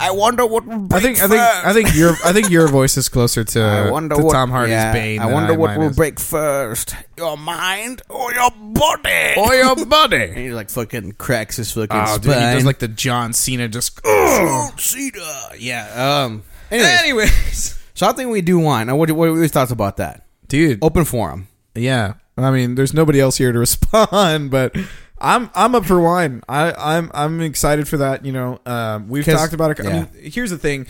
I wonder what.
I think I think I think your I think your voice is closer to,
I wonder
to
what,
Tom Hardy's
yeah,
Bane.
I
than
wonder what
mine
will
is.
break first, your mind or your body.
or your
And
buddy.
he like fucking cracks his fucking
Oh,
spine.
dude, he does like the John Cena just. Ugh.
Cedar. Yeah. Um. Anyways,
Anyways,
so I think we do wine. Now, what, what are your thoughts about that?
dude.
Open forum.
Yeah, I mean, there's nobody else here to respond, but I'm I'm up for wine. I I'm I'm excited for that. You know, um, we've
'Cause-
talked about it. I
yeah.
mean, here's the thing.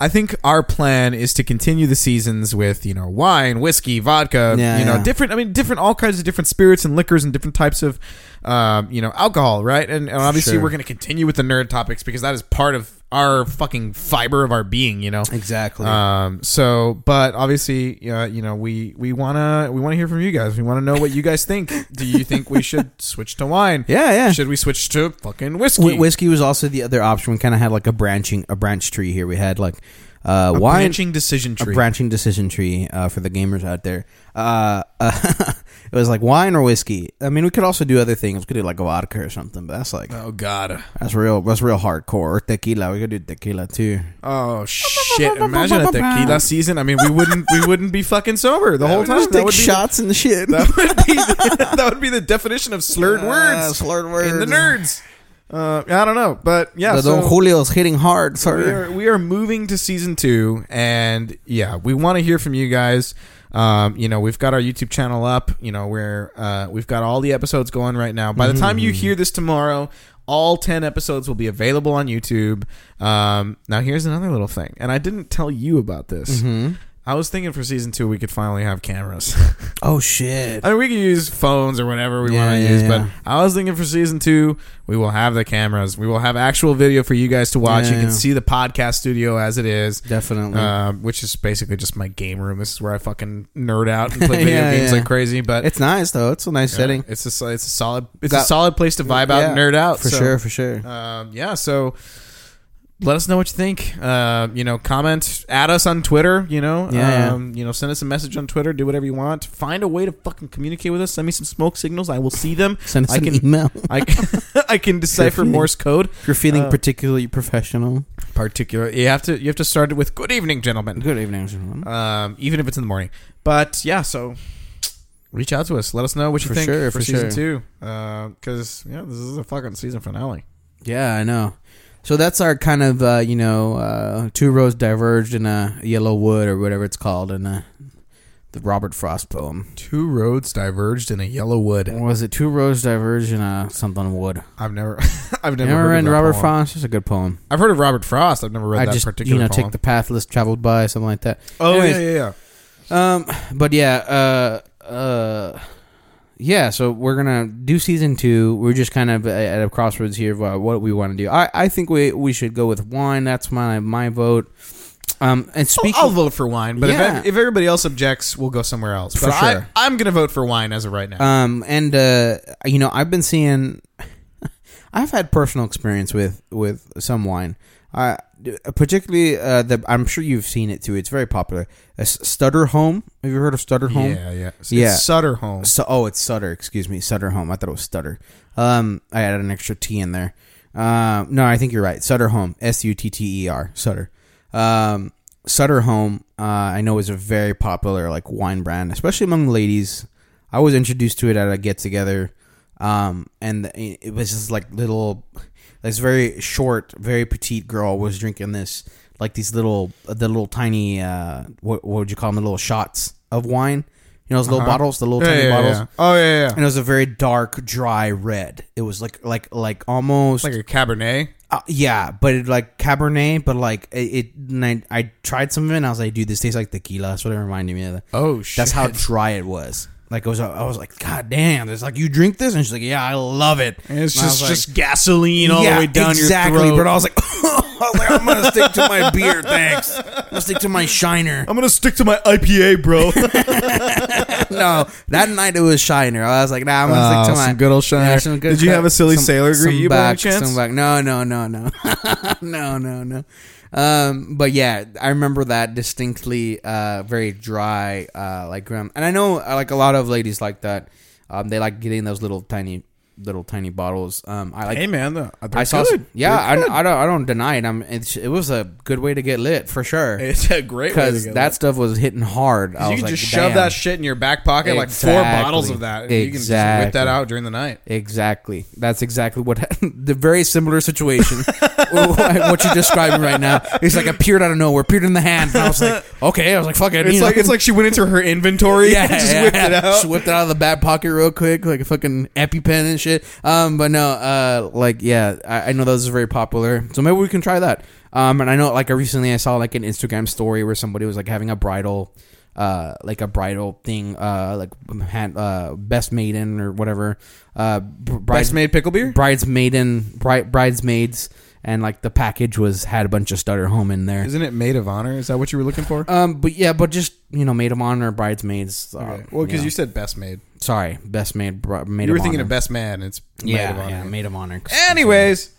I think our plan is to continue the seasons with you know wine, whiskey, vodka,
Yeah,
you know
yeah.
different. I mean, different all kinds of different spirits and liquors and different types of um, you know alcohol, right? And, and obviously
Sure.
we're going to continue with the nerd topics because that is part of our fucking fiber of our being. You know,
Exactly.
um. So, but obviously, uh, you know, we we wanna we wanna hear from you guys. We wanna know what you guys think. Do you think we should switch to wine?
yeah. Yeah.
Should we switch to fucking whiskey?
Whi whiskey was also the other option. We kind of had like a branching a branch tree here. We had like uh, wine,
Branching decision
a
tree.
branching decision tree uh, for the gamers out there. Uh, it was like wine or whiskey. I mean, we could also do other things. We could do like a vodka or something, but that's like
oh god.
that's real. That's real hardcore. Or tequila. We could do tequila too.
Oh shit! Imagine a tequila season. I mean, we wouldn't we wouldn't be fucking sober the whole time.
Just
that
take
would be
shots and shit.
The, that would be the, that would be the definition of slurred words.
slurred words
in the nerds. Uh, I don't know, but yeah.
The
so-
Don Julio's hitting hard, sir.
we are, we are moving to season two, and yeah, we want to hear from you guys. Um, you know, we've got our YouTube channel up. You know, where uh, we've got all the episodes going right now. By the time you hear this tomorrow, all ten episodes will be available on YouTube. Um, now, here's another little thing, and I didn't tell you about this. I was thinking for season two, we could finally have cameras.
oh shit!
I mean, we can use phones or whatever we
Yeah,
want to
yeah,
use,
yeah.
but I was thinking for season two, we will have the cameras. We will have actual video for you guys to watch.
Yeah,
you can
yeah.
see the podcast studio as it is,
Definitely.
um, which is basically just my game room. This is where I fucking nerd out and play video
Yeah,
games
yeah.
like crazy. But
it's nice though. It's a nice setting.
it's a so- it's a solid it's a
Got-
solid place to vibe out and
Yeah,
nerd out
for
so,
sure. For sure.
Um, yeah, so. Let us know what you think. Uh, you know, comment at us on Twitter. You know,
Yeah, yeah.
um, you know, send us a message on Twitter. Do whatever you want. Find a way to fucking communicate with us. Send me some smoke signals. I will see them.
Send us
I can,
an email
I can, I can decipher
feeling-
Morse code.
if you're
Uh,
feeling particularly professional.
Particular, you have to you have to start it with "Good evening, gentlemen,"
Good evening, everyone.
um, even if it's in the morning. But yeah, so reach out to us. Let us know what you
For
think
sure,
for,
for sure.
season two, because yeah, this is a fucking season finale.
Yeah, I know. So that's our kind of uh, you know uh, two roads diverged in a yellow wood or whatever it's called in uh the Robert Frost poem.
Two roads diverged in a yellow wood.
Or was it two roads diverged in a something wood?
I've never, I've never,
Never
heard
read
of that
Robert
poem.
Frost. It's a good poem.
I've heard of Robert Frost. I've never read
I
that
just you
particular
know
poem.
take the path less traveled by something like that.
oh
Anyways,
yeah, yeah, yeah.
Um, but yeah, uh, uh, yeah. So we're gonna do season two. We're just kind of at a crossroads here of uh, what we want to do. I, I think we we should go with wine. That's my my vote. Um, and speaking,
I'll vote for wine, but
Yeah.
if, if everybody else objects, we'll go somewhere else. But
For
I,
sure.
I'm going to vote for wine as of right now.
um, and uh, you know, I've been seeing. I've had personal experience with with some wine. Uh, particularly uh, the I'm sure you've seen it too. It's very popular. Uh, S- Stutter Home. Have you heard of Stutter Home?
Yeah, yeah, It's
Yeah.
Sutter Home.
So, oh, it's Sutter. Excuse me, Sutter Home. I thought it was Stutter. Um, I added an extra T in there. Um, no, I think you're right. Sutter Home. S U T T E R. Sutter. Um, Sutter Home. Uh, I know is a very popular like wine brand, especially among ladies. I was introduced to it at a get together, um, and it was just like little, this very short, very petite girl was drinking this like these little, the little tiny, uh, what, what would you call them? The little shots of wine. You know those little bottles, the little
Yeah,
tiny
yeah,
bottles.
yeah. Oh yeah, yeah.
And it was a very dark, dry red. It was like like like almost
like a Cabernet.
uh, yeah, but it, like Cabernet, but like it. it and I, I tried some of it, and I was like, dude, this tastes like tequila. That's what it reminded me of.
Oh,
That's how dry it was. Like it was, I was like, God damn! It's like you drink this, and she's like, Yeah, I love it.
And it's
And I was
just
like,
just gasoline all the way down
exactly.
your throat.
But I was like, I was like, I'm gonna stick to my beer, thanks. I'm gonna stick to my shiner.
I'm gonna stick to my IPA, bro.
no, that night it was Shiner. I was like, nah, I'm gonna
Oh,
stick to my
some good old Shiner.
some
Did you have a silly sailor
some
greet you by any
back-
chance?
some back- No, no, no, no, no, no, no. Um, but yeah, I remember that distinctly. Uh, very dry, uh, like grim. And I know, uh, like a lot of ladies like that. Um, they like getting those little tiny, little tiny bottles. Um, I like.
hey man, though, they're
I saw.
good.
Some, yeah, I, I don't. I don't deny it. I'm. It's, it was a good way to get lit for sure.
it's a great way to
Because
get
that stuff was hitting hard. I
You
was
can
like,
just shove
"Damn."
that shit in your back pocket, like four
Exactly.
bottles of that. and You can just whip that
Exactly.
out during the night.
Exactly. That's exactly what the very similar situation what you're describing right now. It's like appeared out of nowhere, appeared in the hand, and I was like, okay. I was like, fuck it.
It's
you know.
like it's like she went into her inventory
yeah,
and just
yeah,
whipped it out.
Just whipped it out of the back pocket real quick, like a fucking EpiPen and shit. Um, but no, uh, like yeah, I, I know those are very popular, so maybe we can try that. Um, and I know like I recently I saw like an Instagram story where somebody was like having a bridal, uh, like a bridal thing, uh, like had, uh, best maiden or whatever, uh, br- bride-
Best made pickle beer.
bridesmaiden bri- bridesmaids and like the package was had a bunch of stutter home in there
Isn't it maid of honor? Is that what you were looking for?
um but yeah but just you know maid of honor bridesmaids uh,
well, because
know.
you said best made.
sorry best maid bri- maid
You were
of
thinking
honor.
of best man. It's maid
yeah
of honor.
yeah maid of honor
Anyways,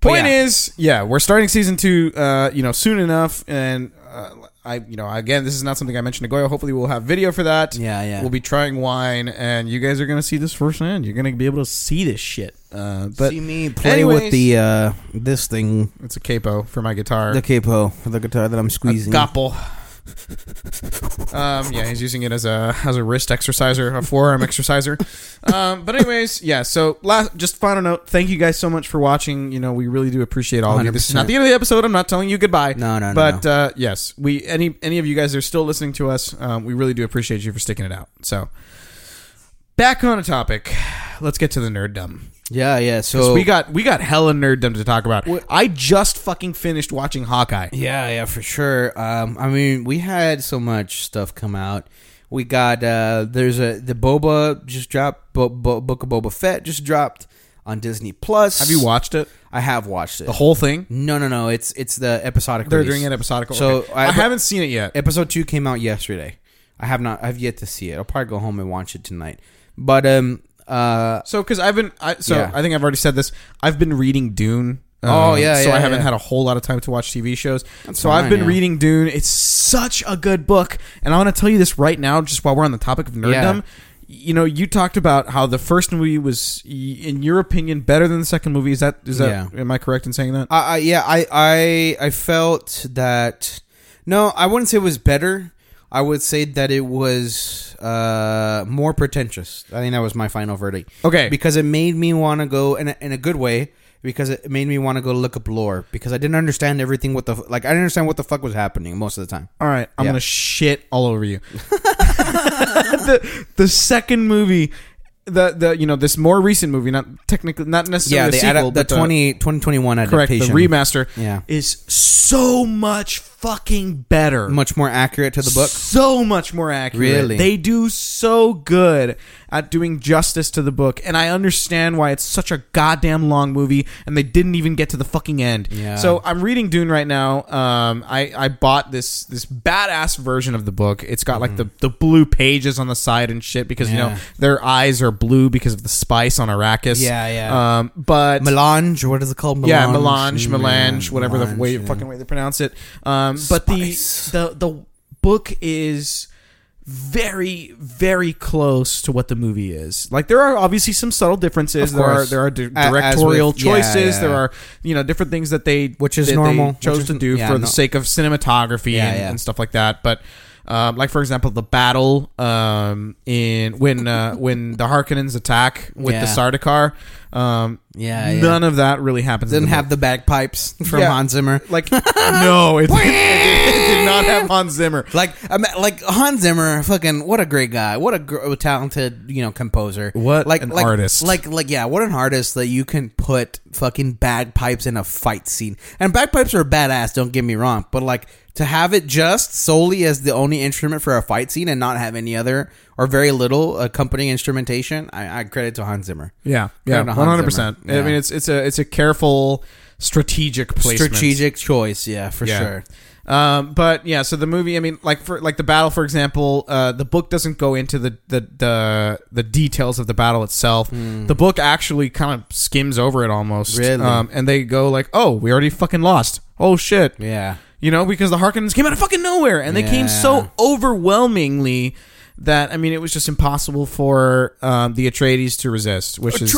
But
point
yeah.
is, yeah, we're starting season two, uh, you know, soon enough, and uh, I, you know, again, this is not something I mentioned to Goyo. Hopefully, we'll have video for that.
Yeah, yeah.
We'll be trying wine, and you guys are gonna see this firsthand. You're gonna be able to see this shit. Uh, but
see me play
anyways-
with the uh this thing
it's a capo for my guitar.
the capo for the guitar that i'm squeezing
Goppel. um, yeah, he's using it as a as a wrist exerciser, a forearm exerciser. Um, but anyways, yeah. So last, just final note. Thank you guys so much for watching. You know, we really do appreciate all of you. This is not the end of the episode. I'm not telling you goodbye.
No, no, no,
But
no.
Uh, yes, we any any of you guys that are still listening to us, um, we really do appreciate you for sticking it out. So back on a topic. Let's get to the nerd dumb.
yeah yeah so
We got we got hella nerd dumb to talk about. I just fucking finished watching Hawkeye.
Yeah, yeah, for sure. Um, I mean, we had so much stuff come out. We got uh, there's a the Boba just dropped. Bo- Bo- Book of Boba Fett just dropped on Disney Plus.
Have you watched it?
I have watched it.
The whole thing?
no, no, no. It's it's the episodic.
They're
release.
doing it episodical.
So
Okay.
I-
I, haven't seen it yet.
Episode two came out yesterday. I have not. I've yet to see it. I'll probably go home and watch it tonight. But um uh
So because I've been, I, so
Yeah.
I think I've already said this. I've been reading Dune.
Oh,
um,
yeah,
so
yeah,
I haven't
yeah.
had a whole lot of time to watch TV shows. so
fine,
I've been
yeah.
reading Dune. It's such a good book, and I want to tell you this right now, just while we're on the topic of
Yeah.
nerddom. You know, you talked about how the first movie was, y- in your opinion, better than the second movie. Is that is that? Am I correct in saying that?
I, I yeah, I I I felt that no, I wouldn't say it was better. I would say that it was uh, more pretentious. I think that was my final verdict.
Okay.
because it made me want to go in a, in a good way. Because it made me want to go look up lore. Because I didn't understand everything. What the f- like? I didn't understand what the fuck was happening most of the time.
All right, I'm
Yeah.
gonna shit all over you. the the second movie, the the you know this more recent movie, not technically not necessarily
yeah,
a
they
sequel,
added the
but
20, 2021
correct the
adaptation.
remaster
Yeah.
is so much fucking better.
Much more accurate to the book.
So much more accurate.
Really?
They do so good at doing justice to the book, and I understand why it's such a goddamn long movie, and they didn't even get to the fucking end.
Yeah.
So I'm reading Dune right now. Um, I, I bought this this badass version of the book. It's got like the, the blue pages on the side and shit because you know
Mm-hmm. Yeah.
their eyes are blue because of the spice on Arrakis.
Yeah, yeah.
Um, but
Melange, what is it called? Melange,
yeah, melange,
Mm,
melange,
yeah,
whatever
melange,
the way
yeah.
fucking way they pronounce it. Um, but the
Spice.
the the book is very very close to what the movie is. Like there are obviously some subtle differences.
Of
There are
course.
there are di-
A- as
directorial
with- yeah,
choices.
yeah.
There are you know different things that they
Which is
that they
normal.
chose
Which is-
to do
yeah,
for the
no.
sake of cinematography
Yeah,
and,
yeah.
and stuff like that. But um, like for example, the battle um, in when uh, when the Harkonnens attack with the
Yeah.
Sardaukar. Um,
Yeah, yeah.
none of that really happens. in
Didn't
the
have the bagpipes from
Yeah.
Hans Zimmer.
like no, it, it, did, it did not have Hans Zimmer.
Like, I'm, like Hans Zimmer, fucking what a great guy, what a, gr- a talented you know composer,
What
like
an
like,
artist.
like like yeah, what an artist that you can put fucking bagpipes in a fight scene. And bagpipes are badass, don't get me wrong, but like to have it just solely as the only instrument for a fight scene and not have any other or very little accompanying instrumentation, I, I credit to Hans Zimmer.
Yeah, yeah,
Compared to
one
Hans
hundred percent.
Zimmer.
I mean,
Yeah.
it's it's a it's a careful strategic placement.
Strategic choice, yeah, for
Yeah.
sure.
Um, but yeah, so the movie, I mean, like for like the battle, for example, uh, the book doesn't go into the the the, the details of the battle itself. The book actually kind of skims over it almost.
Hmm. Really?
Um, and they go like, "Oh, we already fucking lost. Oh shit.
Yeah.
You know, because the Harkonnens came out of fucking nowhere, and they came so overwhelmingly that I mean, it was just impossible for um, the Atreides to resist. Which is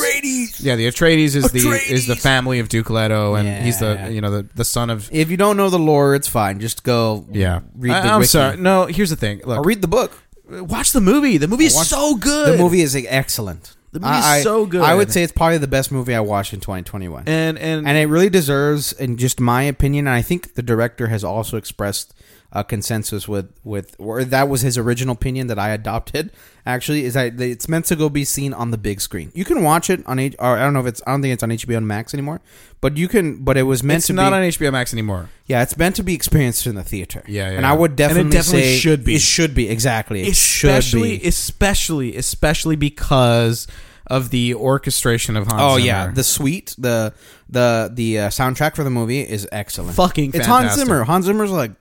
yeah, the Atreides is the is the family of Duke Leto, and he's the
Yeah.
you know the, the son of
If you don't know the lore, it's fine. Just go
yeah.
read the
I, am
wiki.
sorry. No, here's the thing. Look,
Or read the book.
watch the movie. The movie is
Watch-
so good.
The movie is excellent. The
movie is so good.
I would say it's probably the best movie I watched in 2021. And,
and and,
it really deserves, in just my opinion, and I think the director has also expressed a consensus with, with or that was his original opinion that I adopted, actually, is that it's meant to go be seen on the big screen. You can watch it on, H- or I don't know if it's, I don't think it's on HBO Max anymore, but you can, but it was meant
it's
to
not
be.
on HBO Max anymore.
Yeah, it's meant to be experienced in the theater.
Yeah, yeah,
And I would
yeah. And
definitely,
it definitely
say
should be.
It should be exactly. It
especially
should be.
especially especially because of the orchestration of Hans.
Oh
Zimmer.
yeah, the suite, the the the uh, soundtrack for the movie is excellent.
Fucking
it's Hans
fantastic.
Zimmer. Hans Zimmer's like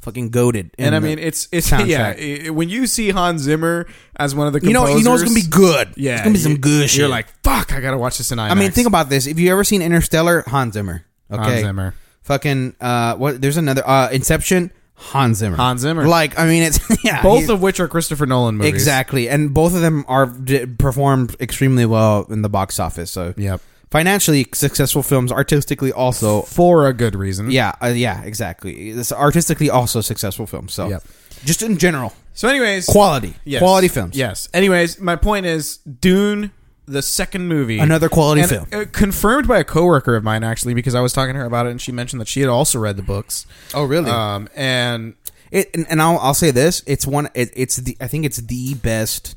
fucking goaded.
and I mean it's it's
soundtrack.
yeah. i- i- when you see Hans Zimmer as one of the
you
composers,
know, you know it's gonna be good.
Yeah,
it's gonna be some
you-
good shit.
You're like fuck, I gotta watch this in IMAX.
I mean, think about this. If you ever seen Interstellar, Hans Zimmer. Okay,
Hans Zimmer.
Fucking uh, what? There's another uh, Inception. Hans Zimmer.
Hans Zimmer.
Like I mean, it's yeah.
both
he-
of which are Christopher Nolan movies.
exactly, and both of them are d- performed extremely well in the box office. So
Yep.
financially successful films, artistically also
For a good reason.
Yeah, uh, yeah, exactly. It's artistically also a successful film. So,
Yep.
just in general,
So, anyways,
quality,
Yes.
quality films.
Yes. Anyways, my point is Dune, the second movie,
Another quality
And,
film.
uh, confirmed by a coworker of mine actually, because I was talking to her about it, and she mentioned that she had also read the books.
Oh, really?
Um, and
It, and and I'll, I'll say this: it's one. It, it's the. I think it's the best.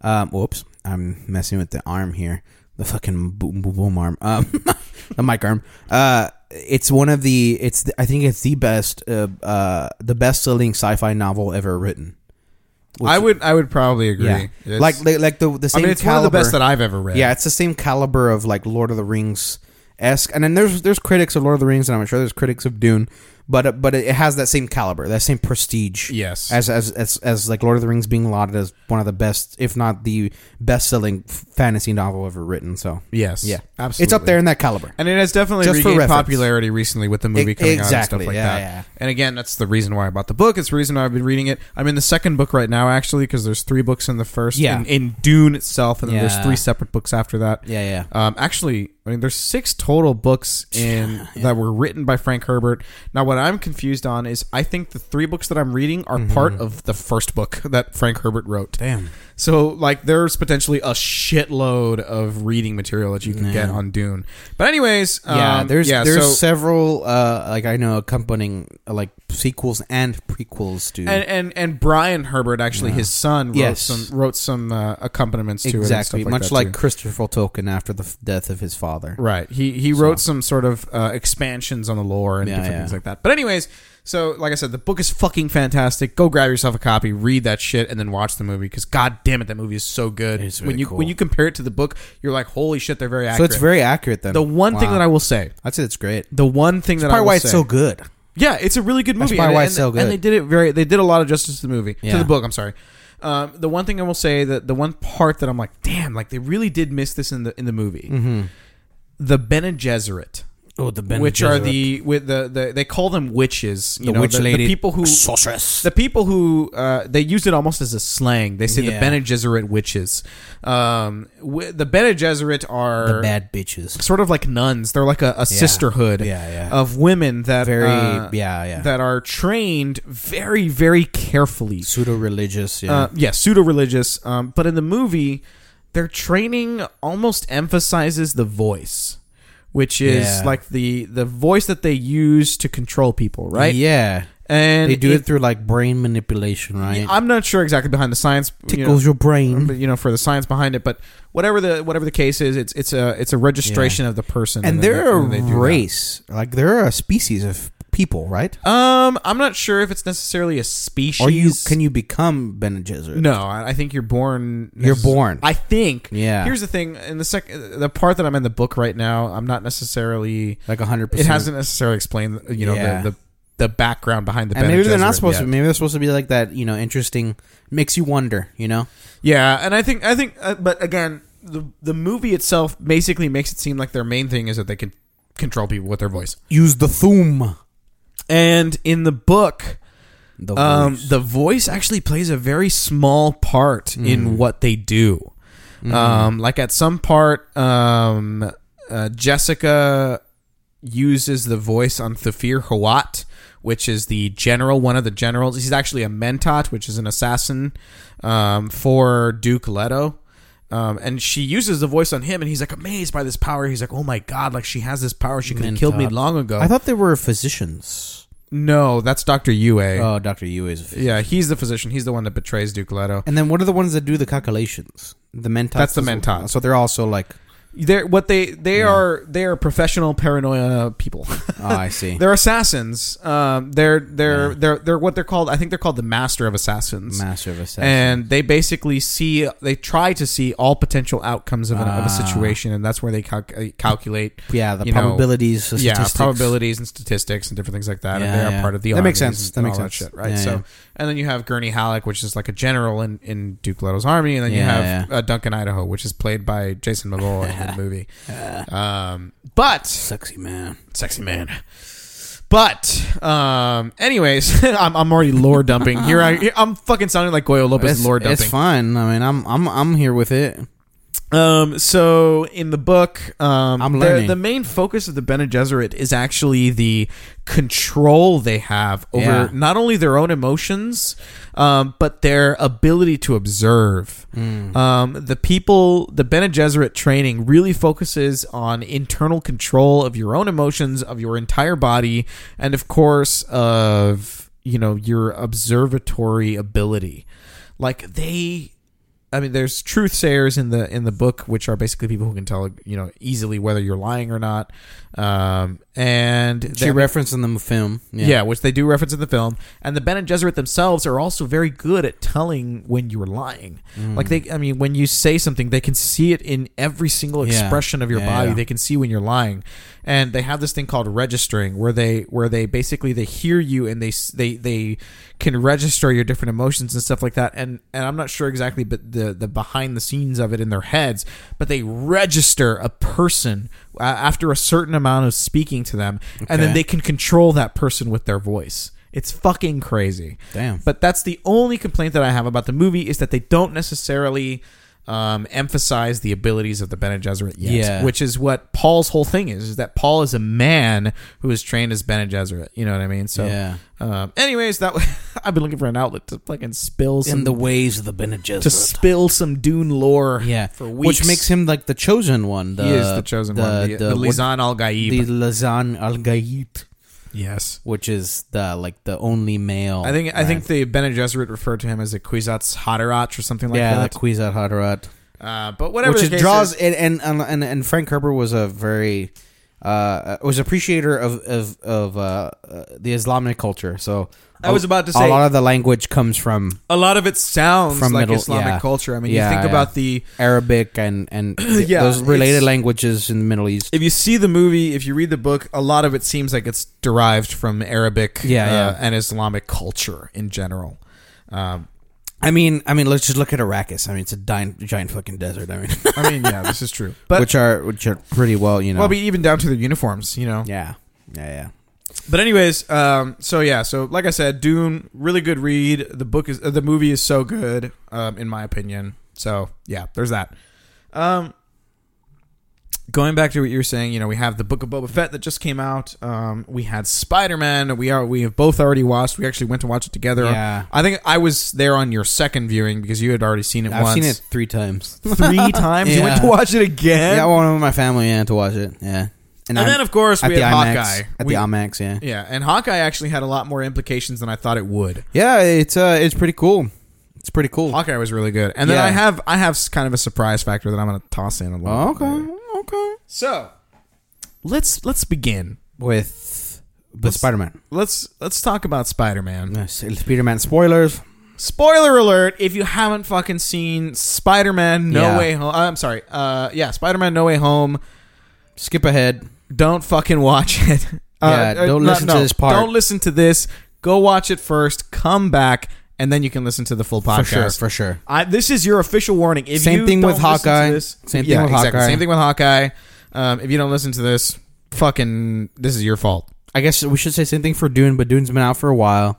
Um, whoops, I'm messing with the arm here. The fucking boom boom, boom arm. Um, the mic arm. Uh, it's one of the. It's. The, I think it's the best. Uh, uh the best selling sci-fi novel ever written. Which-
I would I would probably agree.
Yeah.
It's-
Like like the the
I
same.
mean, it's one of the
caliber.
best that I've ever read.
Yeah, it's the same caliber of like Lord of the Rings esque, and then there's there's critics of Lord of the Rings, and I'm sure there's critics of Dune, but uh, but it has that same caliber, that same prestige.
Yes.
as as as, as like Lord of the Rings being lauded as one of the best, if not the best selling fantasy novel ever written. So
Yes.
yeah,
Absolutely.
it's up there in that caliber.
And it has definitely
Just for
regained
reference.
popularity recently with the movie
E-
coming out and
exactly,
stuff like
yeah,
that.
yeah.
And again, that's the reason why I bought the book. It's the reason why I've been reading it. I'm in the second book right now, actually, because there's three books in the first,
Yeah.
in, in Dune itself, and then there's
Yeah.
three separate books after that.
Yeah, yeah.
Um, actually, I mean, there's six total books in that were written by Frank Herbert. Now, what I'm confused on is I think the three books that I'm reading are part of the first book that Frank Herbert wrote.
Mm-hmm, Damn.
So, like, there's potentially a shitload of reading material that you can get on Dune. But, anyways,
Yeah,
um,
there's
yeah,
there's
so-
several uh, like I know accompanying uh, like sequels and prequels to
And, and and Brian Herbert, actually, his son, wrote
Yes.
some wrote some uh, accompaniments to it. and stuff
exactly
like
much
that,
like
too.
Christopher Tolkien after the f- death of his father.
Right. He he wrote some sort of uh, expansions on the lore and
Yeah,
different
yeah.
things like that. But anyways, so like I said, the book is fucking fantastic. Go grab yourself a copy, read that shit, and then watch the movie because god damn it, that movie is so good.
It's
when
really
you
cool.
when you compare it to the book, you're like, holy shit, they're very
So
accurate.
it's very accurate then.
the one thing
Wow.
that I will say,
I'd say it's great.
the one thing that I
Probably
will
why it's
say-
so good.
yeah, it's a really good movie.
probably
and,
why
and-
it's so good.
And they did it very. They did a lot of justice to the movie, to
Yeah.
the book. I'm sorry. Um, the one thing I will say that the one part that I'm like, damn, like they really did miss this in the in the movie. The Bene Gesserit,
Oh, the Bene
which are the with the, the they call them witches. You
The
know,
witch
the,
lady
the people who
sorceress.
the people who uh, they used it almost as a slang. They say
Yeah.
the Bene Gesserit witches. Um, wi- the Bene Gesserit are
The bad bitches.
sort of like nuns. They're like a, a sisterhood
Yeah, yeah.
of women that
Very-
uh,
yeah, yeah.
that are trained very very carefully.
Pseudo religious. Yeah.
Uh, yeah, pseudo religious. Um, but in the movie, their training almost emphasizes the voice, which is
Yeah.
like the the voice that they use to control people, right?
Yeah.
and
They do it, through like brain manipulation, right?
I'm not sure exactly behind the science. you know,
Tickles your brain.
but you know for the science behind it but whatever the whatever the case is it's it's a it's a registration of the person
and
then
they're a
they- then they do that.
race, like they're a species of people, right?
um i'm not sure if it's necessarily a species
Or you can you become Bene Gesserit?
no i I think you're born
You're born.
i think
Yeah.
here's the thing in the second the part that i'm in the book right now i'm not necessarily
like hundred
it
percent.
hasn't necessarily explained you know
Yeah.
the, the the background behind the
And
Bene
maybe they're not
Gesserit
supposed
yet.
to. Maybe they're supposed to be like that. You know, interesting. Makes you wonder. You know.
Yeah, and I think I think, uh, but again, the the movie itself basically makes it seem like their main thing is that they can control people with their voice.
Use the thum.
And in the book,
The
um,
voice.
the voice actually plays a very small part
Mm.
in what they do. Um, like at some part, um, uh, Jessica uses the voice on Thafir Hawat, which is the general, one of the generals. He's actually a Mentat, which is an assassin um, for Duke Leto. Um, and she uses the voice on him, and he's like amazed by this power. He's like, "Oh my god! Like she has this power. She could have killed me
Mentat.
long ago."
I thought they were physicians.
no, that's Doctor Yue.
Oh, Doctor Yue is a physician.
Yeah, he's the physician. He's the one that betrays Duke Leto.
And then what are the ones that do the calculations? The mentats.
That's the
is-
mentats.
So they're also like.
They're what they they are they are professional paranoia people.
Oh, I see.
they're assassins. Um, they're they're they're they're what they're called. I think they're called the master of assassins.
Master of assassins.
and they basically see they try to see all potential outcomes of, an, of a situation, and that's where they calc- uh, calculate.
Ah. yeah, the
you know,
probabilities. the
yeah,
statistics.
probabilities and statistics and different things like that. and
Yeah,
they are
yeah.
part of the
That makes
armies
sense.
and
That makes
all that
sense.
shit, right?
Yeah,
so,
yeah.
and then you have Gurney Halleck, which is like a general in, in Duke Leto's army, and then you
Yeah,
have Uh, Duncan Idaho, which is played by Jason Momoa in the movie. Um, but
Sexy man.
sexy man. But um, anyways, I'm, I'm already lore dumping here. I, I'm fucking sounding like Goyo Lopez
It's,
lore dumping.
it's fine. I mean, I'm I'm I'm here with it.
Um, so in the book, um,
I'm
the-
learning.
The, main focus of the Bene Gesserit is actually the control they have over
Yeah.
not only their own emotions, um, but their ability to observe.
Mm.
Um, the people, the Bene Gesserit training really focuses on internal control of your own emotions, of your entire body, and of course of you know your observatory ability. Like they I mean, there's truth sayers in the in the book, which are basically people who can tell you know easily whether you're lying or not. Um, and
She
they-
referenced in the film.
yeah. which they do reference in the film. And the Bene Gesserit themselves are also very good at telling when you're lying.
Mm.
Like they, I mean, when you say something, they can see it in every single
Yeah.
expression of your
Yeah,
body.
yeah.
They can see when you're lying, and they have this thing called registering, where they where they basically they hear you and they s- they they can register your different emotions and stuff like that. And and I'm not sure exactly, but the the behind the scenes of it in their heads, but they register a person uh, after a certain amount of speaking to them, and then
Okay.
they they can control that person with their voice. It's fucking crazy.
Damn.
But that's the only complaint that I have about the movie is that they don't necessarily um, emphasize the abilities of the Bene Gesserit yet,
Yeah.
which is what Paul's whole thing is, is that Paul is a man who is trained as Bene Gesserit. You know what I mean? So,
Yeah.
um, anyways, that was, I've been looking for an outlet to fucking spill some,
In the ways of the Bene Gesserit.
to spill some Dune lore
yeah,
for weeks.
which makes him like the chosen one. The,
he is the chosen one, the, the,
what-
Lisan Al
the
Gaib.
Lisan Al Gait.
Yes.
which is the like the only male.
I think I think the Bene Gesserit referred to him as a Kwisatz Haderach or something like
yeah,
that.
the Kwisatz Haderach,
uh, but whatever
which
the
it
case
draws
is-
and and, and and and Frank Herbert was a very uh was appreciator of of of uh, uh the Islamic culture. So
I was about to
a
say-
lot of the language comes from
a lot of it sounds
From
like
Middle-
Islamic
yeah.
culture. I mean,
Yeah,
you think
yeah.
about the
Arabic and and th-
Yeah,
those related
it's-
languages in the Middle East.
if you see the movie, if you read the book, a lot of it seems like it's derived from Arabic
Yeah,
uh,
yeah.
and Islamic culture in general. Um,
I mean, I mean, let's just look at Arrakis. I mean, it's a giant, giant fucking desert. I mean,
I mean, yeah, this is true. uh, But
which are which are pretty well, you know.
well, but even down to their uniforms, you know.
yeah, yeah, yeah.
But anyways, um, so yeah, so like I said, Dune, really good read. The book is, uh, the movie is so good, um, in my opinion. So yeah, there's that. Um, going back to what you were saying, you know, we have the Book of Boba Fett that just came out. Um, we had Spider Man. We are we have both already watched. We actually went to watch it together.
Yeah.
I think I was there on your second viewing because you had already seen it
I've
once.
seen it three times.
three times. You went
Yeah.
to watch it again.
yeah, I went with my family yeah, to watch it. Yeah,
and then of course
at
we
the
had
IMAX,
Hawkeye.
at
We-
the IMAX. Yeah,
yeah, and Hawkeye actually had a lot more implications than I thought it would.
yeah, it's uh, it's pretty cool. It's pretty cool.
Hawkeye was really good, and then
Yeah. Oh,
I have I have s- kind of a surprise factor that I'm going to toss in a little. bit later.
okay, okay.
so let's let's begin.
With with Spider Man,
Let's let's talk about Spider-Man.
Spider Man spoilers.
Spoiler alert! If you haven't fucking seen Spider-Man No
Yeah.
Way Home, I'm sorry. Uh, yeah, Spider-Man No Way Home.
Skip ahead.
Don't fucking watch it. Uh,
Yeah,
uh,
don't
no-
listen to
no,
this part.
Don't listen to this. Go watch it first. Come back, and then you can listen to the full podcast.
For sure, for sure.
I, this is your official warning. If
Same
you
thing
don't
with
listen to
Hawkeye.
this-
Same thing
Yeah,
with
exactly.
Hawkeye.
Same thing with Hawkeye. Um, if you don't listen to this, fucking, this is your fault.
I guess we should say same thing for Dune, but Dune's been out for a while.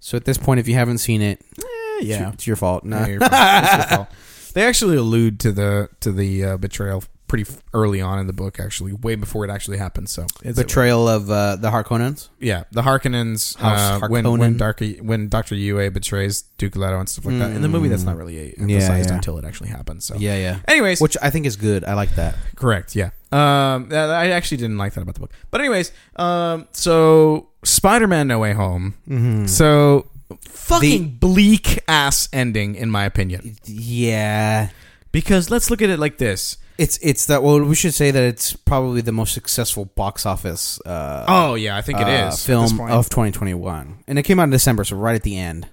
So at this point, if you haven't seen it, it's, your, it's your fault. No,
Yeah, your fault. It's your fault. They actually allude to the to the uh, betrayal pretty f- early on in the book, actually, way before it actually happens. So it's
betrayal of uh, the Harkonnens.
yeah, the Harkonnens uh,
House
when when
Harkonnen.
Darky, when Doctor Yue betrays Duke Leto and stuff like that. In the movie, that's not really emphasized
yeah.
until it actually happens. So
Yeah, yeah.
Anyways,
Which I think is good. I like that.
Correct. Yeah. Um, that- I actually didn't like that about the book. But anyways, um, so Spider-Man: No Way Home.
Mm-hmm.
So fucking bleak ass ending, in my opinion.
Yeah.
Because let's look at it like this.
It's it's that well we should say that it's probably the most successful box office uh,
Oh yeah, I think it is
uh,
at this
film
point.
of 2021 and it came out in December so right at the end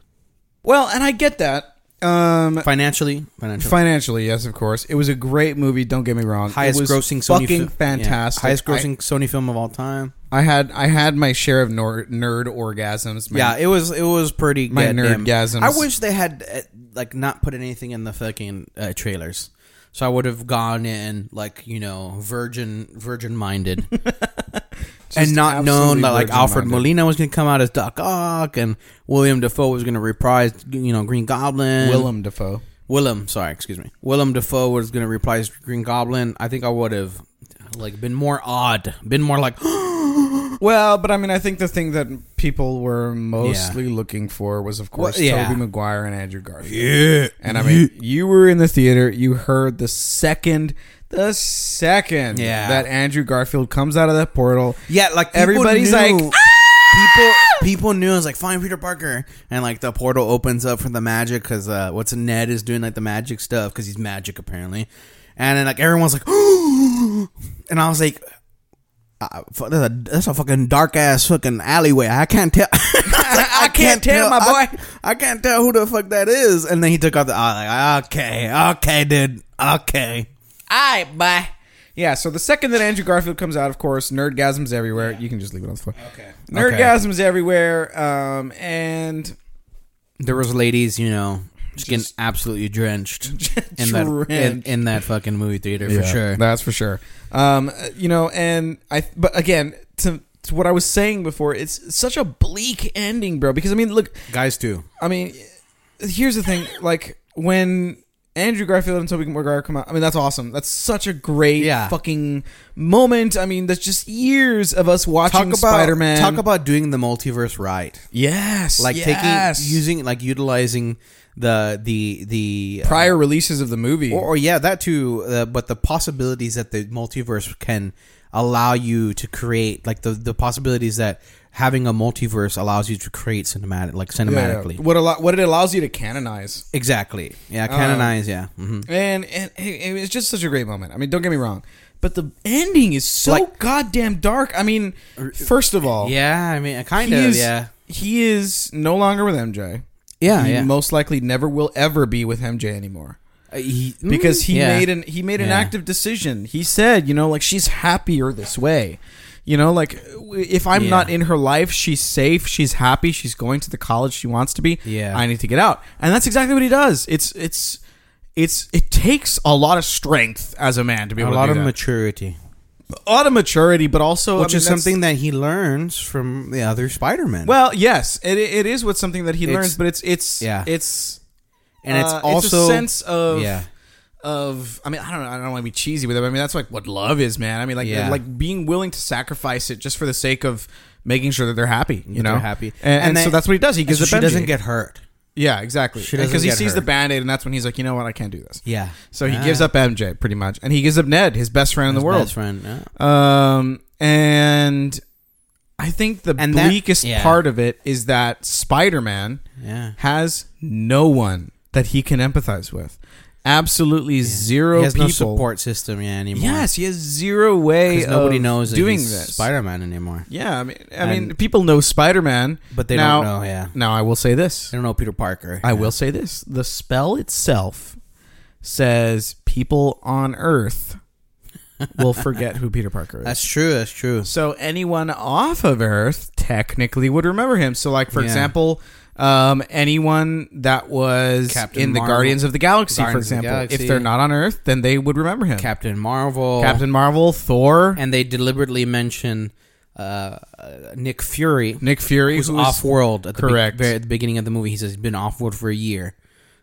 well, and I get that. Um,
financially financially
financially, yes, of course, it was a great movie. Don't get me wrong.
highest
it was
grossing Sony
fucking
fi- yeah,
fantastic.
highest
I-
grossing Sony film of all time
I, had I had my share of nor- nerd orgasms. man.
yeah it was it was pretty
My
goddamn-
nerdgasms.
I wish they had uh, like not put anything in the fucking uh, trailers so I would have gone in like you know virgin virgin minded and not known
absolutely
that like Alfred
virgin-minded.
Molina was going to come out as Doc Ock and William Defoe was going to reprise you know Green Goblin.
Willem Dafoe.
Willem, sorry, excuse me. Willem Defoe was going to reprise Green Goblin. I think I would have like been more odd, been more like
Well, but I mean, I think the thing that people were mostly looking for was, of course,
Well, yeah.
Tobey Maguire and Andrew Garfield. Yeah. And I mean, you were in the theater. You heard the second, the second
Yeah.
that Andrew Garfield comes out of that portal.
yeah, like people
Everybody's
knew-
like, "Ah!"
people people knew I was like find Peter Parker and like the portal opens up for the magic because uh, what's Ned is doing like the magic stuff because he's magic apparently, and then like everyone's like, and I was like. Uh, fu- that's, a, that's a fucking dark ass fucking alleyway. I can't tell. I,
can't tell, my
I-
boy.
I, can't tell who the fuck that is. And then he took out the eye. Like, okay, okay, dude, okay.
"All right, bye." Yeah. So the second that Andrew Garfield comes out, of course, nerdgasms everywhere. You can just leave it on the floor. Okay. Nerdgasms everywhere. Um, and
There was ladies, you know, just, getting absolutely drenched, in that in,
Drenched.
in that fucking movie theater for
Yeah,
sure.
That's for sure. Um, uh, you know, and I, but again, to, to what I was saying before, it's such a bleak ending, bro. Because I mean, look,
Guys too.
I mean, here's the thing: like when Andrew Garfield and Tobey Maguire come out, I mean, that's awesome. That's such a great
Yeah.
fucking moment. I mean, that's just years of us
talk
watching
about
Spider-Man.
Talk about doing the multiverse right,
yes,
like
yes.
taking using like utilizing the the the uh,
prior releases of the movie.
or, or yeah that too, uh, but the possibilities that the multiverse can allow you to create, like the the possibilities that having a multiverse allows you to create cinematic, like
Yeah,
cinematically.
What a lot, what it allows you to canonize.
Exactly. Yeah,
Uh,
canonize. yeah. hmm
And, and it, it's just such a great moment. I mean, don't get me wrong, but the ending is so
Like- er,
goddamn dark. I mean, first of all,
Yeah, I mean, uh, kind
he
of.
is,
Yeah.
he is no longer with MJ.
Yeah,
he
yeah.
most likely never will ever be with MJ anymore
Uh, he-
because he mm,
yeah.
made an he made an
Yeah.
active decision. He said, you know, like she's happier this way. You know, like w- if I'm
Yeah.
not in her life, she's safe, she's happy, she's going to the college she wants to be.
Yeah.
I need to get out, and that's exactly what he does. It's it's it's it takes a lot of strength as a man to be
a
able
lot
to
of
do that.
maturity,
a lot of maturity, but also I
which
mean,
is
that's-
something that he learns from the other Spider-Man.
Well, yes, it it is what something that he
It's-
learns, but it's it's
Yeah.
it's
and it's
uh,
also
a sense of
yeah.
of I mean I don't know I don't want to be cheesy with it. But I mean that's like what love is, man. I mean like
Yeah.
like being willing to sacrifice it just for the sake of making sure that they're happy. You know,
they're happy,
and, and
they-
so that's what he does. He gives
so
it.
she
Benji.
doesn't get hurt.
yeah exactly
she doesn't
because he
get
sees the
hurt.
band aid and that's when he's like you know what I can't do this.
Yeah. Ah,
So he gives up MJ pretty much, and he gives up Ned, his best friend in the world.
best friend. Yeah.
Um, and I think the
And that-
bleakest
yeah.
part of it is that Spider Man
Yeah.
has no one that he can empathize with. Absolutely zero
He has
people.
no support system yeah anymore.
Yes, he has zero way.
because nobody
of
knows
doing
that he's
this.
Spider-Man anymore.
yeah, I mean, I
And-
mean, people know Spider Man,
But they
now,
don't know. Yeah,
Now, I will say this.
they don't know Peter Parker.
I will say this: the spell itself says people on Earth will forget who Peter Parker is.
That's true. That's true.
So anyone off of Earth technically would remember him. So, like for
Yeah.
example, um, anyone that was
Captain
in the
Marvel.
Guardians of the Galaxy, for
Guardians of the
example,
Galaxy.
if they're not on Earth, then they would remember him.
Captain Marvel,
Captain Marvel, Thor,
and they deliberately mention uh, uh, Nick Fury,
Nick Fury,
who's
who is-
off world at the, be-
Correct.
very- at the beginning of the movie. He says he's been off world for a year,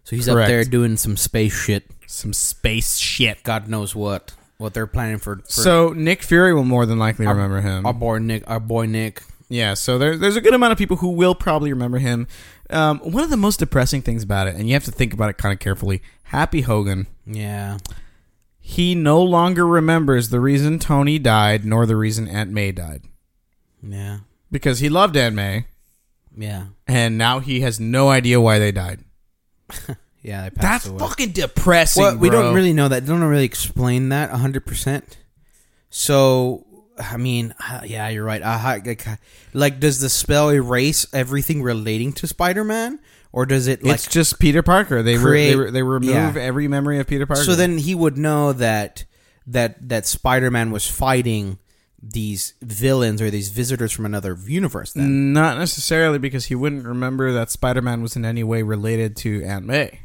so he's up
Correct.
there doing some space shit.
some space shit.
God knows what what they're planning for. for
So Nick Fury will more than likely remember him.
our boy Nick, our boy Nick.
Yeah, so there, there's a good amount of people who will probably remember him. Um, one of the most depressing things about it, and you have to think about it kind of carefully. Happy Hogan.
Yeah,
he no longer remembers the reason Tony died nor the reason Aunt May died
yeah,
because he loved Aunt May
yeah,
and now he has no idea why they died.
yeah. They
That's
passed away.
fucking depressing.
Well, we
bro.
don't really know that. They don't really explain that 100%. So, I mean, uh, yeah, you're right. Uh, hi- like, uh, like, does the spell erase everything relating to Spider Man? Or does it, like.
it's just Peter Parker. They
create-
re- they, re- they remove
yeah.
every memory of Peter Parker.
so then he would know that that that Spider Man was fighting these villains or these visitors from another universe then.
not necessarily because he wouldn't remember that Spider Man was in any way related to Aunt May.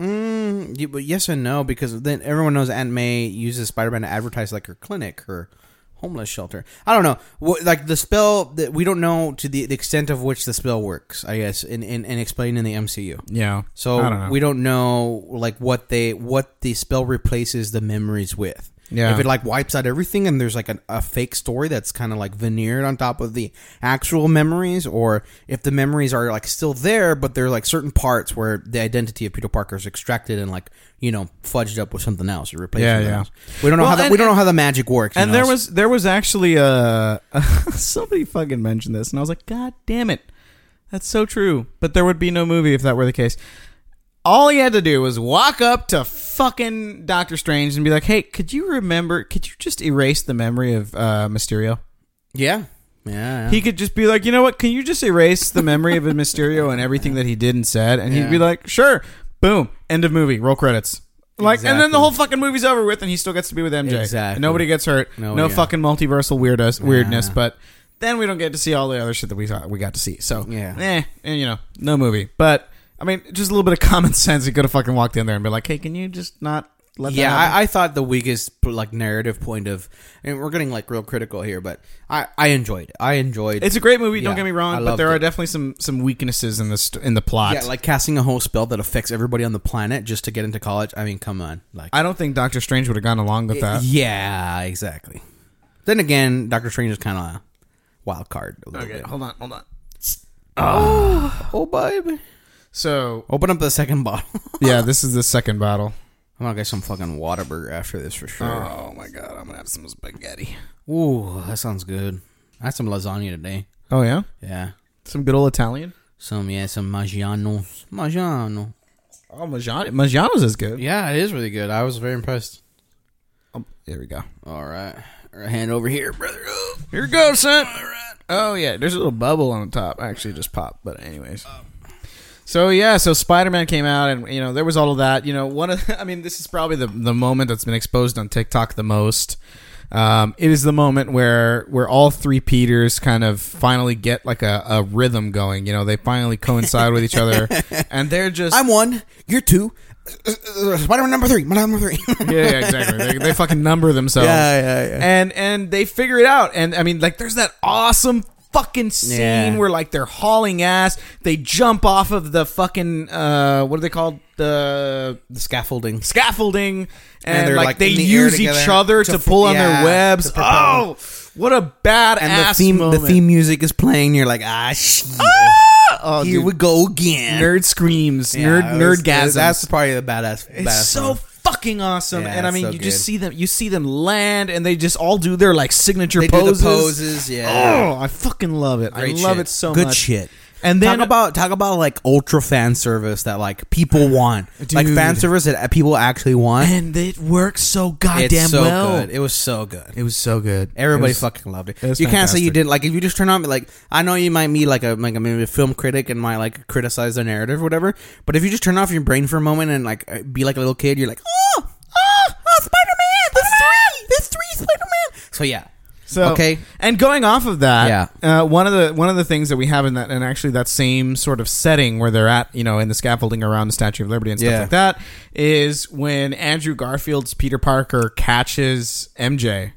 Mm, y- but yes and no, because then everyone knows Aunt May uses Spider Man to advertise like her clinic, her homeless shelter. I don't know, what, like the spell that we don't know to the, the extent of which the spell works. I guess in in, in explained in the MCU,
Yeah.
so
I don't know.
we don't know like what they what the spell replaces the memories with.
Yeah.
If it like wipes out everything and there's like an, a fake story that's kind of like veneered on top of the actual memories, or if the memories are like still there, but there are like certain parts where the identity of Peter Parker is extracted and like you know fudged up with something else or replaced.
Yeah,
with something
yeah.
Else. We don't know
Well,
how the,
and-
we don't know how the magic works. you
And
know,
there
so-
was there was actually uh somebody fucking mentioned this, and I was like, God damn it, that's so true. But there would be no movie if that were the case. All he had to do was walk up to fucking Doctor Strange and be like, Hey, could you remember? Could you just erase the memory of uh, Mysterio?
yeah, yeah. yeah.
He could just be like, You know what? Can you just erase the memory of Mysterio and everything that he did and said? And he'd be
Yeah.
like, Sure. Boom. End of movie. Roll credits. Like, and then the
Exactly.
whole fucking movie's over with, and he still gets to be with MJ.
Exactly.
Nobody gets hurt. No,
No, yeah.
fucking multiversal weirdos weirdness.
Yeah.
But then we don't get to see all the other shit that we thought we got to see. So
Yeah.
eh, and you know, no movie. But I mean, just a little bit of common sense. You could have fucking walked in there and be like, "Hey, can you just not let?"
yeah,
that happen?
I, I thought the weakest like narrative point of, and we're getting like real critical here, but I I enjoyed it. I enjoyed.
it's a great movie. don't
Yeah,
get me
I
wrong, but
loved
there are
it.
definitely some some weaknesses in this in the plot.
Yeah, like casting a whole spell that affects everybody on the planet just to get into college. I mean, come on. Like,
I uh, don't think Doctor Strange would have gone along with that.
yeah, exactly. Then again, Doctor Strange is kind of a wild card a little bit.
hold on, hold on.
Oh, baby.
So
Open up the second bottle.
yeah, this is the second bottle.
I'm gonna get some fucking
Uh,
Whataburger after this for sure.
Oh my god, I'm gonna have some spaghetti.
Ooh, that sounds good. I had some lasagna today.
Oh yeah,
Yeah.
some good old Italian.
Some yeah, some Maggiano's. Maggiano.
Oh, Maggiano, Maggiano's is good.
Yeah, it is really good. I was very impressed.
Um, there we go.
All right. All right, Hand over here, brother. Oh,
Here it goes, son. Oh yeah, there's a little bubble on top. Actually, it just popped. But anyways. So yeah, so Spider Man came out, and you know there was all of that. You know, one of I mean, this is probably the the moment that's been exposed on TikTok the most. Um, it is the moment where where all three Peters kind of finally get like a, a rhythm going. You know, they finally coincide with each other, and they're just
I'm one. You're two. Spider Man number three. My number three.
yeah, yeah, exactly. They, they fucking number themselves.
Yeah, yeah, yeah.
And and they figure it out. And I mean, like, there's that awesome fucking scene
Yeah.
where like they're hauling ass. They jump off of the fucking uh, what are they called? The
the scaffolding.
scaffolding, and,
they're,
like,
like,
they
in the air
use each
together
other
to
to
f-
pull on
yeah,
their webs.
to propel.
Oh, what a badass
And the theme
moment.
the theme music is playing. and You're like, ah, shit.
Oh,
here
dude.
we go again.
nerd screams,
Yeah,
nerd
it was-
nerd gasms.
That's probably the badass.
It's
badass
so
one.
fucking awesome,
Yeah,
and I
it's
mean,
so
you
good.
just see them. You see them land, and they just all do their like signature
they
poses.
do the poses. Yeah.
Oh, I fucking love it.
Great
I love
shit.
it so
Good
much.
shit.
And then
talk about talk about like ultra fan service that like people want, like
Dude.
fan service that people actually want.
and it works so
It's
goddamn
so
well.
good. It was so good.
It was so good.
Everybody
It was-
fucking loved it.
it was
you can't say you
fantastic.
didn't. Like if you just turn on, like I know you might be like a like a, maybe a film critic and might like criticize the narrative or whatever. But if you just turn off your brain for a moment and like uh, be like a little kid, you're like, oh, oh, oh Spider Man, there's three, there's three Spider Man. So yeah,
So,
Okay.
And going off of that, uh, one of the one of the things that we have in that, and actually that same sort of setting where they're at, you know, in the scaffolding around the Statue of Liberty and stuff
Yeah.
like that, is when Andrew Garfield's Peter Parker catches MJ.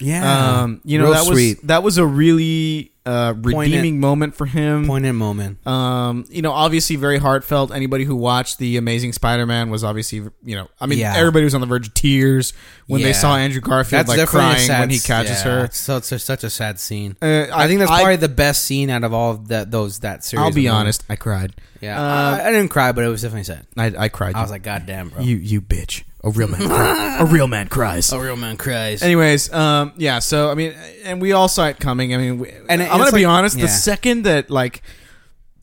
yeah,
Um, you know,
Real
that was
sweet.
that was a really uh, redeeming moment for him.
poignant moment.
Um, you know, obviously very heartfelt. Anybody who watched the Amazing Spider-Man was obviously, you know, I mean,
Yeah.
everybody was on the verge of tears when they
Yeah.
saw Andrew Garfield
That's
like
definitely a
crying
sad
when he
s-
catches
yeah,
her.
it's So it's such a sad scene.
Uh,
I think that's probably the best scene out of all of that those that series.
I'll
of
be
movies.
honest, I cried.
Yeah,
Uh,
I, I didn't cry, but it was definitely sad.
I, I cried.
I was like, God damn, bro,
you, you bitch. A real man. cry- a real man cries.
a real man cries.
Anyways, um, yeah. So I mean, and we all saw it coming. I mean, we,
And
and
it-
I'm gonna
it's
be
like-
honest.
yeah.
The second that like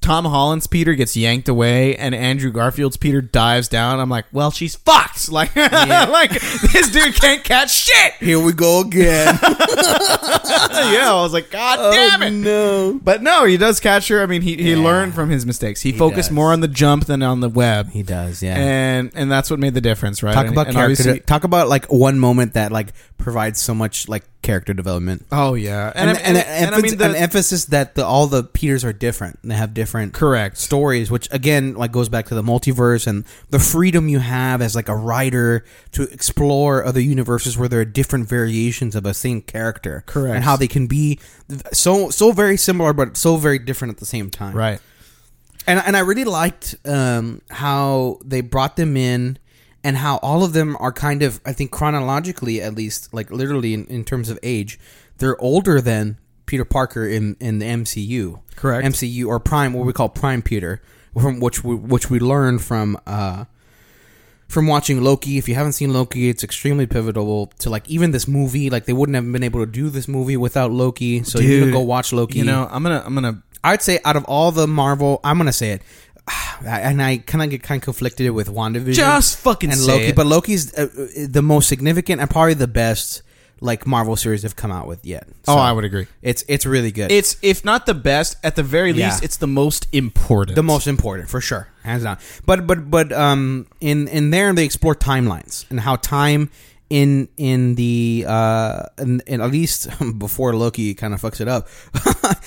Tom Holland's Peter gets yanked away and Andrew Garfield's Peter dives down, I'm like, well, she's fucked. Like, like this dude can't catch shit.
Here we go again.
yeah, I was like, god damn it.
Oh, no.
But no, he does catch her. I mean, he, he
Yeah.
learned from his mistakes. He, focused
does.
more on the jump than on the web,
He does, yeah.
and and that's what made the difference, right?
talk
And-
about
and
character.
obviously-
talk about like one moment that like provides so much like character development.
Oh yeah, and
And, and,
I mean,
an
the,
emphasis that the, all the Peters are different. They have different
correct.
stories, which again like goes back to the multiverse and the freedom you have as like a writer to explore other universes where there are different variations of a same character,
Correct.
and how they can be so so very similar but so very different at the same time,
Right.
and and I really liked um, how they brought them in, and how all of them are kind of I think chronologically at least like literally in, in terms of age, they're older than Peter Parker in in the MCU.
Correct.
MCU or Prime, what we call Prime Peter, from which we, which we learned from. Uh, from watching Loki, if you haven't seen Loki, it's extremely pivotal to like even this movie. Like they wouldn't have been able to do this movie without Loki, so you need to
Dude,
go watch Loki.
You know, I'm gonna I'm gonna
I'd say out of all the Marvel, I'm gonna say it, and I kind of get kind of conflicted with WandaVision,
Just fucking
and
say
Loki.
it.
But Loki's uh, uh, the most significant and probably the best like Marvel series they've come out with yet. So
Oh, I would agree.
It's it's really good.
It's if not the best, at the very
Yeah.
least, it's the most important.
the most important for sure, hands down. But but but um, in in there they explore timelines and how time in in the uh in, in at least before Loki kind of fucks it up,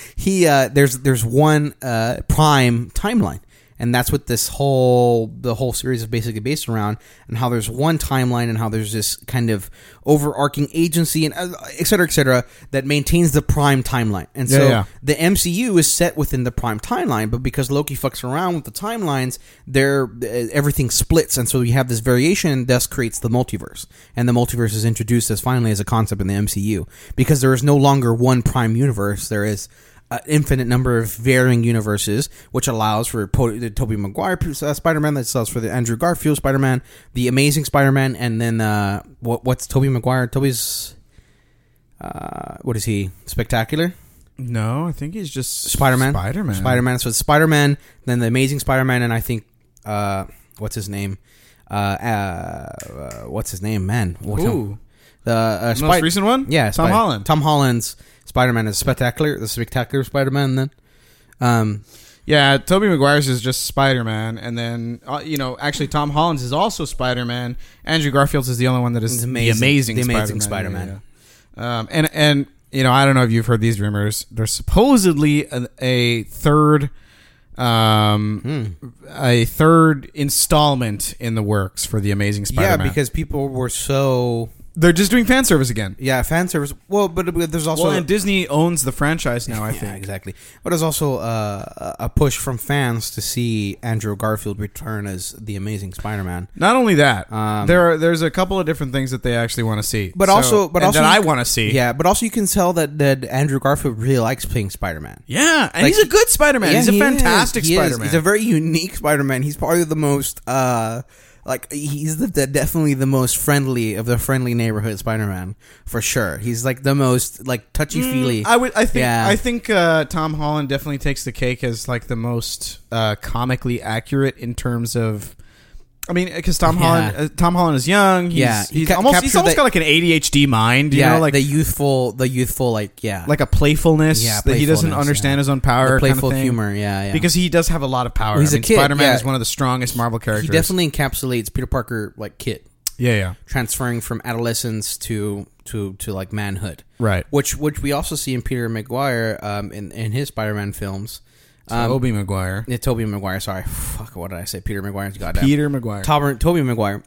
he uh there's there's one uh prime timeline. And that's what this whole the whole series is basically based around, and how there's one timeline, and how there's this kind of overarching agency, and uh, et cetera, et cetera, that maintains the prime timeline. And so
Yeah, yeah.
the MCU is set within the prime timeline, but because Loki fucks around with the timelines, there uh, everything splits, and so you have this variation, and thus creates the multiverse. And the multiverse is introduced as finally as a concept in the MCU because there is no longer one prime universe. There is an infinite number of varying universes, which allows for po- the Tobey Maguire uh, Spider-Man, that allows for the Andrew Garfield Spider-Man, the Amazing Spider-Man, and then uh, what, what's Tobey Maguire? Tobey's uh, what is he? Spectacular.
No, I think he's just
Spider Man.
Spider Man.
Spider Man. So it's Spider Man, then the Amazing Spider Man, and I think uh, what's his name? Uh, uh, uh, what's his name? Man. What-
Ooh,
The uh,
most
Spi-
recent one.
Yeah,
Tom
Spi-
Holland.
Tom Holland's Spider Man is spectacular. The spectacular Spider Man. Then, um,
Yeah, Toby Maguire's is just Spider Man, and then uh, you know, actually, Tom Holland's is also Spider Man. Andrew Garfield's is the only one that is
It's
the
amazing.
amazing,
The amazing
Spider-Man. Yeah,
Spider-Man.
yeah. Um, and and you know, I don't know if you've heard these rumors. There's supposedly a, a third, um,
Hmm.
a third installment in the works for the Amazing Spider-Man.
yeah, because people were so
they're just doing fan service again.
yeah fan service. Well, but, but there's also
well, and Disney owns the franchise now. I
yeah,
think.
exactly. But there's also uh, a push from fans to see Andrew Garfield return as the Amazing Spider Man.
Not only that,
Um,
there are there's a couple of different things that they actually want to see,
But
So-
also- but
and
also
that I
you-
want to see.
Yeah, but also you can tell that that Andrew Garfield really likes playing Spider Man.
Yeah, and
Like,
he's a good Spider-Man. he's a
he is.
fantastic
He is.
Spider-Man.
He's a very unique Spider-Man. He's probably the most uh like he's the, the definitely the most friendly of the friendly neighborhood Spider-Man for sure. He's like the most like touchy-feely.
Mm, I would. I think.
Yeah.
I think uh, Tom Holland definitely takes the cake as like the most uh, comically accurate in terms of. I mean, because Tom
Yeah.
Holland, uh, Tom Holland is young. He's,
Yeah, he
he's
ca-
almost. He's
captured
almost
the-
got like an ADHD mind. You
yeah,
know, like
the youthful the youthful like yeah.
like a playfulness,
Yeah,
that he doesn't
playfulness,
understand
yeah.
his own power.
the
kind of
playful
thing.
humor, yeah, yeah.
Because he does have a lot of power.
He's a
I mean,
kid,
Spider-Man
yeah.
is one of the strongest Marvel
he
characters.
definitely encapsulates Peter Parker like kid,
yeah, yeah.
transferring from adolescence to to to like manhood.
Right.
Which which we also see in Peter McGuire um in in his Spider-Man films. Um,
Obi Maguire,
Yeah, Toby Maguire. Sorry, fuck. What did I say? Peter Maguire's goddamn.
Peter Maguire.
Tober, Toby Maguire.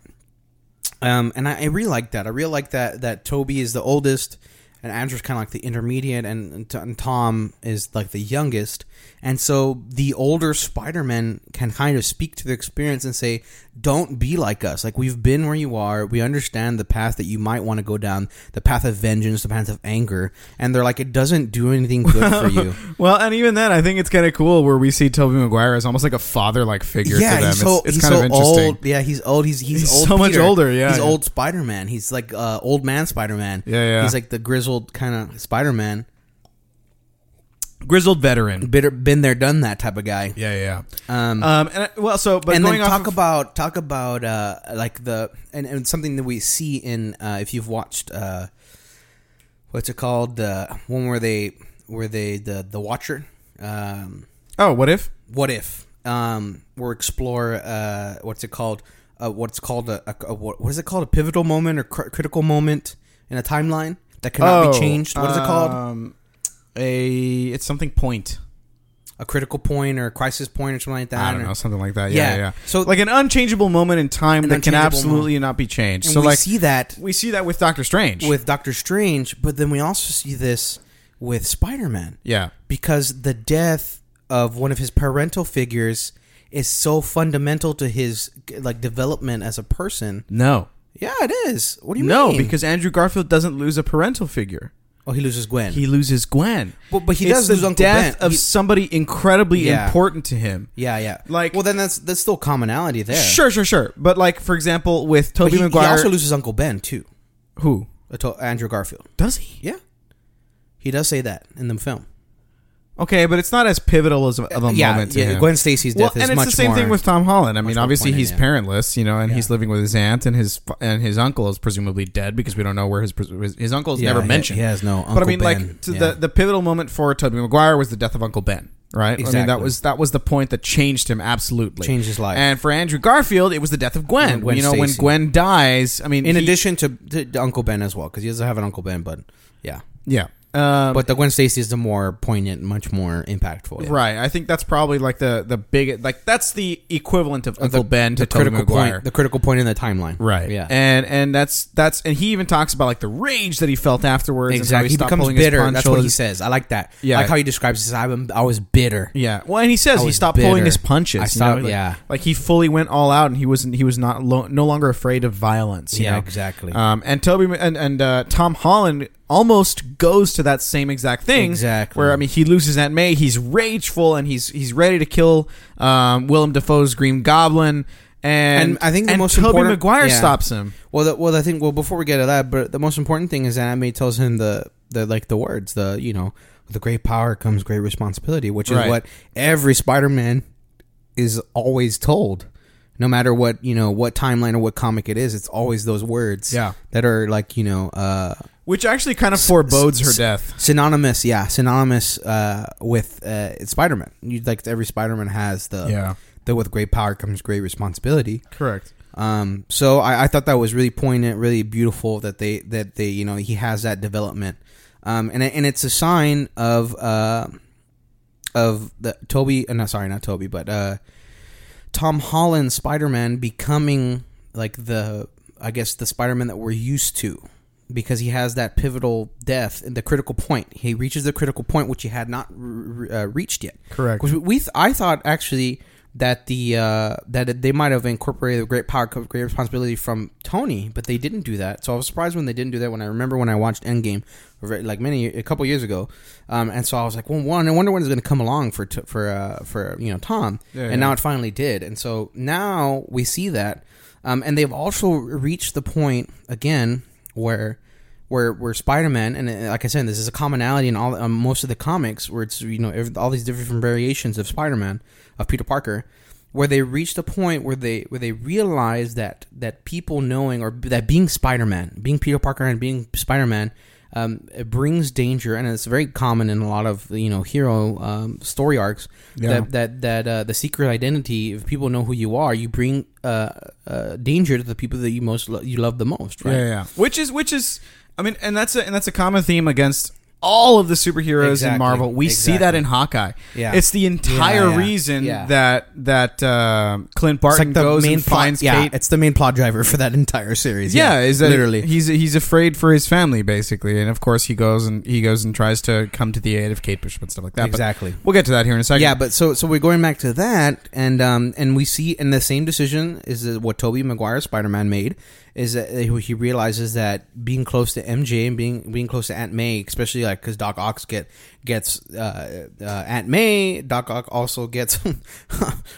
Um, and I, I really like that. I really like that that Toby is the oldest, and Andrew's kind of like the intermediate, and, and, T- and Tom is like the youngest. And so the older Spider Man can kind of speak to the experience and say, "Don't be like us. Like we've been where you are. We understand the path that you might want to go down, the path of vengeance, the path of anger." And they're like, "It doesn't do anything good for you."
Well, and even then, I think it's kind of cool where we see Toby Maguire as almost like a father-like figure
yeah,
to them.
he's so
it's it's
he's
kind
so
of interesting.
old. Yeah, he's old. He's he's,
He's
old
so much
Peter.
older, yeah,
he's
yeah.
old Spider Man. He's like uh, old man Spider Man.
Yeah, yeah.
He's like the grizzled kind of Spider Man.
Grizzled veteran.
Bitter, been there, done that type of guy.
Yeah, yeah.
Um,
Um, and I- well, so but
and
going
then talk
off of,
about talk about uh, like the and, and something that we see in uh, if you've watched uh, what's it called the one where they where they the the Watcher. Um,
oh, what if?
what if um or explore uh what's it called uh what's called a, a, a what what is it called a pivotal moment or cr- critical moment in a timeline that cannot
Oh,
be changed what is it called
Um, a it's something point.
a critical point or a crisis point or something like that
I don't
or-
know, something like that. Yeah,
Yeah.
yeah. yeah.
So-
So like an unchangeable moment in time that can
unchangeable
absolutely not be changed.
and
so
we
like
see that
we see that with Doctor Strange.
with doctor strange but then we also see this with spider-man
yeah,
because the death of one of his parental figures is so fundamental to his like development as a person
no,
yeah it is what do you
no,
mean
because Andrew Garfield doesn't lose a parental figure.
oh he loses gwen
He loses Gwen.
But- but he does lose Uncle
death
Ben.
of
He-
somebody incredibly
Yeah.
important to him.
Yeah, yeah.
Like-
well, then that's that's still commonality there.
Sure, sure, sure. But like for example, with
but
Toby
he, he
Maguire,
also loses Uncle Ben too.
who
uh, to- Andrew Garfield.
does he?
Yeah, he does say that in the film.
Okay, but it's not as pivotal as of a
yeah,
moment to
yeah.
him.
Gwen Stacy's
well,
death
and
is
it's
much
the same
more.
thing with Tom Holland. I mean,
more
obviously
poignant,
he's
yeah.
parentless, you know, and he's living with his aunt and his fa- and his uncle is presumably dead because we don't know where his pres- his, his uncle is
Yeah,
never
he-
mentioned.
he has no
But I
Uncle
mean,
Ben,
like to
yeah.
the the pivotal moment for Toby Maguire was the death of Uncle Ben. Right, I mean that
Exactly.
was that was the point that changed him absolutely,
Changed his life.
And for Andrew Garfield, it was the death of Gwen.
Gwen
you know, when
Stacy.
Gwen dies, I mean,
in
he-
addition to, to, to Uncle Ben as well, because he doesn't have an Uncle Ben, but yeah.
yeah, um,
But the Gwen Stacy is the more poignant, much more impactful. yeah.
Right. I think that's probably like the the big like that's the equivalent of Uncle Ben to
The
Toby
critical
Maguire.
point. The critical point in the timeline.
right.
Yeah.
And and that's that's and he even talks about like the rage that he felt afterwards. and how
exactly. He
stopped
becomes
pulling his
bitter. That's what he
punches.
says. I like that.
Yeah.
I like how he describes. He says, "I'm- I was bitter.
Yeah. Well, and he says he
was
stopped pulling
Oh, bitter.
his punches.
I
you
stopped-
know, like-
yeah.
Like he fully went all out, and he was he was not lo- no longer afraid of violence. you
Yeah,
know?
exactly.
Um, and Toby and and uh, Tom Holland almost goes to that same exact thing.
Exactly.
Where I mean, he loses Aunt May. He's rageful, and he's he's ready to kill um, Willem Dafoe's Green Goblin. And,
And I think the most
Toby
important-
Maguire
yeah.
stops him.
Well, the, well, I think well before we get to that, but the most important thing is that Anime tells him the the like the words, the you know, the great power comes great responsibility, which is
Right.
what every Spider-Man is always told. No matter what you know, what timeline or what comic it is, it's always those words
Yeah.
that are like you know uh,
Which actually kind of forebodes her
s-
death.
synonymous. Yeah, synonymous uh, with uh, it's Spider-Man. You like every Spider-Man has the
Yeah.
the with great power comes great responsibility.
Correct.
Um, so I, I thought that was really poignant, really beautiful that they that they you know he has that development, um, and it- and it's a sign of uh, of the Toby. Uh, no, sorry, not Toby, but uh, Tom Holland Spider Man becoming like the I guess the Spider Man that we're used to because he has that pivotal death and the critical point. He reaches the critical point which he had not re- re- uh, reached yet.
Correct.
Which we th- I thought actually that the uh, that it- they might have incorporated the great power comes great responsibility from Tony, but they didn't do that. So I was surprised when they didn't do that. When I remember when I watched Endgame, re- like many a couple years ago, um, and so I was like, well, one, I wonder when it's going to come along for t- for uh, for you know Tom,
Yeah,
and
yeah.
now it finally did, and so now we see that, um, and they've also reached the point again where where where Spider-Man and uh, like I said, this is a commonality in all um, most of the comics where it's you know ev- all these different variations of Spider-Man of Peter Parker, where they reached a point where they where they realize that that people knowing or b- that being Spider-Man, being Peter Parker and being Spider-Man. Um, it brings danger, and it's very common in a lot of you know hero um, story arcs
Yeah.
that that that uh, the secret identity. If people know who you are, you bring uh, uh, danger to the people that you most lo- you love the most. Right?
Yeah, yeah. Which is which is I mean, and that's a and that's a common theme against all of the superheroes
Exactly,
in Marvel. We see that in Hawkeye.
Yeah.
It's the entire
yeah,
reason
yeah.
that that um Clint Barton goes and finds
plot,
Kate.
Yeah, it's the main plot driver for that entire series.
Yeah, is that
literally?
he's he's afraid for his family basically, and of course he goes and he goes and tries to come to the aid of Kate Bishop and stuff like that. but
Exactly.
we'll get to that here in a second.
yeah, but so so we're going back to that, and um and we see in the same decision is that what Toby Maguire Spider Man made is that he realizes that being close to MJ and being being close to Aunt May, especially like because Doc Ock get gets uh, uh, Aunt May, Doc Ock also gets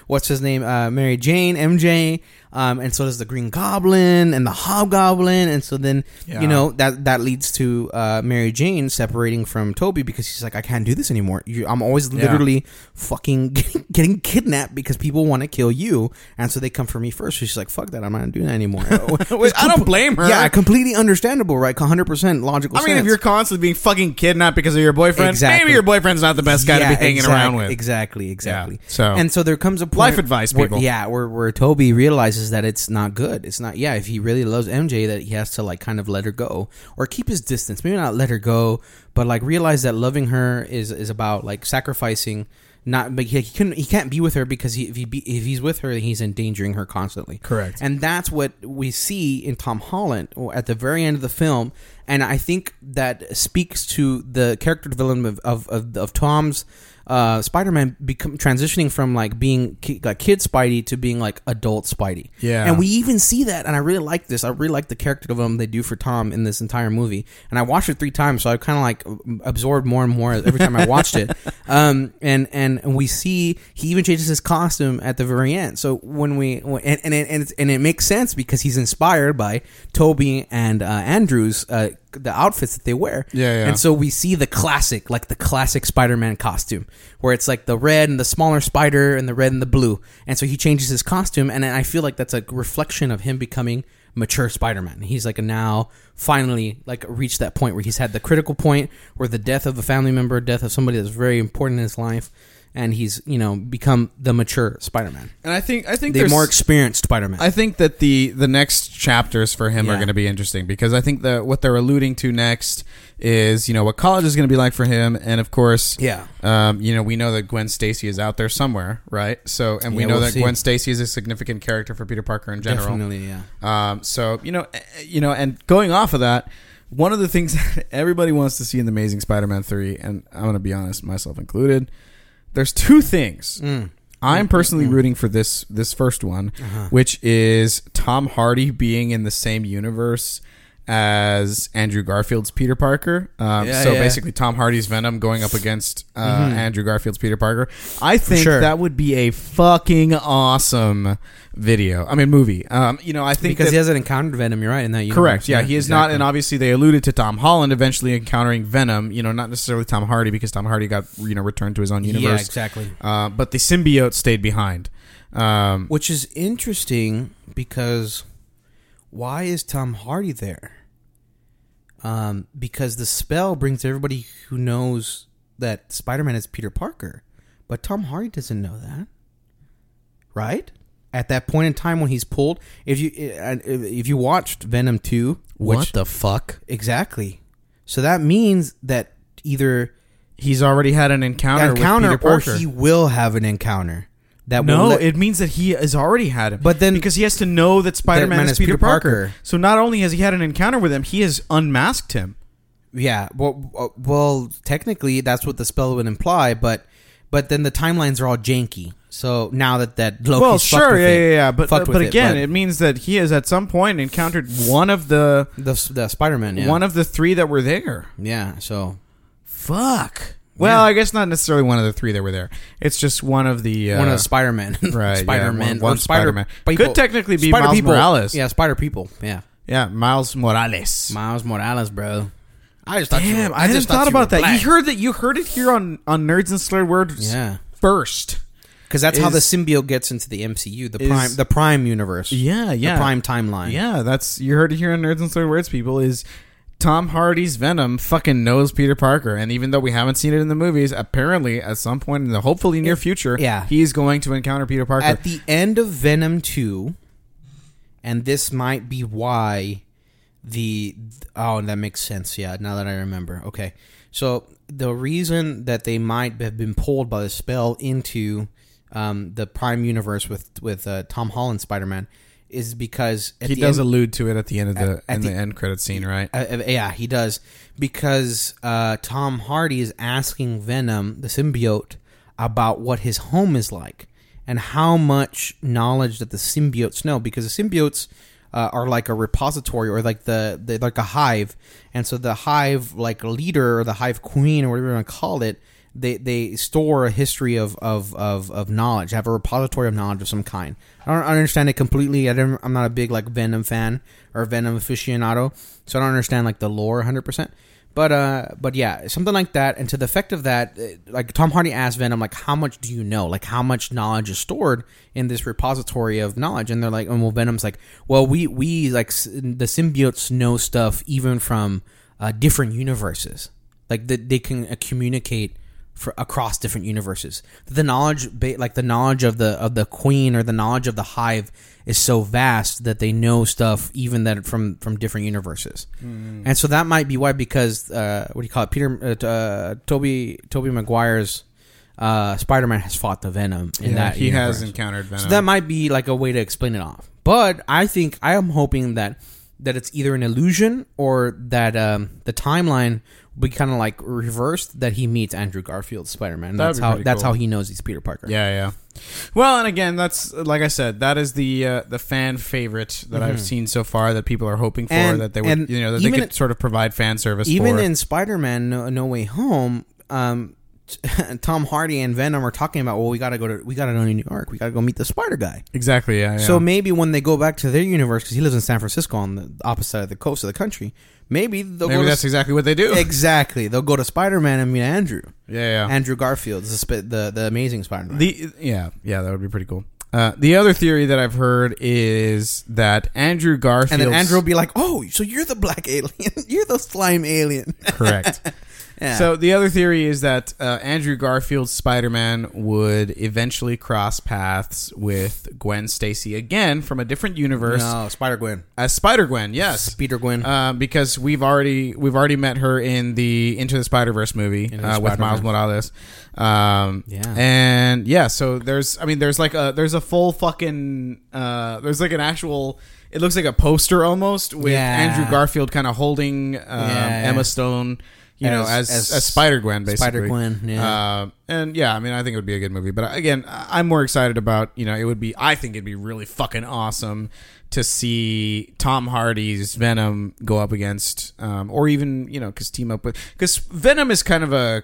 what's his name uh, Mary Jane MJ, um and so does the Green Goblin and the Hobgoblin, and so then
Yeah.
you know that that leads to uh, Mary Jane separating from Toby because she's like, I can't do this anymore. You, I'm always literally fucking getting, getting kidnapped because people want to kill you, and so they come for me first. So she's like, fuck that, I'm not doing that anymore. Which
I don't blame her.
Yeah, completely understandable, right? 100 percent logical.
I mean, if
sense.
you're constantly being fucking kidnapped because of your boyfriend,
Exactly.
maybe your boyfriend's not the best guy to be
Yeah,
hanging
exact-
around with.
exactly, exactly.
so-
and so there comes a point
Life advice,
where-
people.
yeah, where where Toby realizes that it's not good. It's not. Yeah, if he really loves MJ, that he has to like kind of let her go or keep his distance. Maybe not let her go, but like realize that loving her is is about like sacrificing. Not, but he, he couldn't. He can't be with her because he, if he be, if he's with her, then he's endangering her constantly.
Correct.
And that's what we see in Tom Holland or at the very end of the film. And I think that speaks to the character development of, of, of, of Tom's uh, Spider Man become transitioning from like being ki- like kid Spidey to being like adult Spidey.
Yeah.
And we even see that. And I really like this. I really like the character development they do for Tom in this entire movie. And I watched it three times, so I kind of like absorbed more and more every time I watched it. Um, and, and and we see he even changes his costume at the very end. So when we when- and and it, and, it's, and it makes sense because he's inspired by Toby and uh, Andrew's uh, the outfits that they wear.
Yeah, yeah.
And so we see the classic, like the classic Spider-Man costume, where it's like the red and the smaller spider and the red and the blue. And so he changes his costume, and I feel like that's a reflection of him becoming mature Spider-Man. He's like now finally like reached that point where he's had the critical point where the death of a family member, death of somebody that's very important in his life, and he's you know become the mature Spider-Man,
And I think I think
the
there's
more experienced Spider-Man.
I think that the the next chapters for him are
Yeah.
going to be interesting because I think that what they're alluding to next is you know what college is going to be like for him, and of course,
Yeah.
um, you know we know that Gwen Stacy is out there somewhere, right? So, and we
Yeah,
know
we'll
that
see.
Gwen Stacy is a significant character for Peter Parker in general.
Definitely, yeah.
Um, so you know, eh, you know, and going off of that, one of the things that everybody wants to see in the Amazing Spider-Man three, and I'm going to be honest, myself included, there's two things.
Mm.
I'm personally rooting for this
Uh-huh.
this first one, which is Tom Hardy being in the same universe as Andrew Garfield's Peter Parker. Um,
Yeah,
so
yeah.
basically, Tom Hardy's Venom going up against uh, Andrew Garfield's Peter Parker. I think
sure.
that would be a fucking awesome video. I mean, movie. Um, you know, I think
because
that-
he hasn't encountered Venom. You're right in that. Universe.
Correct. Yeah, he is not, and obviously they alluded to Tom Holland eventually encountering Venom. You know, not necessarily Tom Hardy because Tom Hardy got you know returned to his own universe.
Yeah, exactly.
Uh, but the symbiote stayed behind. Um,
Which is interesting because why is Tom Hardy there? Um, because the spell brings everybody who knows that Spider Man is Peter Parker, but Tom Hardy doesn't know that, right? At that point in time when he's pulled, if you uh, if you watched Venom two, which,
the fuck?
exactly? So that means that either
He's already had an encounter,
encounter
with Peter
or
Parker.
he will have an encounter. That will
no,
let-
it means that he has already had him.
But then-
because he has to know that Spider Man
Spider-Man
is,
is
Peter
Peter
Parker.
Parker.
so not only has he had an encounter with him, he has unmasked him.
Yeah, well, uh, well, technically that's what the spell would imply, but but then the timelines are all janky. So now that that Loki's
well,
fucked
sure,
with
yeah,
it-
yeah, yeah. But
fucked
but
with
again, it
it,
means that he has at some point encountered one of the
but the the Spider Man, yeah.
one of the three that were there.
yeah. So
Fuck. Well, I guess not necessarily one of the three that were there. It's just one of the uh,
one of the Spider Man,
right, yeah,
Spider
one-
Man,
one Spider-Man. Could technically be Miles Morales.
Yeah, Spider People. Yeah,
yeah Miles Morales.
Miles Morales, bro. I just thought. you
Damn,
were-
I, hadn't
just
thought
you
about
were
that.
black.
You heard that. You heard it here on on Nerds and Slur Words
yeah,
first.
because that's how the
Is-
symbiote gets into the MCU, the
is-
prime, the prime universe,
Yeah,
the prime timeline.
Yeah, that's you heard it here on Nerds and Slur Words. People is Tom Hardy's Venom fucking knows Peter Parker, and even though we haven't seen it in the movies, apparently at some point in the hopefully near future,
yeah.
he's going to encounter Peter Parker.
at the end of Venom 2, and this might be why the oh that makes sense yeah now that i remember okay so the reason that they might have been pulled by the spell into um, the prime universe with with uh, tom holland spider-man is because at
he
the
does
end,
allude to it at the end of the
at
in the,
the-
end credit scene, right?
uh, uh, yeah he does because uh, tom hardy is asking venom the symbiote about what his home is like and how much knowledge that the symbiotes know because the symbiotes uh, are like a repository or like the, the like a hive and so the hive like leader or the hive queen or whatever you want to call it they they store a history of of, of of knowledge, have a repository of knowledge of some kind. I don't understand it completely. I don't, I'm not a big like Venom fan or Venom aficionado, so I don't understand like the lore 100. percent But uh, but yeah, something like that. And to the effect of that, uh, like Tom Hardy asked Venom, like, how much do you know? Like, how much knowledge is stored in this repository of knowledge? And they're like, and well, Venom's like, well, we we like s- the symbiotes know stuff even from uh, different universes like that they can uh, communicate for across different universes the knowledge ba- like the knowledge of the of the queen or the knowledge of the hive is so vast that they know stuff even that from from different universes
Mm.
and so that might be why because uh what do you call it peter uh, t- uh toby toby mcguire's uh spider-man has fought the venom in that
he
universe.
has encountered Venom.
So that might be like a way to explain it off. But I think I am hoping that that it's either an illusion or that um, the timeline will be kind of like reversed that he meets Andrew Garfield's Spider Man.
That'd
That's
be
how
pretty
that's
cool.
how he knows he's Peter Parker.
Yeah, yeah. Well, and again, that's like I said, that is the uh, the fan favorite that I've seen so far that people are hoping for
Mm-hmm. And-
that they would
and
you know that they
even
could
in-
sort of provide fan service
Even
for.
in Spider Man no, no Way Home, um, Tom Hardy and Venom are talking about well we gotta go to we gotta go to New York we gotta go meet the Spider Guy.
exactly, yeah, yeah.
So maybe when they go back to their universe because he lives in San Francisco on the opposite side of the coast of the country, maybe they'll go
maybe
to
that's exactly what they do.
Exactly. They'll go to Spider Man and meet Andrew.
yeah, yeah.
Andrew Garfield, the sp- the, the amazing Spider Man.
the yeah, yeah, that would be pretty cool. Uh, the other theory that I've heard is that Andrew Garfield
And then Andrew will be like, "Oh, so you're the black alien? you're the slime alien?"
correct.
Yeah.
So the other theory is that uh, Andrew Garfield's Spider-Man would eventually cross paths with Gwen Stacy again from a different universe
no, Spider Gwen,
as Spider Gwen. Yes,
Peter Gwen.
uh, because we've already we've already met her in the Into the Spider Verse movie
Into the
uh, with Miles
Spider-Verse.
Morales. Um,
Yeah.
and yeah, so there's I mean there's like a there's a full fucking uh, there's like an actual. It looks like a poster almost with
Yeah.
Andrew Garfield kind of holding um,
Yeah, yeah.
Emma Stone. you know,
As-
as
as
as, Spider Gwen, basically.
Spider-Gwen, yeah.
Uh, and yeah, I mean, I think it would be a good movie. But again, I- I'm more excited about you know, it would be. I think it'd be really fucking awesome to see Tom Hardy's Venom go up against, um, or even you know, because team up with because Venom is kind of a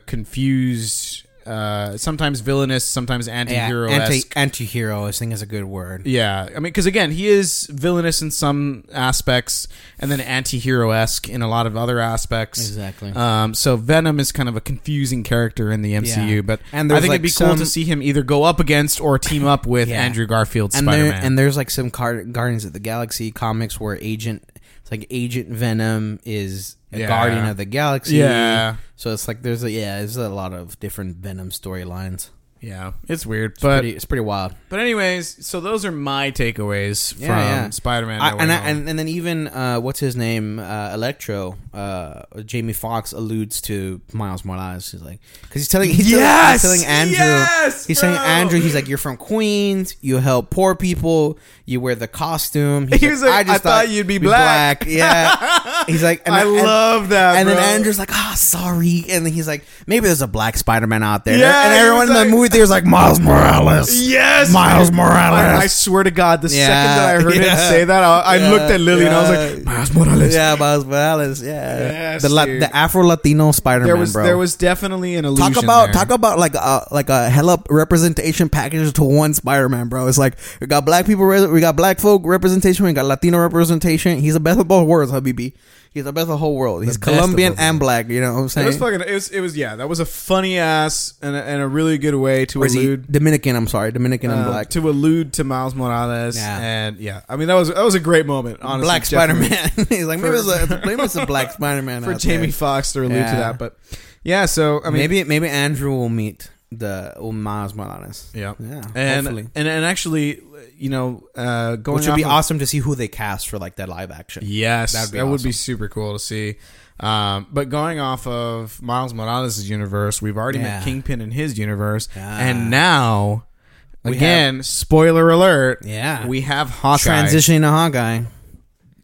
confused. Uh, sometimes villainous, sometimes anti-hero.
anti anti-hero, I think is a good word.
Yeah, I mean, because again, he is villainous in some aspects, and then anti-hero esque in a lot of other aspects.
Exactly.
Um, so Venom is kind of a confusing character in the MCU,
Yeah.
but
And there's,
I think
like,
it'd be cool
some-
to see him either go up against or team up with
Yeah.
Andrew Garfield's
and
Spider
there
Man.
and there's like some car- Guardians of the Galaxy comics where Agent it's like Agent Venom is a
Yeah.
Guardian of the Galaxy.
Yeah.
So it's like there's a yeah, there's a lot of different Venom storylines.
yeah, it's weird, but
Pretty, it's pretty wild.
but anyways, so those are my takeaways
Yeah,
from
yeah.
Spider Man.
I- and, I, and and then even uh, what's his name uh, Electro uh, Jamie Fox alludes to Miles Morales. He's like because he's telling he's,
Yes!
telling, he's telling Andrew
Yes,
he's
bro!
telling Andrew he's like you're from Queens you help poor people you wear the costume.
He was like, "I thought you'd be black."
Yeah, he's like and
I love that,
And then
bro.
Andrew's like ah sorry and then he's like maybe there's a black Spider Man out there
Yeah,
and
he
everyone
was
in the
like-
movie theater's like Miles Morales
Yes,
Miles Morales.
I, I swear to God, the
Yeah,
second that I heard him
yeah.
say that, I, I
Yeah,
looked at Lily and I was
yeah.
like, Miles Morales.
Yeah, Miles Morales. Yeah,
Yes,
the La-
dude.
the Afro Latino Spider
There
Man,
was
bro.
there was definitely an illusion.
talk about
there.
talk about like a like a hella representation package to one Spider Man, bro. It's like we got black people, re- we got black folk representation, we got Latino representation. He's the best of both worlds, Habibi. He's the best of the whole world. He's
best of
Colombian
both
and black. You know what I'm
It
saying?
was fucking. It was. It was. Yeah, that was a funny ass and a, and a really good way to
Or is he
allude
Dominican? I'm sorry, Dominican and
uh,
black.
to allude to Miles Morales.
Yeah.
And yeah, I mean that was that was a great moment. Honestly,
black Spider
definitely,
Man. He's like maybe it's a maybe it's a black Spider Man
for Jamie Foxx to allude
Yeah.
to that. But yeah, so I mean,
maybe maybe Andrew will meet the will Miles Morales.
yeah,
Yeah,
and
hopefully.
and and actually, you know, uh, going
Which would be
off of-
awesome to see who they cast for like that live action.
Yes,
That'd be
that would be
awesome.
super cool to see. Um, but going off of Miles Morales' universe, we've already
Yeah.
met Kingpin in his universe,
Yeah.
and now,
We
again, spoiler alert,
Yeah.
we have Hawkeye,
Transitioning to Hawkeye.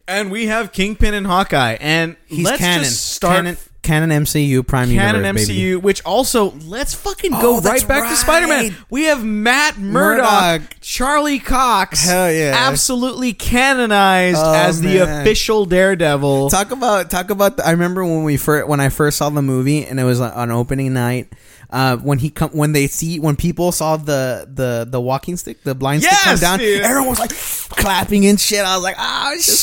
and we have Kingpin and Hawkeye, and
He's
let's
canon.
just start
canon, canon MCU Prime
canon
Universe, baby.
MCU, which also let's fucking
Oh,
go
that's
right back
right.
to Spider Man. We have Matt Murdock,
Murdock.
Charlie Cox,
Hell yeah.
absolutely canonized
Oh,
as the
man.
official Daredevil.
Talk about talk about. The, I remember when we first when I first saw the movie and it was like, on opening night. Uh, when he come when they see when people saw the the the walking stick the blind stick come
Yes,
down
dude.
everyone was like clapping and shit I was like ah shit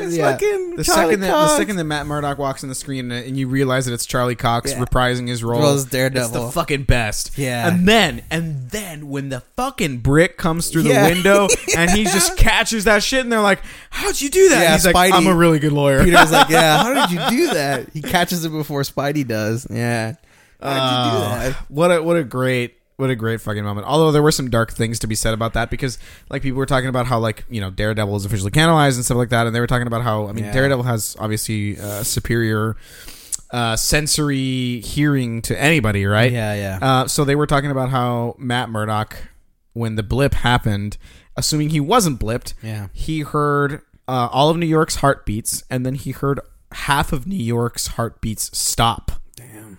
dude.
It's
Yeah.
fucking the
Charlie
second that
Cox.
the second that Matt Murdock walks on the screen and, and you realize that it's Charlie Cox
Yeah.
reprising his role
Role as Daredevil.
It's the fucking best.
Yeah.
And then and then when the fucking brick comes through
Yeah.
the window and he just catches that shit and they're like, "How'd you do that?"
Yeah,
and he's like,
Spidey.
"I'm a really good lawyer."
Peter's like, yeah, how did you do that? He catches it before Spidey does. Yeah. How did you do that?
What a what a great what a great fucking moment. Although there were some dark things to be said about that because like people were talking about how like you know Daredevil is officially canonized and stuff like that, and they were talking about how I mean
Yeah.
Daredevil has obviously uh, superior uh, sensory hearing to anybody, right?
Yeah, yeah.
Uh, so they were talking about how Matt Murdock, when the blip happened, assuming he wasn't blipped,
Yeah.
he heard uh, all of New York's heartbeats, and then he heard half of New York's heartbeats stop.
Damn.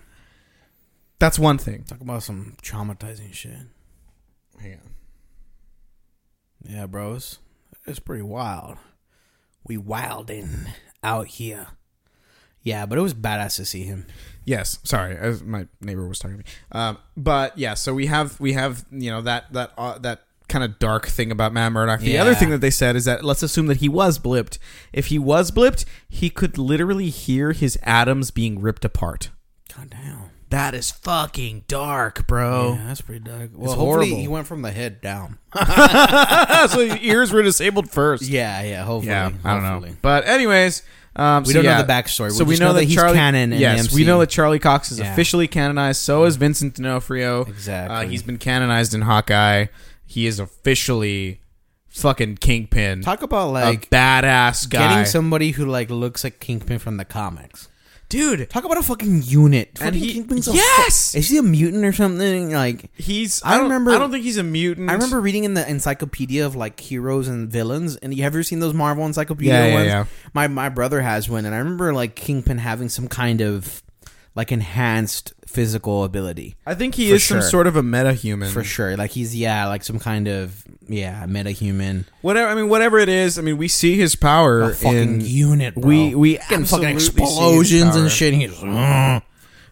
That's one thing.
Talk about some traumatizing shit.
Hang on.
Yeah, bros. It's pretty wild. We wildin' out here. Yeah, but it was badass to see him.
Yes, sorry, as my neighbor was talking to me. Um, but yeah, so we have we have you know that that uh, that kind of dark thing about Matt Murdock. The
Yeah.
other thing that they said is that let's assume that he was blipped. If he was blipped, he could literally hear his atoms being ripped apart.
God damn.
That is fucking dark, bro.
Yeah, that's pretty dark. Well,
hopefully
horrible.
he
went from the head down.
so your ears were disabled first.
yeah, yeah, hopefully.
Yeah, I don't
hopefully.
know. But anyways, um,
We
so
don't know
yeah.
the backstory. We
So we
just
know,
know
that,
that he's
Charlie,
canon in the
Yes, we
MCU.
know that Charlie Cox is
Yeah.
officially canonized. So is Vincent D'Onofrio.
Exactly.
Uh, he's been canonized in Hawkeye. He is officially fucking Kingpin.
Talk about
a
like
badass guy.
getting somebody who like looks like Kingpin from the comics.
dude.
Talk about a fucking unit.
And
Fucking
he-
King Bing's a
Yes!
fu- is he a mutant or something? Like
He's.
I
I, don't,
remember-
remember. I don't think he's a mutant.
I remember reading in the encyclopedia of like heroes and villains, and you have you ever seen those Marvel encyclopedia
Yeah, yeah,
ones?
yeah.
My my brother has one, and I remember like Kingpin having some kind of like enhanced physical ability
I think he
For
is
sure.
some sort of a meta human.
for sure. Like he's yeah, like some kind of yeah metahuman.
Whatever. I mean, whatever it is. I mean, we see his power
A fucking
in
unit, bro.
we we
Getting fucking
absolutely see his
explosions
power.
and shit. and he's, "Ugh."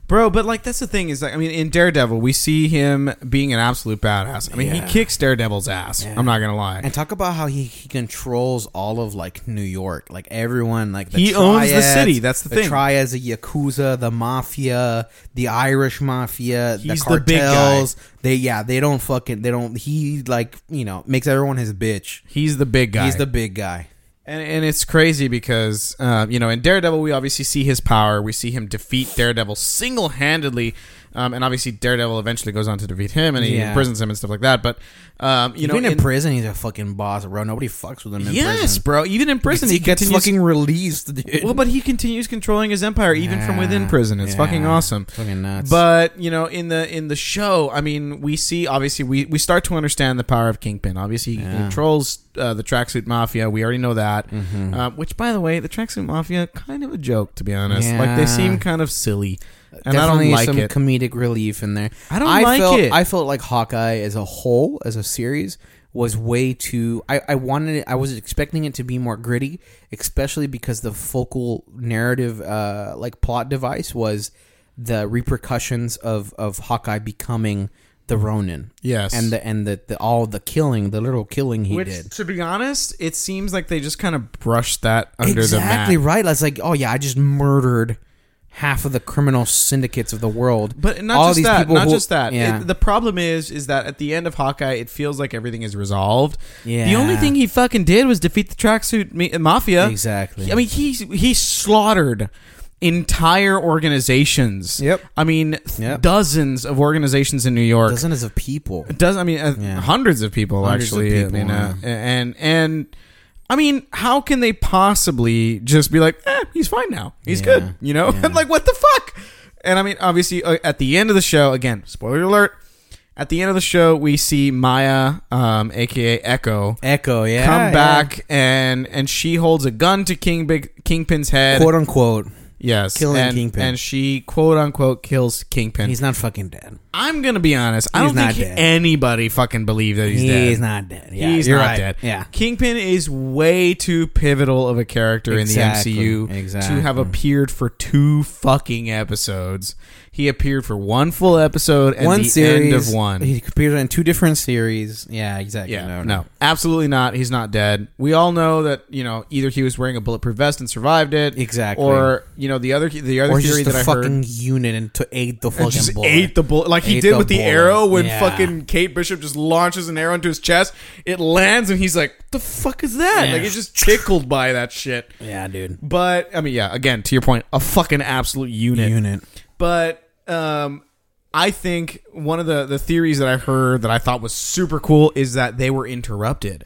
Bro, but like that's the thing is like I mean in Daredevil we see him being an absolute badass. I mean
Yeah.
he kicks Daredevil's ass. I'm not gonna lie.
And talk about how he, he controls all of like New York, like everyone, like the
He owns the
triads,
city, that's the thing.
triads, the yakuza, the mafia, the Irish mafia,
He's
the
the big guy.
cartels. They yeah, they don't fucking they don't. He like you know makes everyone his bitch.
he's the big guy.
He's the big guy.
and and it's crazy because uh, you know in Daredevil we obviously see his power. We see him defeat Daredevil single handedly. Um, and obviously Daredevil eventually goes on to defeat him and he
Yeah.
imprisons him and stuff like that. But um, you know
Even in,
in-
prison, he's a fucking boss, bro. Nobody fucks with him. in
yes,
prison.
bro. Even in prison
he gets
continues-
fucking released. Dude.
Well, but he continues controlling his empire even from within prison. It's
Yeah.
fucking awesome.
Fucking nuts.
But you know, in the in the show, I mean, we see obviously we we start to understand the power of Kingpin. Obviously, he controls uh, the tracksuit mafia. We already know that.
Mm-hmm.
Uh, which, by the way, the tracksuit mafia kind of a joke to be honest. Like
Yeah.
they seem kind of silly, and I
Definitely
don't like
some
it.
comedic relief in there.
I don't like
felt,
it.
I felt like Hawkeye as a whole, as a series, was way too. I, I wanted. It, I was expecting it to be more gritty, especially because the focal narrative, uh, like plot device, was the repercussions of of Hawkeye becoming the Ronin.
Yes.
and the and the, the all the killing, the little killing he
which,
did.
to be honest, it seems like they just kind of brushed that under
exactly
the mat.
right. That's like, oh yeah, I just murdered half of the criminal syndicates of the world.
But not
All
just
these
that.
people
Not
who-
just that.
Yeah.
It- the problem is, is that at the end of Hawkeye, it feels like everything is resolved. The
Yeah.
only thing he fucking did was defeat the tracksuit ma- uh, mafia.
Exactly.
I mean, he he slaughtered entire organizations.
Yep.
I mean, th-
Yep.
dozens of organizations in New York.
dozens of people.
Does I mean uh,
Yeah.
hundreds of people
Hundreds of
actually?
people,
I mean, uh, and and I mean, how can they possibly just be like, eh, he's fine now, he's
Yeah.
good, you know?
Yeah.
like, what the fuck? And I mean, obviously, uh, at the end of the show, again, spoiler alert. At the end of the show, we see Maya, um, aka Echo,
Echo, yeah,
come
yeah.
back and and she holds a gun to King Big Kingpin's head.
quote unquote.
yes,
killing
and,
Kingpin.
and she quote unquote kills Kingpin.
He's not fucking dead.
I'm gonna be honest. I
He's
don't
not
think
dead.
anybody fucking believed that he's,
He's,
dead.
not dead. Yeah,
he's
you're
not
right.
dead.
Yeah,
Kingpin is way too pivotal of a character
Exactly,
in the MCU
exactly.
to have appeared for two fucking episodes. He appeared for one full episode and
one
the
series
end of one.
He appeared in two different series. Yeah, exactly.
yeah, no, absolutely not. He's not dead. We all know that you know either he was wearing a bulletproof vest and survived it,
Exactly.
or you know the other the other
Or
theory
just the
that I heard
fucking unit and to aid the fucking
just
bullet.
ate the bullet like he
Ate
did
the
with the
bullet.
arrow when
Yeah.
fucking Kate Bishop just launches an arrow into his chest. It lands and he's like, "The fuck is that?"
Yeah.
Like he's just tickled by that shit.
yeah, dude.
But I mean, yeah, again, to your point, a fucking absolute unit.
Unit.
But um, I think one of the the theories that I heard that I thought was super cool is that they were interrupted.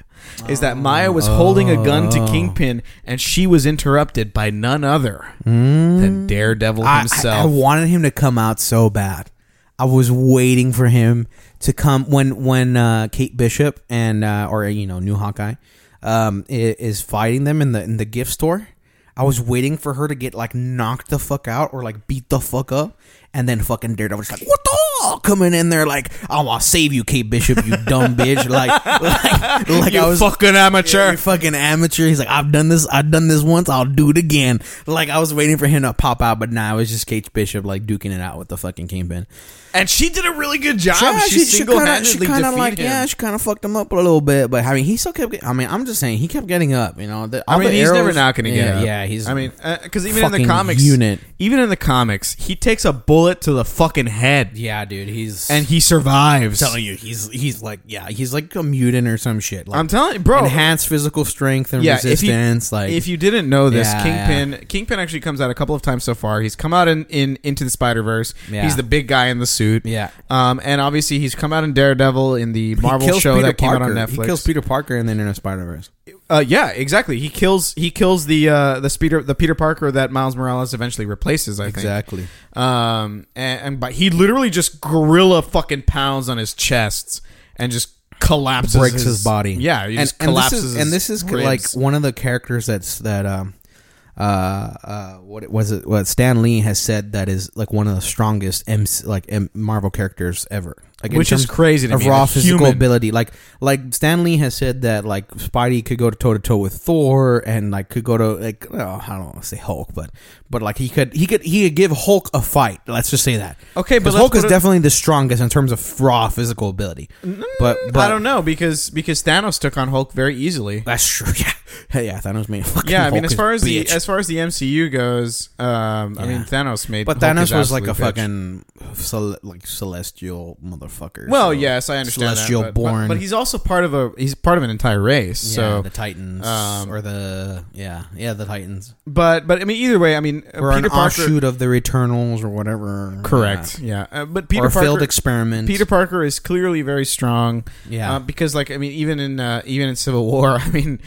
Is that Maya was holding a gun
Oh.
to Kingpin and she was interrupted by none other than Daredevil
Mm. I, I, I
himself.
wanted him to come out so bad. I was waiting for him to come when when uh, Kate Bishop and uh, or you know new Hawkeye um, i- is fighting them in the in the gift store. I was waiting for her to get like knocked the fuck out or like beat the fuck up, and then fucking Daredevil's like, "What the?" hell?" Coming in there like, "I'm gonna save you, Kate Bishop, you dumb bitch!" Like, like, like
you
I was
fucking amateur.
you're a fucking amateur. He's like, I've done this. I've done this once. I'll do it again. Like I was waiting for him to pop out, but nah, it was just Kate Bishop like duking it out with the fucking kingpin.
And she did a really good job.
Yeah,
she single handedly
kinda
defeated
like
him.
yeah, she kind of fucked him up a little bit. But I mean, he still kept. Get, I mean, I'm just saying he kept getting up. You know, the, all
I mean,
the
he's never
arrows-
not going to get
yeah,
up.
Yeah, he's.
I mean, because even in the
fucking
comics,
unit.
even in the comics, he takes a bullet to the fucking head,
yeah, dude, he's
and he survives.
I'm telling you, he's he's like yeah, he's like a mutant or some shit. Like,
I'm telling you, bro.
enhanced physical strength and
yeah,
resistance.
if you,
like
if you didn't know this,
Yeah,
Kingpin Kingpin actually comes out a couple of times so far. He's come out in, in Into the Spider Verse.
Yeah.
He's the big guy in the suit.
Yeah.
um, and obviously he's come out in Daredevil in the Marvel
kills
show
Peter
that came
Parker.
out on Netflix.
He kills Peter Parker in the Internet Spider Verse.
Uh, yeah, exactly. He kills he kills the uh, the speeder the Peter Parker that Miles Morales eventually replaces. I think
Exactly.
Um, and, and but he literally just gorilla fucking pounds on his chest and just collapses,
breaks his, body.
Yeah, he just collapses.
This is,
his
and this is c-
ribs.
like one of the characters that's that um uh uh what it was it what Stan Lee has said that is like one of the strongest MC, like M- Marvel characters ever. Like in
Which is
terms
crazy to
of
me,
raw
a
physical
human.
ability. Like like Stan Lee has said that like Spidey could go toe to toe with Thor and like could go to like well, I don't want to say Hulk, but but like he could he could he could give Hulk a fight. Let's just say that.
Okay, but
'Cause
let's
Hulk is
put it-
definitely the strongest in terms of raw physical ability. But, but
I don't know because because Thanos took on Hulk very easily.
that's true. Yeah, Hey, yeah. Thanos made. a Fucking
Yeah, I mean
Hulk
as far as the
bitch.
as far as the MCU goes, um, I mean Thanos made.
but
Hulk
Thanos
his
was like a
absolute bitch.
fucking cel- like celestial motherfucker.
Well,
so-
yes, I understand
Celestial
that, but- but,
born,
but he's also part of a he's part of an entire race.
yeah,
so
the Titans
um,
or the yeah yeah the Titans
But but I mean, either way, I mean, uh,
or
Peter
an
Parker.
offshoot of the Eternals or whatever.
Correct. Yeah, Uh, but
Yeah.
Peter
or a
Parker.
failed experiment.
Peter Parker is clearly very strong.
Yeah.
uh, because like I mean, even in uh, even in Civil War, I mean,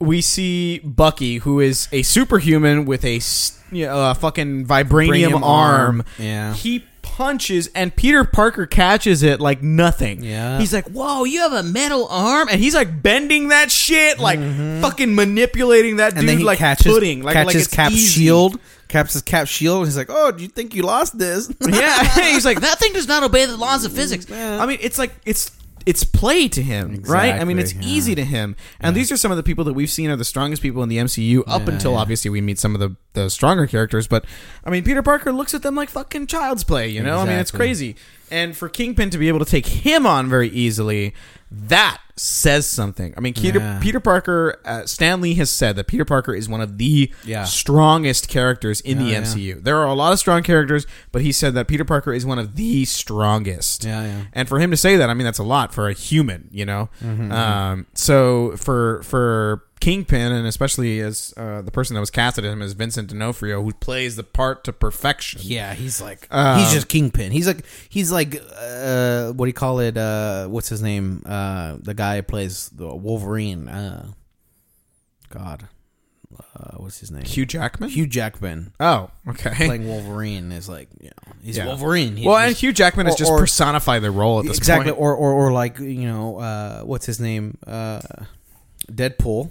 we see Bucky, who is a superhuman with a s- you know, uh, fucking vibranium,
Vibranium
arm.
arm. Yeah.
he punches and Peter Parker catches it like nothing.
Yeah.
he's like, "Whoa, you have a metal arm!" And he's like bending that shit, like fucking manipulating that
Mm-hmm.
dude
and then he
like
catches
pudding, like
catches
like it's
Cap's
easy.
shield, caps his cap shield. And he's like, "Oh, do you think you lost this?"
Yeah, he's like that thing does not obey the laws of physics. I mean, it's like it's it's play to him, right? I mean, it's
Exactly, yeah.
easy to him. And these are some of the people that we've seen are the strongest people in the MCU up until obviously we meet some of the the stronger characters. But I mean, Peter Parker looks at them like fucking child's play. You know, I mean, it's
Exactly.
crazy. And for Kingpin to be able to take him on very easily, that says something. I mean, Peter,
Yeah.
Peter Parker, uh, Stanley has said that Peter Parker is one of the
Yeah.
strongest characters in the
yeah.
MCU. There are a lot of strong characters, but he said that Peter Parker is one of the strongest.
Yeah, yeah.
And for him to say that, I mean, that's a lot for a human, you know.
Mm-hmm,
Um, so for for Kingpin, and especially as uh, the person that was casted at him as Vincent D'Onofrio, who plays the part to perfection.
Yeah, he's like
Um,
he's just kingpin. He's like he's like uh, what do you call it? Uh, what's his name? Uh, the guy who plays the Wolverine. Uh, God, uh, what's his name?
Hugh Jackman.
Hugh Jackman
oh, okay.
playing Wolverine is like you know he's
Yeah.
Wolverine. He-
well, and
he's-
Hugh Jackman has
or-
just
or-
personified the role at this
exactly,
point.
or, or or like you know uh, what's his name? Uh, Deadpool.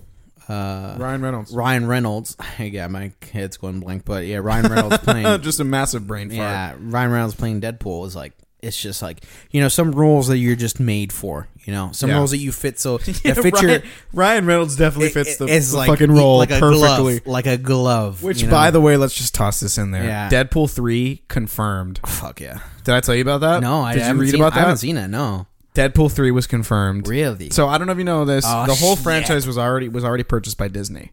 Uh,
Ryan Reynolds.
Ryan Reynolds. yeah, my head's going blank, but yeah, Ryan Reynolds playing
just a massive brain fart.
Yeah, Ryan Reynolds playing Deadpool is like it's just like you know some roles that you're just made for. You know some
Yeah.
roles that you fit so that
Yeah,
fit your
Ryan, Ryan Reynolds definitely
it-
fits
it-
the,
it's
the
like- e-
fucking role
like a
perfectly.
glove, like a glove.
Which,
you know?
by the way, let's just toss this in there.
Yeah.
Deadpool three confirmed.
fuck yeah.
Did I tell you about that?
No, I
did.
haven't
you read
seen,
about
I haven't
that?
seen it. No,
Deadpool three was confirmed.
Really?
So I don't know if you know this.
Oh,
the whole
shit. Oh.
franchise was already was already purchased by Disney.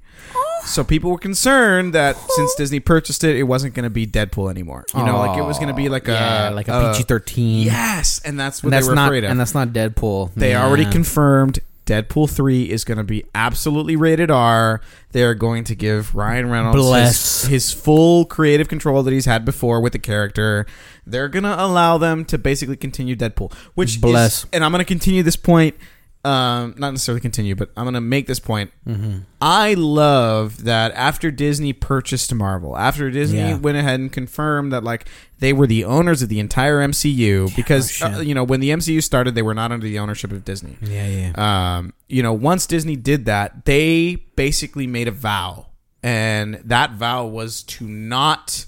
So people were concerned that since Disney purchased it, it wasn't going to be Deadpool anymore. You know, like it was going to be like
yeah,
a
like a PG thirteen.
Yes, and that's what
and that's
Uh, they were
not
afraid of.
and that's not Deadpool.
They
Yeah.
already confirmed Deadpool 3 is going to be absolutely rated R. They are going to give Ryan Reynolds
Bless.
His, his full creative control that he's had before with the character. They're going to allow them to basically continue Deadpool, which
Bless.
is and I'm going to continue this point um not necessarily continue, but I'm going to make this point.
Mm-hmm.
I love that after Disney purchased Marvel, after Disney
Yeah.
went ahead and confirmed that like they were the owners of the entire MCU because
no
uh,
oh, shit.
you know when the MCU started they were not under the ownership of Disney.
Yeah, yeah.
Um, you know, once Disney did that, they basically made a vow, and that vow was to not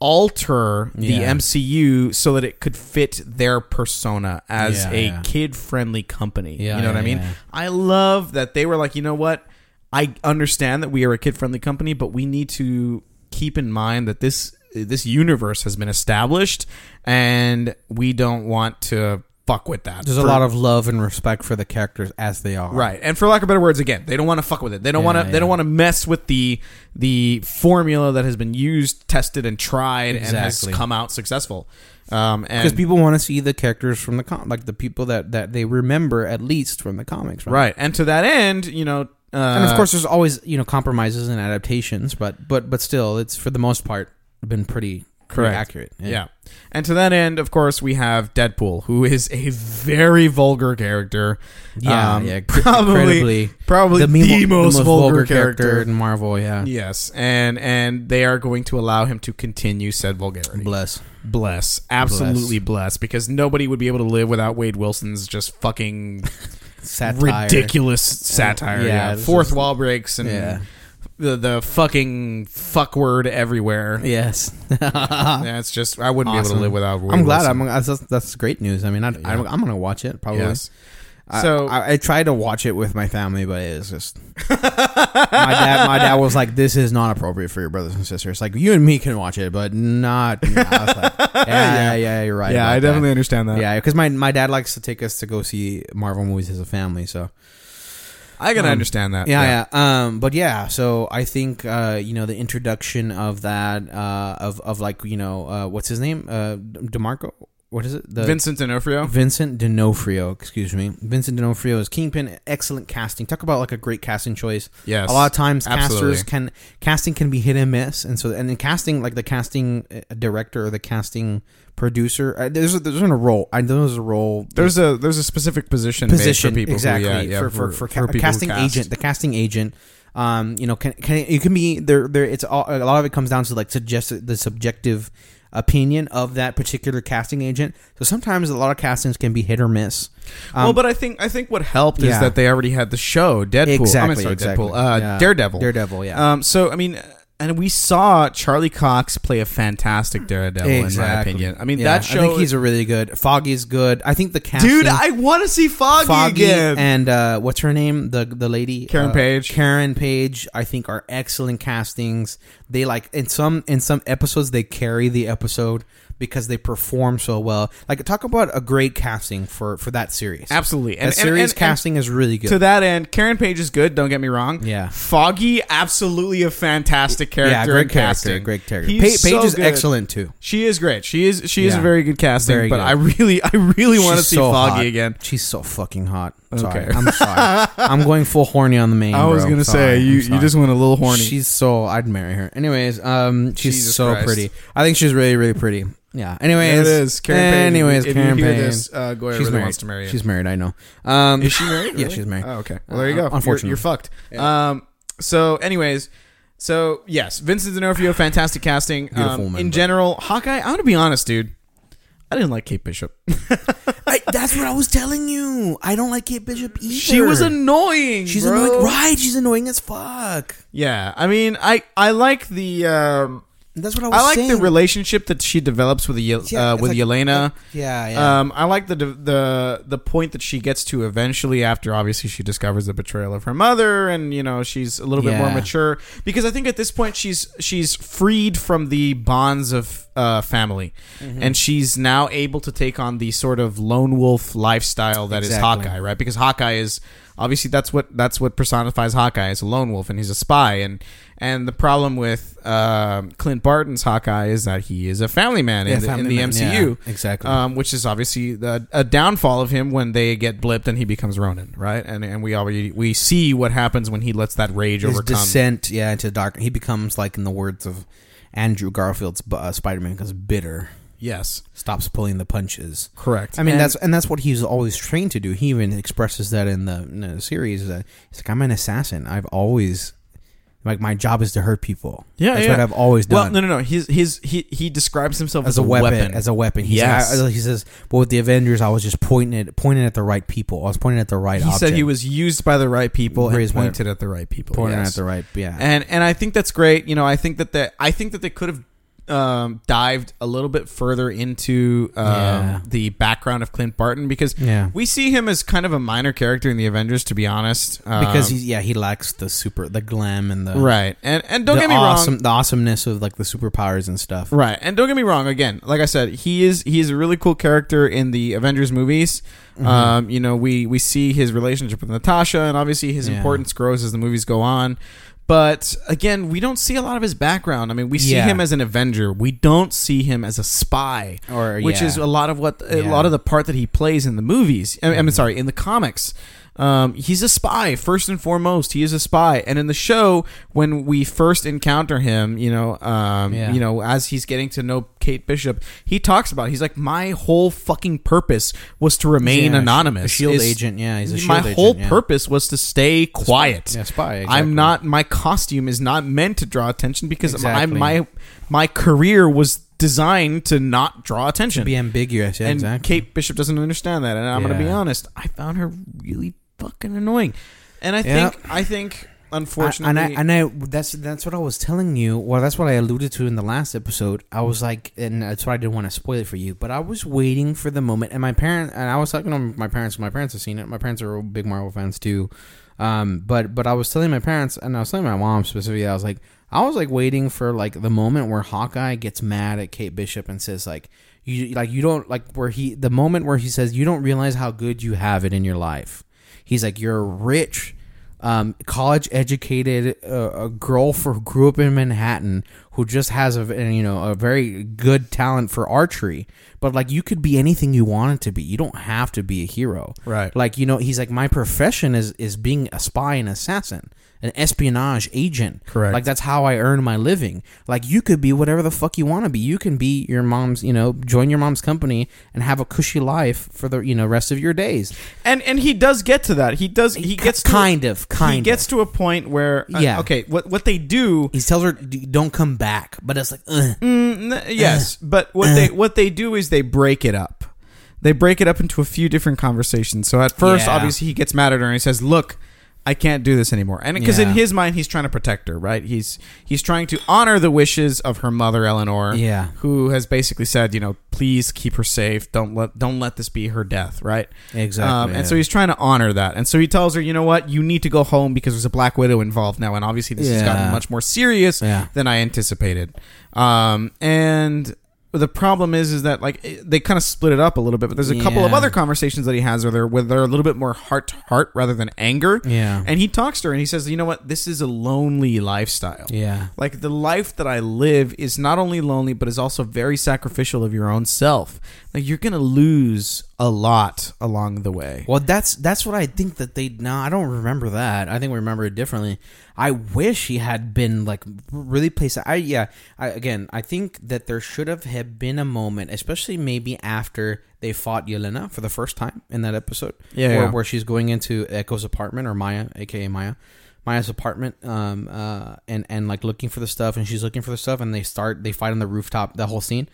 alter the
Yeah.
MCU so that it could fit their persona as
Yeah,
a
yeah.
kid-friendly company.
Yeah,
you know what
yeah,
I mean?
yeah.
I love that they were like, you know what? I understand that we are a kid-friendly company, but we need to keep in mind that this this universe has been established, and we don't want to fuck with that.
There's a lot of love and respect for the characters as they are.
Right, and for lack of better words, again, they don't want to fuck with it. They don't want to. They
yeah.
don't want to mess with the the formula that has been used, tested, and tried, and has
Exactly.
come out successful. Um,
Because
and
people want to see the characters from the com, like the people that that they remember at least from the comics. Right.
right, and to that end, you know, uh,
and of course there's always you know compromises and adaptations but but but still it's for the most part been pretty
Correct.
accurate.
Yeah.
Yeah.
And to that end, of course, we have Deadpool, who is a very vulgar character.
Yeah,
Um,
yeah, cr-
Probably,
incredibly-
probably the,
memo-
most, vulgar, character.
in Marvel. Yeah.
Yes, and and they are going to allow him to continue said vulgarity.
Bless.
Bless, absolutely bless. because nobody would be able to live without Wade Wilson's just fucking
Satire.
ridiculous satire.
yeah,
Yeah,
this
fourth wall breaks and
Yeah.
the the fucking fuck word everywhere. Yeah.
Yes.
it's just I wouldn't be
Uh-huh.
able
Awesome.
to live without. Wade
I'm glad.
Wilson.
I'm. That's, that's great news. I mean, I, I, am gonna watch it probably.
Yes.
I-
So-
I, I tried to watch it with my family, but it was just my dad. My dad was like, "This is not appropriate for your brothers and sisters. Like you and me can watch it, but not." you know." I was like, yeah, yeah, yeah, you're right.
Yeah,
about
I definitely
that.
understand that.
Yeah, because my my dad likes to take us to go see Marvel movies as a family. So
I can understand that.
Um, yeah, yeah. Um, but yeah, so I think uh, you know the introduction of that uh, of of like you know uh, what's his name uh, Demarco. What is it? The
Vincent D'Onofrio.
Vincent D'Onofrio, excuse me. Vincent D'Onofrio is Kingpin. Excellent casting. Talk about like a great casting choice.
Yes,
A lot of times
absolutely.
casters can casting can be hit and miss, and so and then casting like the casting uh, director or the casting producer. Uh, there's a, there's a role. I know there's a role.
There's a there's a specific position made
position
for people who-
exactly
yeah, yeah,
for for, for, ca- a
people who
casting
cast.
agent. The casting agent. Um, you know, can can you can be there. There, it's all, a lot of it comes down to like suggest the subjective opinion of that particular casting agent. So sometimes a lot of castings can be hit or miss.
well, but I think I think what helped is
Um, Yeah.
that they already had the show Deadpool. I
Exactly,
mean, sorry,
exactly.
Deadpool. Uh,
Yeah.
Daredevil.
Daredevil, yeah.
Um, so I mean, and we saw Charlie Cox play a fantastic Daredevil in my
Exactly.
opinion. I mean,
Yeah,
that
I
show.
think he's a really good. Foggy's good. I think the casting.
dude. I want to see Foggy,
Foggy
again.
and uh, what's her name? The the lady
Karen
uh,
Page.
Karen Page. I think are excellent castings. They like in some in some episodes they carry the episode because they perform so well. Like talk about a great casting for for that series.
Absolutely.
and,
And- and-
series
and- and-
casting is really good.
to that end, Karen Page is good. Don't get me wrong.
Yeah.
Foggy, absolutely a fantastic character.
yeah, great
and
character,
casting.
great character.
He's
Pa- Page
so
is
good.
excellent too.
She is great. She is she is a
Yeah.
very good casting.
Very
but
good.
I really I really want to
She's
see
so
Foggy
hot.
again.
She's so fucking hot. Sorry,
Okay.
I'm sorry. I'm going full horny on the main.
I was
bro.
gonna
Sorry.
say
I'm
you, you
sorry.
just went a little horny.
She's so I'd marry her. Anyways, um, she's
Jesus
so
Christ.
pretty. I think she's really really pretty. Yeah. Anyways,
There it is. Karen Payne.
Anyways,
If you
Karen
hear
Payne.
this, uh, Goya
she's
really
married.
wants to marry you.
She's married. I know. Um,
is she married?
Yeah,
Really?
she's married.
Oh, okay. Well, there you go.
Uh, unfortunately.
you're, you're fucked. Um. So, anyways. So yes, Vincent D'Onofrio, fantastic casting. Um,
Beautiful woman,
in
but-
general, Hawkeye. I'm gonna be honest, dude. I didn't like Kate Bishop.
I, that's what I was telling you. I don't like Kate Bishop either.
She was annoying.
She's
bro.
annoying. Right? She's annoying as fuck.
Yeah, I mean, I I like the um,
That's what I was.
I like
saying.
the relationship that she develops with
Yeah,
Ye- uh,
it's
with
like-
Yelena.
Yeah. Yeah.
Um, I like the the the point that she gets to eventually after obviously she discovers the betrayal of her mother and you know she's a little bit more
Yeah.
mature because I think at this point she's she's freed from the bonds of uh, family
Mm-hmm.
and she's now able to take on the sort of lone wolf lifestyle that is
Exactly.
Hawkeye right because Hawkeye is obviously that's what that's what personifies Hawkeye is a lone wolf and he's a spy and and the problem with um Clint Barton's Hawkeye is that he is a family man in,
Yeah,
the,
family
in the
man,
MCU
yeah, exactly.
um, which is obviously the, a downfall of him when they get blipped and he becomes Ronin, right? And and we already we see what happens when he lets that rage
his
overcome.
descent, yeah, into dark. He becomes like in the words of Andrew Garfield's uh, Spider-Man, becomes bitter.
Yes,
Stops pulling the punches.
correct.
I mean,
And-
that's and that's what he's always trained to do. He even expresses that in the, in the series that he's like, "I'm an assassin. I've always like my job is to hurt people.
yeah,
that's
yeah.
what I've always
Well,
done."
no, no, no. His his he he describes himself
As a weapon, as a weapon. He's
Yes.
like, I- he says, "But with the Avengers, I was just pointing at pointing at the right people. I was pointing at the right."
he said
object.
he was used by the right people and
Raised by-
pointed at the right people.
pointing
yes.
at the right. Yeah,
and and I think that's great. You know, I think that the I think that they could have um, dived a little bit further into um,
Yeah.
the background of Clint Barton because
Yeah.
we see him as kind of a minor character in the Avengers, to be honest, um,
because he's yeah he lacks the super the glam and the
right and and don't
the
get me
awesome,
wrong.
the awesomeness of like the superpowers and stuff.
Right, and don't get me wrong. Again, like I said, he is he is a really cool character in the Avengers movies.
Mm-hmm.
Um, you know, we we see his relationship with Natasha, and obviously his
Yeah.
importance grows as the movies go on. But again, we don't see a lot of his background. I mean, we see
Yeah.
him as an Avenger. We don't see him as a spy,
Or,
which
yeah.
is a lot of what a
Yeah.
Mm-hmm.
lot of the part that he plays in the movies. I mean, I'm sorry, in the comics. Um, he's a spy first and foremost. He is a spy, and in the show, when we first encounter him, you know, um,
Yeah.
you know, as he's getting to know Kate Bishop, he talks about it. he's like, my whole fucking purpose was to remain
Yeah, a sh-
anonymous.
a shield
It's-
agent, yeah, he's a
my
shield agent,
whole
yeah.
purpose was to stay quiet.
Yeah, spy, exactly.
I'm not. My costume is not meant to draw attention because
Exactly.
I'm, my my career was designed to not draw attention
Be ambiguous. Yeah,
and
exactly.
Kate Bishop doesn't understand that. And I'm going to be
Yeah.
honest, I found her really fucking annoying. And I
Yeah.
think, I think,
I-
unfortunately,
and I and I that's that's what I was telling you. Well, that's what I alluded to in the last episode. I was like, and that's why I didn't want to spoil it for you. But I was waiting for the moment, and my parent and I was talking to my parents. My parents have seen it. My parents are big Marvel fans too. Um, but but I was telling my parents, and I was telling my mom specifically. I was like, I was like waiting for like the moment where Hawkeye gets mad at Kate Bishop and says like. You like you don't like where he the moment where he says you don't realize how good you have it in your life. He's like you're rich, um, college educated uh, a girl for who grew up in Manhattan who just has a v- you know a very good talent for archery but like you could be anything you wanted to be you don't have to be a hero
Right.
like you know he's like my profession is is being a spy and assassin an espionage agent
Correct.
like that's how I earn my living like you could be whatever the fuck you want to be you can be your mom's you know join your mom's company and have a cushy life for the you know rest of your days
and and he does get to that. He does. He gets to,
kind of kind
He
of.
gets to a point where, uh,
Yeah.
okay, what what they do
He tells her, "D- "Don't come back," but it's like, Ugh.
N- Uh, yes, but what they what they do is they break it up. They break it up into a few different conversations. So at first,
Yeah.
obviously, he gets mad at her and he says, "Look, I can't do this anymore." And because in
Yeah.
his mind, he's trying to protect her, right? He's he's trying to honor the wishes of her mother, Eleanor,
Yeah.
who has basically said, you know, please keep her safe. Don't let don't let this be her death, right?
Exactly,
Um, and so
yeah.
he's trying to honor that. And so he tells her, you know what, you need to go home because there's a Black Widow involved now, and obviously this has gotten
Yeah.
much more serious
Yeah.
than I anticipated. Um, and the problem is, is that like it- they kind of split it up a little bit, but there's a couple of
Yeah.
other conversations that he has where they're where they're a little bit more heart to heart rather than anger.
Yeah.
and he talks to her and he says, you know what, this is a lonely lifestyle.
Yeah.
Like the life that I live is not only lonely, but is also very sacrificial of your own self. Like you're gonna lose a lot along the way.
Well, that's that's what I think that they. No, I don't remember that. I think we remember it differently. I wish he had been like really placed. I yeah. I, again, I think that there should have had been a moment, especially maybe after they fought Yelena for the first time in that episode.
Yeah,
where,
yeah.
where she's going into Echo's apartment or Maya, aka Maya. Maya's apartment, um, uh, and and like looking for the stuff, and she's looking for the stuff, and they start they fight on the rooftop. That whole scene,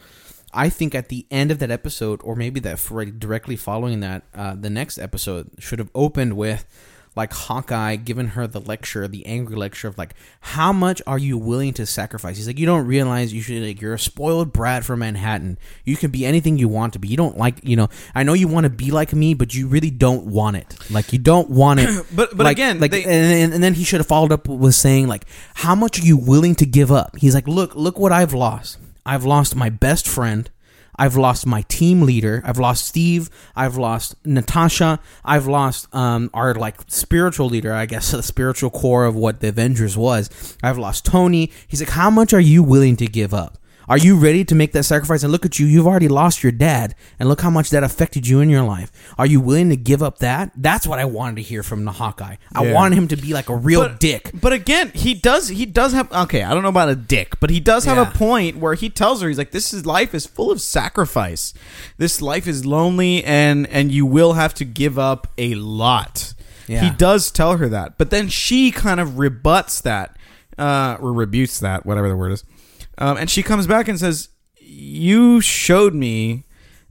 I think at the end of that episode, or maybe that for directly following that, uh, the next episode should have opened with like Hawkeye giving her the lecture, the angry lecture of like, how much are you willing to sacrifice? He's like, you don't realize you should like you're a spoiled brat from Manhattan. You can be anything you want to be. You don't like you know. I know you want to be like me, but you really don't want it. Like you don't want it.
But- but
Like-
again,
like
they-
and, and, and then he should have followed up with saying like how much are you willing to give up he's like look look what i've lost i've lost my best friend i've lost my team leader i've lost steve i've lost natasha i've lost um, our like spiritual leader i guess the spiritual core of what the avengers was i've lost tony he's like how much are you willing to give up are you ready to make that sacrifice? And look at you, you've already lost your dad, and look how much that affected you in your life. Are you willing to give up that? That's what I wanted to hear from the Hawkeye. I wanted him to be like a real dick.
But again, he does he does have okay, I don't know about a dick, but he does have
Yeah.
a point where he tells her he's like this is life is full of sacrifice. This life is lonely and and you will have to give up a lot.
Yeah.
He does tell her that. But then she kind of rebuts that uh or rebukes that, whatever the word is. Um, and she comes back and says, "You showed me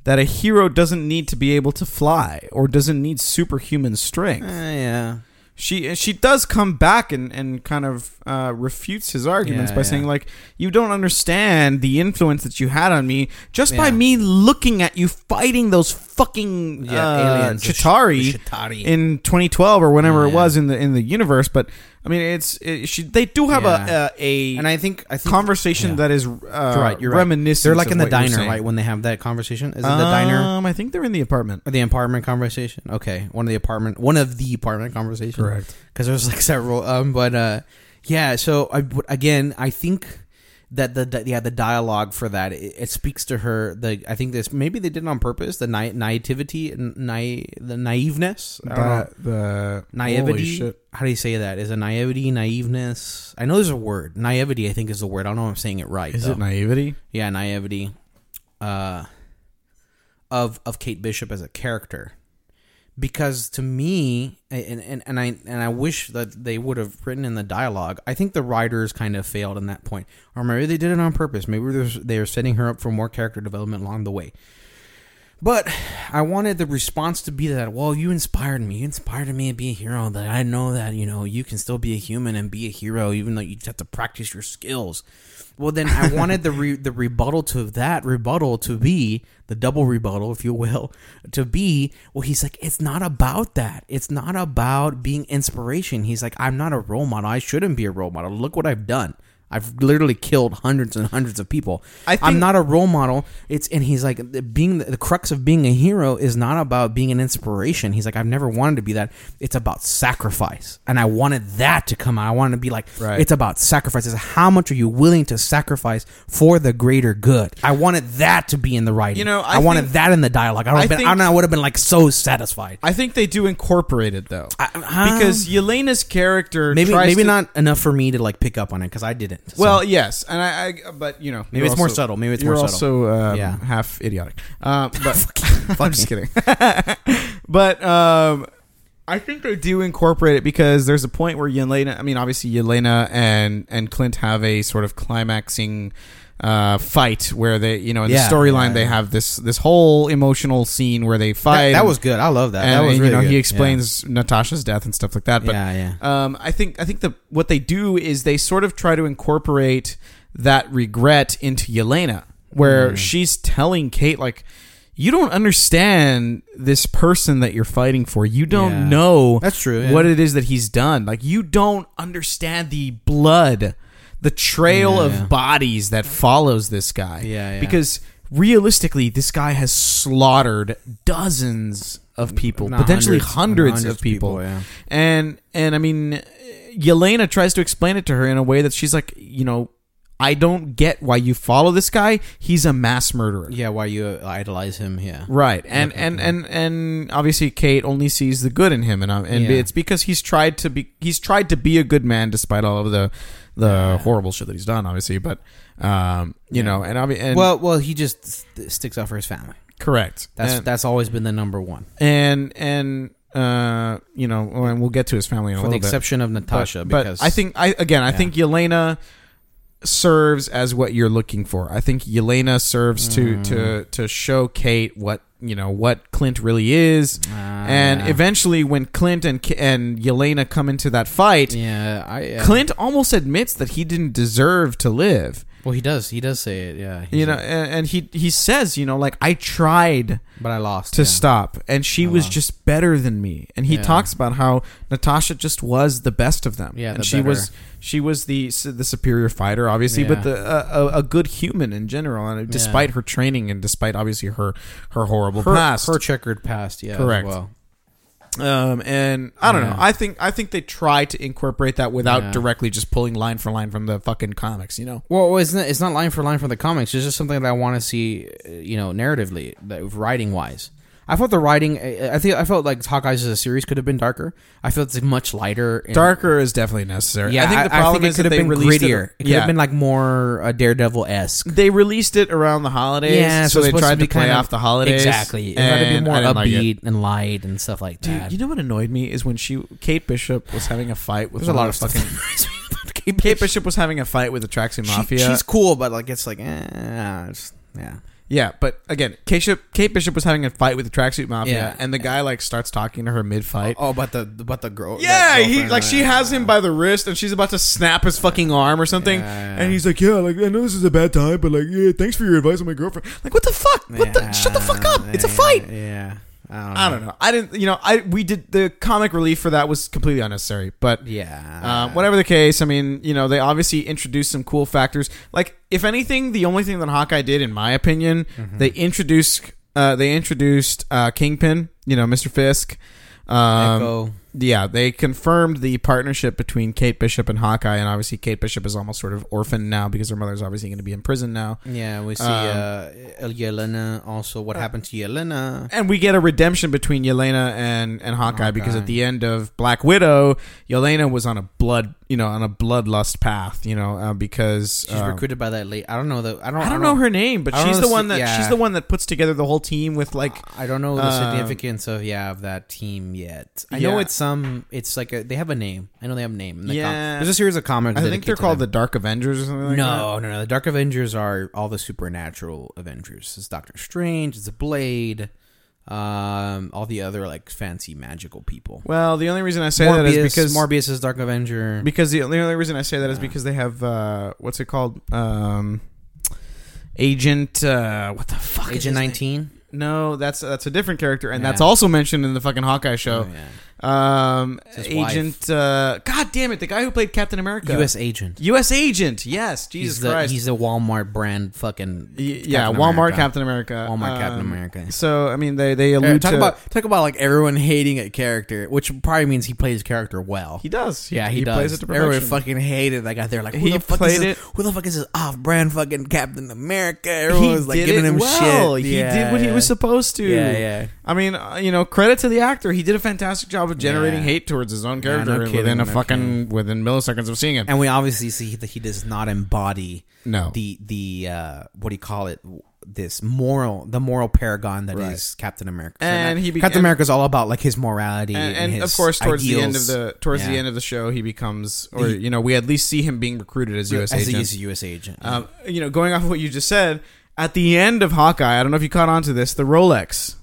that a hero doesn't need to be able to fly or doesn't need superhuman strength."
Uh, yeah.
she she does come back and, and kind of uh, refutes his arguments
Yeah,
by
yeah.
saying like you don't understand the influence that you had on me just by
Yeah.
me looking at you fighting those fucking
Yeah,
uh,
aliens, the sh-
Chitauri,
the Chitauri.
in 2012 or whenever it
Yeah.
was in the in the universe but I mean it's it, she they do have
Yeah.
a, uh, a a
And I think I think
conversation
yeah.
that is uh,
You're right. You're right.
reminiscent
They're like
of
in the
what you're
diner,
saying.
right? When they have that conversation, is it the diner
um, I think they're in the apartment
or the apartment conversation? Okay, one of the apartment, one of the apartment conversations.
Correct.
Because there's like several. Um, but uh, yeah. So I but again, I think that the, the yeah the dialogue for that it, it speaks to her. The I think this maybe they did it on purpose. The na- naivety and na- the naiveness. I don't know.
That- the
Naivety.
Holy shit.
How do you say that? Is it naivety, naiveness? I know there's a word. Naivety, I think, is the word. I don't know if I'm saying it right.
Is
though.
it naivety?
yeah, naivety. Uh, of of Kate Bishop as a character, because to me, and and, and I and I wish that they would have written in the dialogue. I think the writers kind of failed in that point, or maybe they did it on purpose. Maybe there's- they were setting her up for more character development along the way. But I wanted the response to be that, well, you inspired me. You inspired me to be a hero. That I know that, you know, you can still be a human and be a hero, even though you just have to practice your skills. Well, then I wanted the, re- the rebuttal to that rebuttal to be, the double rebuttal, if you will, to be, well, he's like, it's not about that. It's not about being inspiration. He's like, I'm not a role model. I shouldn't be a role model. Look what I've done. I've literally killed hundreds and hundreds of people.
I think-
I'm not a role model. It's and he's like the- being the, the crux of being a hero is not about being an inspiration. He's like I've never wanted to be that. It's about sacrifice, and I wanted that to come out. I wanted to be like
Right.
it's about sacrifice. It's how much are you willing to sacrifice for the greater good? I wanted that to be in the writing.
You know, I
wanted
think-
that in the dialogue. I would
I
have been. I
think-
don't know. I would have been like so satisfied.
I think they do incorporate it though,
um,
because Yelena's character
Maybe
tries
maybe
to-
not enough for me to like pick up on it because I didn't. So-
Well, yes, and I, I but you know,
Maybe
you're
it's more
also-
subtle. Maybe it's
you're
more subtle.
also um,
Yeah.
half idiotic. Um, but I'm just kidding. but um, I think they do incorporate it because there's a point where Yelena. I mean, obviously Yelena and and Clint have a sort of climaxing uh, fight where they, you know, in
Yeah,
the storyline
yeah,
they
yeah.
have this this whole emotional scene where they
that,
fight.
that was good. I love that.
and,
that was
you
really
know
good.
he
Yeah.
explains Natasha's death and stuff like that. But
Yeah, yeah.
um, I think I think the what they do is they sort of try to incorporate that regret into Yelena, where
Hmm.
she's telling Kate like, "You don't understand this person that you're fighting for. You don't
Yeah.
know
That's true, yeah.
what it is that he's done. Like you don't understand the blood, the trail
Yeah,
of
yeah.
bodies that follows this guy.
Yeah, yeah.
because." Realistically, this guy has slaughtered dozens of people,
Not
potentially
hundreds,
hundreds,
hundreds
of people.
people, yeah.
And and I mean, Yelena tries to explain it to her in a way that she's like, you know, I don't get why you follow this guy. He's a mass murderer.
Yeah, why you uh, idolize him? Yeah,
Right, and and, and and obviously Kate only sees the good in him, and um, and
Yeah.
it's because he's tried to be he's tried to be a good man despite all of the the horrible shit that he's done, obviously. But um, you know, and obvi- and
Well, well, he just st- sticks up for his family.
correct.
That's
and,
that's always been the number one,
and and uh, you know, and we'll get to his family in a
with the
little bit.
exception of Natasha.
But- but,
because
I think I again I think Yelena serves as what you're looking for. I think Yelena serves
Mm.
to to to show Kate what you know what Clint really is,
Ah,
and eventually when Clint and K- and Yelena come into that fight,
yeah, I yeah.
Clint almost admits that he didn't deserve to live.
Well, he does. He does say it. Yeah, he's
You know,
like,
and, and he he says you know like I tried
but I lost
to
yeah. Oh,
stop and she was just better than me and he
Yeah.
talks about how natasha just was the best of them
Yeah,
and
the
she was she was the s- the superior fighter obviously but
Yeah.
the uh, a, a, a good human in general and despite her training and despite obviously her her horrible
her,
past
her checkered past. Yeah, as
Correct.
well,
um and i don't know
Yeah.
i think i think they try to incorporate that without
Yeah.
directly just pulling line for line from the fucking comics you know
well, it's not, it's not line for line from the comics. It's just something that I want to see, uh, you know, narratively, that writing wise. I thought the writing. I I think I felt like Hawkeyes as a series could have been darker. I felt it's much lighter. and-
darker is definitely necessary
Yeah,
i think the problem
it
is
could
that
have
they
been
released
grittier. It,
it
could have been like more uh, Daredevil esque.
they released it around the holidays,
Yeah,
so,
so,
they
it's supposed
tried
be
to play
kind of-
off the holidays
Exactly, it had to be
and
more
I didn't like it.
upbeat and light and stuff like
Dude,
that.
you know what annoyed me is when she Kate Bishop was having a fight with
There's a
one
lot of
the
stuff.
fucking
Kate
Kate Bishop was having a fight with the Traxxas
She-
Mafia.
she's cool, but like it's like, eh, it's- yeah.
yeah, but again, Kate Bishop, Kate Bishop was having a fight with the Tracksuit Mafia,
Yeah.
and the guy like starts talking to her mid fight.
Oh, but the but the girl.
yeah, he like she has him by the wrist, and she's about to snap his fucking arm or something,
Yeah.
and he's like, "Yeah, like I know this is a bad time, but like, yeah, thanks for your advice on my girlfriend." Like, what the fuck? What the? Shut the fuck up! It's a fight.
Yeah,
I don't know. I didn't. You know, I we did the comic relief for that was completely unnecessary, but
Yeah,
Uh, whatever the case, I mean, you know, they obviously introduced some cool factors. Like, if anything, the only thing that Hawkeye did, in my opinion,
Mm-hmm.
they introduced uh, they introduced uh, Kingpin, you know, Mr. Fisk, um,
Echo.
yeah, they confirmed the partnership between Kate Bishop and Hawkeye, and obviously Kate Bishop is almost sort of orphaned now because her mother's obviously going to be in prison now.
Yeah, we see
Um,
uh, Yelena. Also,
uh,
what happened to Yelena?
And we get a redemption between Yelena and, and Hawkeye, because at the end of Black Widow, Yelena was on a blood, you know, on a bloodlust path, you know, uh, because
She's
um,
recruited by that late. I don't know the. I don't.
I don't know her name, but
I don't
she's
know
the
the
one
si-
that
yeah. Ah,
she's the one that puts together the whole team with like
I don't know the
Um,
significance of yeah of that team yet. I
yeah.
know it's some. It's like a, they have a name. I know they have a name. in the com-
Yeah.
there's a series of comics.
I think they're
dedicated to
called
them.
the Dark Avengers or something like that.
No, no, no. The Dark Avengers are all the supernatural Avengers. It's Doctor Strange. It's Blade. Um, all the other like fancy magical people.
Well, the only reason I say that
Morbius,
is because
Morbius is Dark Avenger.
because the only, the only reason I say that is because they have uh, what's it called? Um, Agent uh, what the fuck? is his
Agent
name?
nineteen.
No, that's that's a different character, and that's
Yeah.
also mentioned in the fucking Hawkeye show.
Oh, yeah.
Um,
his
Agent. Uh, God damn it! The guy who played Captain America.
U.S. Agent.
U.S. Agent. Yes, Jesus
He's the
Christ.
he's the Walmart brand fucking
Y- yeah,
Captain
Walmart
America.
Captain America.
Walmart Captain
Um,
America.
So I mean, they they
Yeah,
allude
talk
Uh, to
about talk about like everyone hating a character, which probably means he plays his character well.
he does.
yeah, he, does.
plays it to
Everyone
perfection.
fucking hated that guy. They're like, who
He
the fuck
played
is this,
it-
Who the fuck is this off-brand fucking Captain America?
He
Everyone was like
did
giving
it
him
well.
shit.
He did what he was supposed to.
Yeah, yeah.
I mean, uh, you know, credit to the actor. He did a fantastic job of generating
Yeah.
hate towards his own
no
character
kidding,
within a
no
fucking within milliseconds of seeing it.
And we obviously see that he does not embody
No.
the the uh, what do you call it? This moral, the moral paragon that is Captain America.
And he be-
Captain
and-
America's all about like his morality
and,
and,
and
his
of course, towards the end of
ideals.
the towards the
Yeah.
end of the show, he becomes, or you know, we at least see him being recruited as U.S.
as
agent.
a as a U.S. agent.
Um, you know, going off of what you just said, at the end of Hawkeye, I don't know if you caught on to this, the Rolex,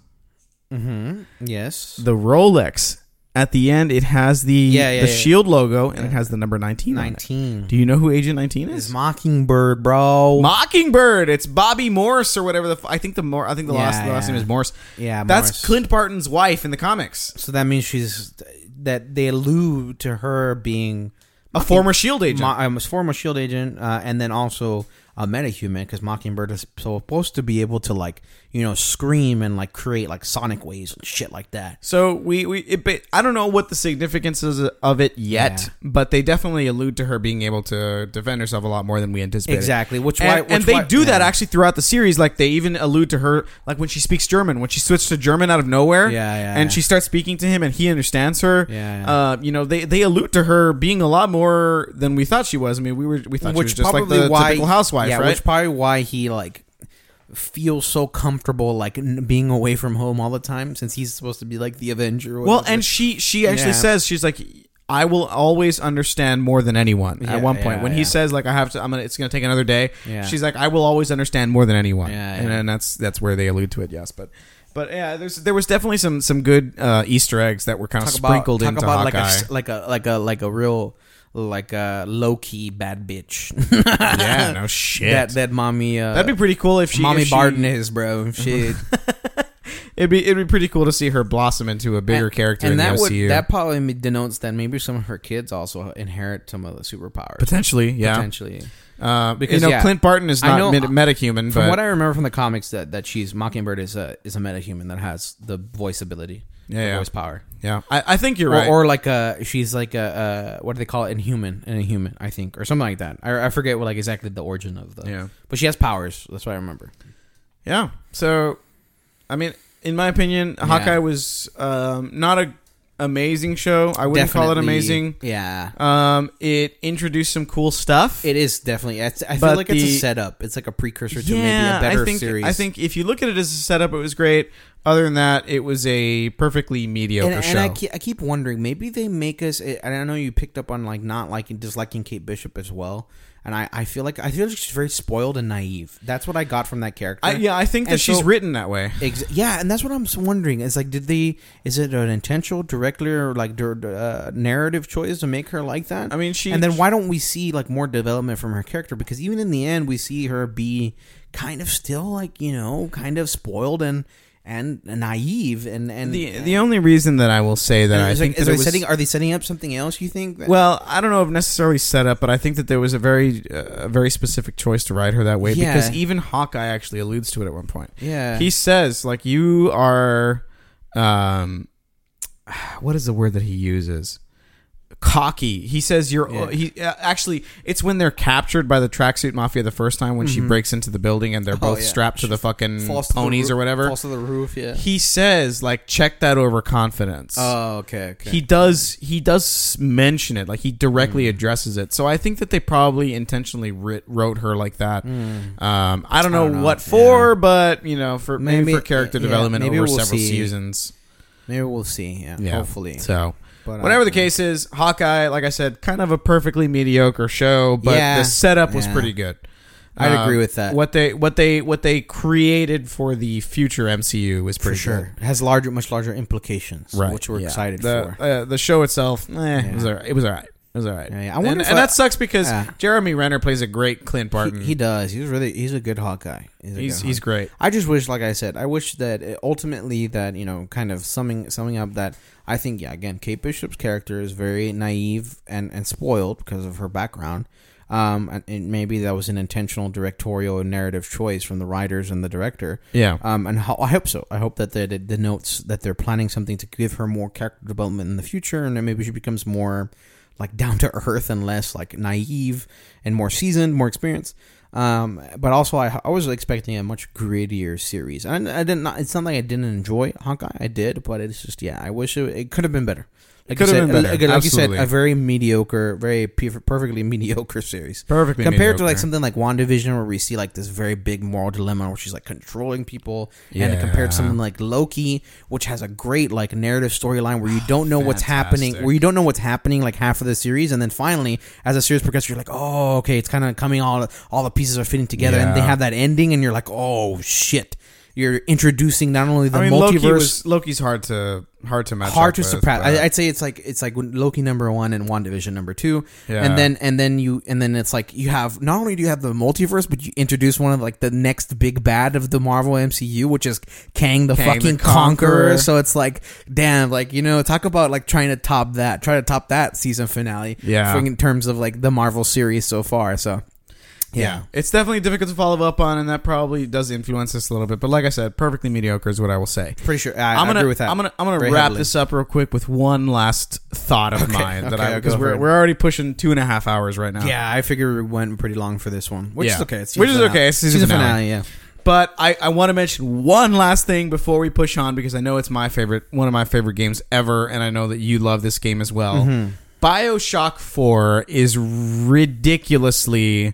yes,
the Rolex. At the end, it has the
Yeah, yeah,
the
yeah.
Shield logo, and it has the number nineteen. on it.
19.
Do you know who Agent Nineteen is?
It's Mockingbird, bro.
Mockingbird. It's Bobby Morse or whatever the. F- I think the more. I think the
Yeah,
last the last
yeah.
name is Morse.
Yeah,
that's
Morse.
Clint Barton's wife in the comics,
so that means she's that they allude to her being
a former Shield agent.
mo- um, a former shield agent, uh, and then also a metahuman because Mockingbird is supposed to be able to like you know scream and like create like sonic waves and shit like that.
so we we it, but I don't know what the significance is of it yet,
Yeah.
but they definitely allude to her being able to defend herself a lot more than we anticipated.
Exactly, which
And,
why
and
which
they
why-
do that
yeah.
actually throughout the series. Like they even allude to her, like when she speaks German, when she switched to German out of nowhere,
Yeah, yeah,
and
yeah.
she starts speaking to him, and he understands her.
Yeah, yeah.
Uh, you know, they they allude to her being a lot more than we thought she was. I mean, we were we thought
which
she was just like
probably
the
why
typical housewife,
yeah,
right?
Which probably why he like feels so comfortable like n- being away from home all the time since he's supposed to be like the Avenger. Or
well,
whatever.
and she she actually
Yeah.
says she's like. I will always understand more than anyone.
Yeah,
at one point,
yeah,
when he
yeah.
says like I have to, I'm gonna, it's gonna take another day.
Yeah.
She's like, I will always understand more than anyone,
Yeah,
and,
yeah.
and that's that's where they allude to it. Yes, but but yeah, there's there was definitely some some good uh, Easter eggs that were kind of
talk about,
sprinkled
talk
into
about
Hawkeye.
like a s- like a like a like a real like a low key bad bitch.
yeah, no shit.
that
That,
that mommy uh,
would be pretty cool if she,
mommy
if she-
Barton is bro. Shit.
It'd be it'd be pretty cool to see her blossom into a bigger character
and
in
that
the
would
MCU.
that probably me- denotes that maybe some of her kids also inherit some of the superpowers
potentially, yeah.
potentially.
Uh, because
Because,
you know,
yeah.
Clint Barton is
I
not
know-
mid- metahuman,
From
but
what I remember from the comics, that, that she's Mockingbird is a is a metahuman that has the voice ability,
Yeah,
the
yeah.
voice power,
yeah, I, I think you're
or,
right.
or like a she's like a, uh what do they call it? Inhuman, an inhuman, I think, or something like that. I, I forget what like exactly the origin of the.
Yeah.
but she has powers. That's what I remember.
yeah. So, I mean, in my opinion, Hawkeye was um, not a amazing show. I wouldn't call it
Definitely-
amazing.
Yeah,
Um, it introduced some cool stuff.
it is definitely. It's, I feel
But
like it's
the-
a setup. It's like a precursor to maybe a better
I think,
series.
I think if you look at it as a setup, it was great. Other than that, it was a perfectly mediocre
and, and
show.
I, keep, I keep wondering maybe they make us eh, and i know you picked up on like not liking disliking kate bishop as well and i, I feel like i feel like she's very spoiled and naive that's what i got from that character
I, yeah, I think that
And
she's
so-
written that way.
Ex- yeah and that's what i'm s- wondering is like did they is it an intentional directly or like dir- uh, narrative choice to make her like that
I mean, she-
and then why don't we see like more development from her character because even in the end we see her be kind of still like you know kind of spoiled and and naive and and
The the only reason that I will say that I
is
think
like, is
that
they
it was,
setting, are they setting up something else? You think? That,
well, I don't know if necessarily set up, but I think that there was a very uh, a very specific choice to write her that way
Yeah.
because even Hawkeye actually alludes to it at one point.
yeah.
He says like you are um what is the word that he uses? Cocky. He says you're. He uh, actually, it's when they're captured by the tracksuit mafia the first time when she breaks into the building and they're both
Mm-hmm. Oh, yeah.
strapped to the fucking
Falls to the
ponies
roo-
or whatever.
Falls to the roof. Yeah.
He says like, check that overconfidence.
oh, okay. Okay. Mm.
He does. He does mention it. Like he directly addresses it. So I think that they probably intentionally writ, wrote her like that.
Mm.
Um, I don't know what for, but you know, for maybe,
Maybe-
for character
yeah,
development
maybe
over
we'll
several
see.
seasons.
Maybe we'll see. Yeah.
Yeah.
Hopefully.
So,
But, uh,
whatever the case is, Hawkeye, like I said, kind of a perfectly mediocre show, but
Yeah.
the setup was
Yeah.
pretty good. Uh,
I'd agree with that.
What they what they what they created for the future MCU was
for
pretty good.
sure. It has larger, much larger implications,
Right,
which we're
yeah.
excited
the,
for.
Uh, the show itself, eh, it was all right. It was all right. It was all right.
Yeah, yeah. I
And,
wonder if
and
I-
that sucks because
Yeah.
Jeremy Renner plays a great Clint Barton.
He, he does. He's really. He's a good Hawkeye. a
Mm-hmm. he's
good
he's great.
I just wish, like I said, I wish that uh, ultimately that you know, kind of summing summing up that I think yeah, again, Kate Bishop's character is very naive and and spoiled because of her background. Um, and, and maybe that was an intentional directorial and narrative choice from the writers and the director.
Yeah.
Um, and ho- I hope so. I hope that that it denotes that they're planning something to give her more character development in the future, and then maybe she becomes more like down to earth and less like naive and more seasoned, more experienced. Um, but also I, I was expecting a much grittier series, and I, didn't. Not, it's not like I didn't enjoy Hawkeye. I did, but it's just yeah. I wish it, it could have been better. Like
could
you
have
said,
been better.
Like, like you said,
Absolutely.
a very mediocre, very perf- perfectly mediocre series
Perfectly
compared to like
mediocre.
something like WandaVision where we see like this very big moral dilemma where she's like controlling people and compared to
Yeah.
something like Loki which has a great like narrative storyline where you don't know what's happening
Fantastic.
where you don't know what's happening like half of the series and then finally as the series progresses you're like oh okay it's kind of coming all all the pieces are fitting together and they
Yeah.
have that ending and you're like oh shit you're introducing not only the
I mean,
multiverse
Loki was Loki's hard to hard to match.
hard
up
to
with,
surpass.
but-
I, I'd say it's like it's like when Loki number one and WandaVision number two,
Yeah.
and then and then you and then it's like you have not only do you have the multiverse, but you introduce one of like the next big bad of the Marvel MCU, which is Kang the
Kang the
fucking Conqueror.
Conqueror.
So it's like damn, like you know, talk about like trying to top that, try to top that season finale,
Yeah.
for- in terms of like the Marvel series so far. So yeah,
It's definitely difficult to follow up on, and that probably does influence us a little bit. But like I said, perfectly mediocre is what I will say.
pretty sure I,
am gonna,
agree with that.
I'm gonna, I'm gonna
Very
wrap
heavily.
this up real quick with one last thought of mine that
okay,
I because
go for
we're,
it.
we're already pushing two and a half hours right now.
Yeah, I figure we went pretty long for this one, which
Yeah.
is okay. It's
Which is
season
okay, it's season finale.
Yeah.
But I, I want to mention one last thing before we push on because I know it's my favorite, one of my favorite games ever, and I know that you love this game as well.
Mm-hmm.
Bioshock 4 is ridiculously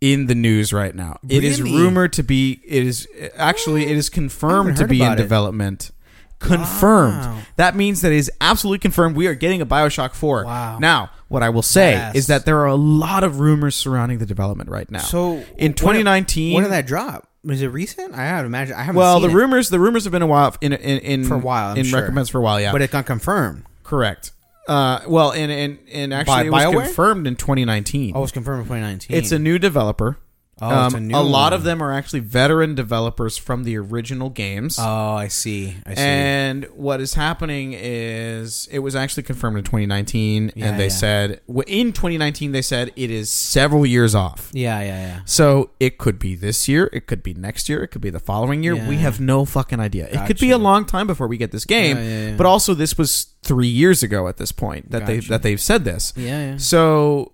in the news right now. It is
Really?
rumored to be, it is actually, it is confirmed to
heard
be in
about it.
development. Confirmed. That means that it is absolutely confirmed. We are getting a Bioshock 4.
Wow.
Now, what I will say
Yes.
is that there are a lot of rumors surrounding the development right now.
So
in
when-
2019,
when did that drop? Was it recent? I haven't imagined. I haven't.
well,
seen
the
it,
rumors the rumors have been a while in in, in
For a while, I'm
in
sure.
recompense for a while. Yeah,
but it got confirmed.
correct. Uh, well, and and and actually, it was
BioWare?
confirmed in 2019.
Oh, it was confirmed in 2019.
it's a new developer. Um,
Oh, it's a new
lot
one.
of them are actually veteran developers from the original games.
Oh, I see. I see.
And what is happening is it was actually confirmed in 2019,
Yeah,
and they
yeah.
said w- in 2019 they said it is several years off.
yeah, yeah, yeah.
So it could be this year, it could be next year, it could be the following year. We
Yeah.
have no fucking idea. It could be a long time before we get this game.
Yeah, yeah, yeah.
But also, this was three years ago at this point that they
Gotcha.
that they've said this.
Yeah, yeah.
So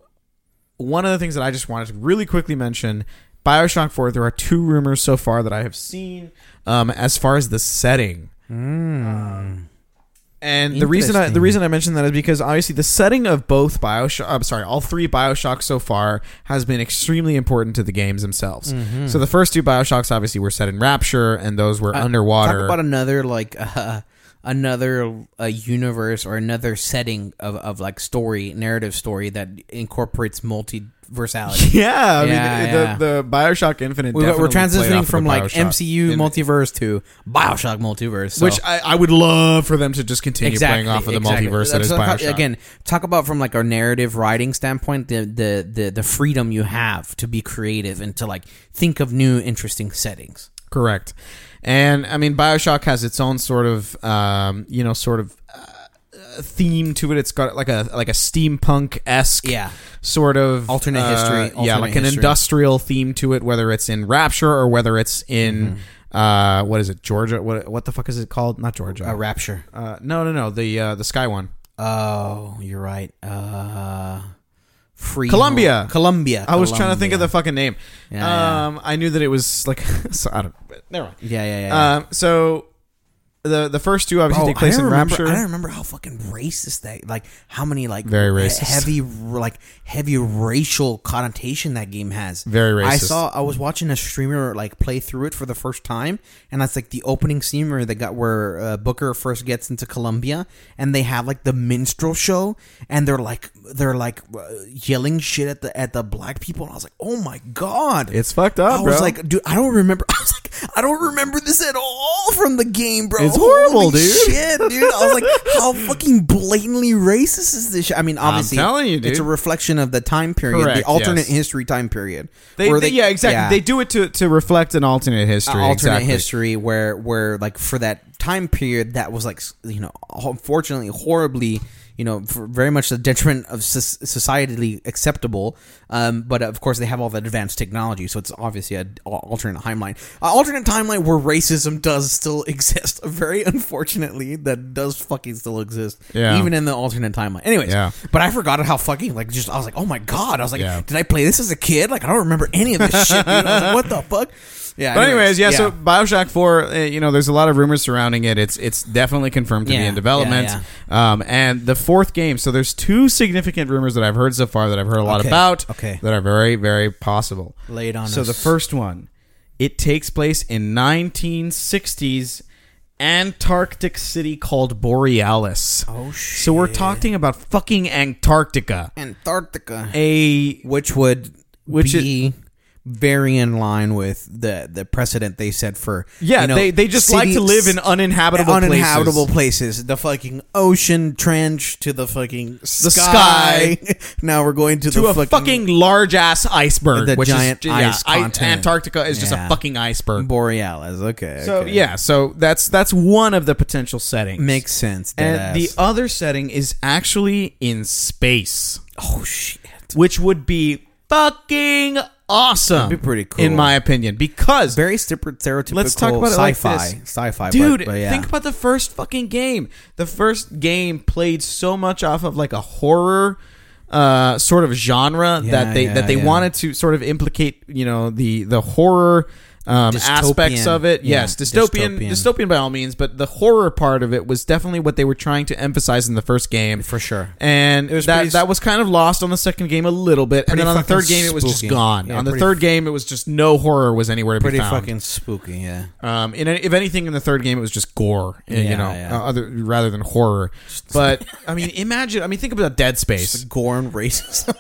one of the things that I just wanted to really quickly mention. Bioshock 4, there are two rumors so far that I have seen um, as far as the setting.
Hmm.
Um, And the reason I Uh, the
Interesting.
reason I mentioned that is because obviously the setting of both Bioshock, I'm sorry, all three Bioshocks so far has been extremely important to the games themselves. So the first two Bioshocks obviously were set in Rapture, and those were
Mm-hmm. Uh, Talk
underwater.
about another like uh, another uh, universe or another setting of, of like story narrative story that incorporates multiversality.
yeah,
Yeah,
I mean
yeah.
The, the Bioshock Infinite.
We, we're
definitely played off
transitioning
of
from
the
like
Bioshock
MCU
in-
multiverse to Bioshock multiverse, so-
which I, I would love for them to just continue
exactly,
playing off of the
exactly.
multiverse that
That's
is
what I'm
Bioshock.
talking- Again, talk about from like our narrative writing standpoint, the, the the the freedom you have to be creative and to like think of new interesting settings.
Correct. And I mean, Bioshock has its own sort of, um, you know, sort of uh, uh, theme to it. It's got like a like a steampunk esque,
Yeah.
sort of uh,
Alternate history,
yeah,
alternate
like an
history.
industrial theme to it, whether it's in Rapture or whether it's in Uh, what is it? Georgia? What what the fuck is it called? Not
A
Georgia.
rapture.
Uh, no, no, no. The uh, the sky one.
Oh, you're right. Uh, free
Colombia.
Colombia.
Oh, I was trying to think of the fucking name.
Yeah,
um, I knew that it was like. so I don't. Never mind.
Yeah, yeah, yeah. yeah.
Um, so the the first two obviously
Bro,
take place
I
in
remember,
Rapture.
I don't remember how fucking racist that, like, how many like
Very
he-
racist.
heavy, like heavy racial connotation that game has.
Very
I
racist.
saw. I was watching a streamer like play through it for the first time, and that's like the opening scene where they got where uh, Booker first gets into Colombia, and they have like the minstrel show, and they're like they're like uh, yelling shit at the at the black people, and I was like, oh my god,
It's fucked up,
I
bro.
was like, dude, I don't remember. I was like, I don't remember this at all from the game, bro.
It's horrible,
Holy
dude.
Shit, dude. I was like, how fucking blatantly racist is this? Shit? I mean, obviously,
telling you,
it's a
dude.
reflection of the time period,
Correct,
the alternate
yes.
history time period.
they,
where
they- yeah, exactly. They do it to, to reflect an alternate history.
alternate
exactly.
history where where like for that time period that was like s- you know unfortunately horribly you know for very much the detriment of s- societally acceptable um, but of course they have all that advanced technology so it's obviously an alternate timeline an alternate timeline where racism does still exist very unfortunately that does fucking still exist
Yeah.
even in the alternate timeline anyways
Yeah.
but i forgot how fucking like just i was like oh my god i was like
Yeah.
did i play this as a kid like i don't remember any of this shit dude. I was like, what the fuck yeah
But anyways, yeah, So Bioshock Four, uh, you know, there's a lot of rumors surrounding it. It's it's definitely confirmed to
Yeah,
be in development.
yeah,
Um, and the fourth game. So there's two significant rumors that I've heard so far that I've heard a lot
Okay,
about.
okay.
That are very very possible.
Lay it on
So
us.
the first one, it takes place in 1960s Antarctic city called Borealis.
Oh,
So we're talking about fucking Antarctica.
Antarctica,
A
which would
Which
be very in line with the the precedent they set for
yeah,
you know,
they they just like to
cities-
live in uninhabitable
uninhabitable
places.
places. The fucking ocean trench to the fucking sky.
sky.
now we're going to,
to
the
a
fucking,
fucking, large ass iceberg,
The
which
giant
is,
ice
I-
continent.
Antarctica is just
Yeah.
a fucking iceberg.
borealis. Okay,
So
okay.
yeah, so that's that's one of the potential settings.
makes sense.
and
deadass.
the other setting is actually in space,
oh shit,
which would be fucking awesome.
That'd be pretty cool.
in my opinion, because
very stere- stereotypical.
let's talk about it like
sci-fi,
this.
sci-fi, but-
dude.
But, yeah.
Think about the first fucking game. The first game played so much off of like a horror uh, sort of genre that they
yeah,
that they
yeah.
wanted to sort of implicate, you know, the the horror um, aspects
Dystopian.
of it.
Yeah,
yes, dystopian,
dystopian.
dystopian, by all means, but the horror part of it was definitely what they were trying to emphasize in the first game
For sure.
And
was
that
pretty-
that was kind of lost on the second game a little bit, and
Pretty
then on the
fucking
third game it was just
spooky.
gone.
Yeah,
on the
pretty
third game it was just no horror was anywhere to
pretty
be found.
fucking spooky. Yeah,
Um, in if anything, in the third game, it was just gore, and,
Yeah,
you know,
yeah.
uh, other rather than horror. But I mean, imagine. I mean, think about Dead Space,
gore and racism.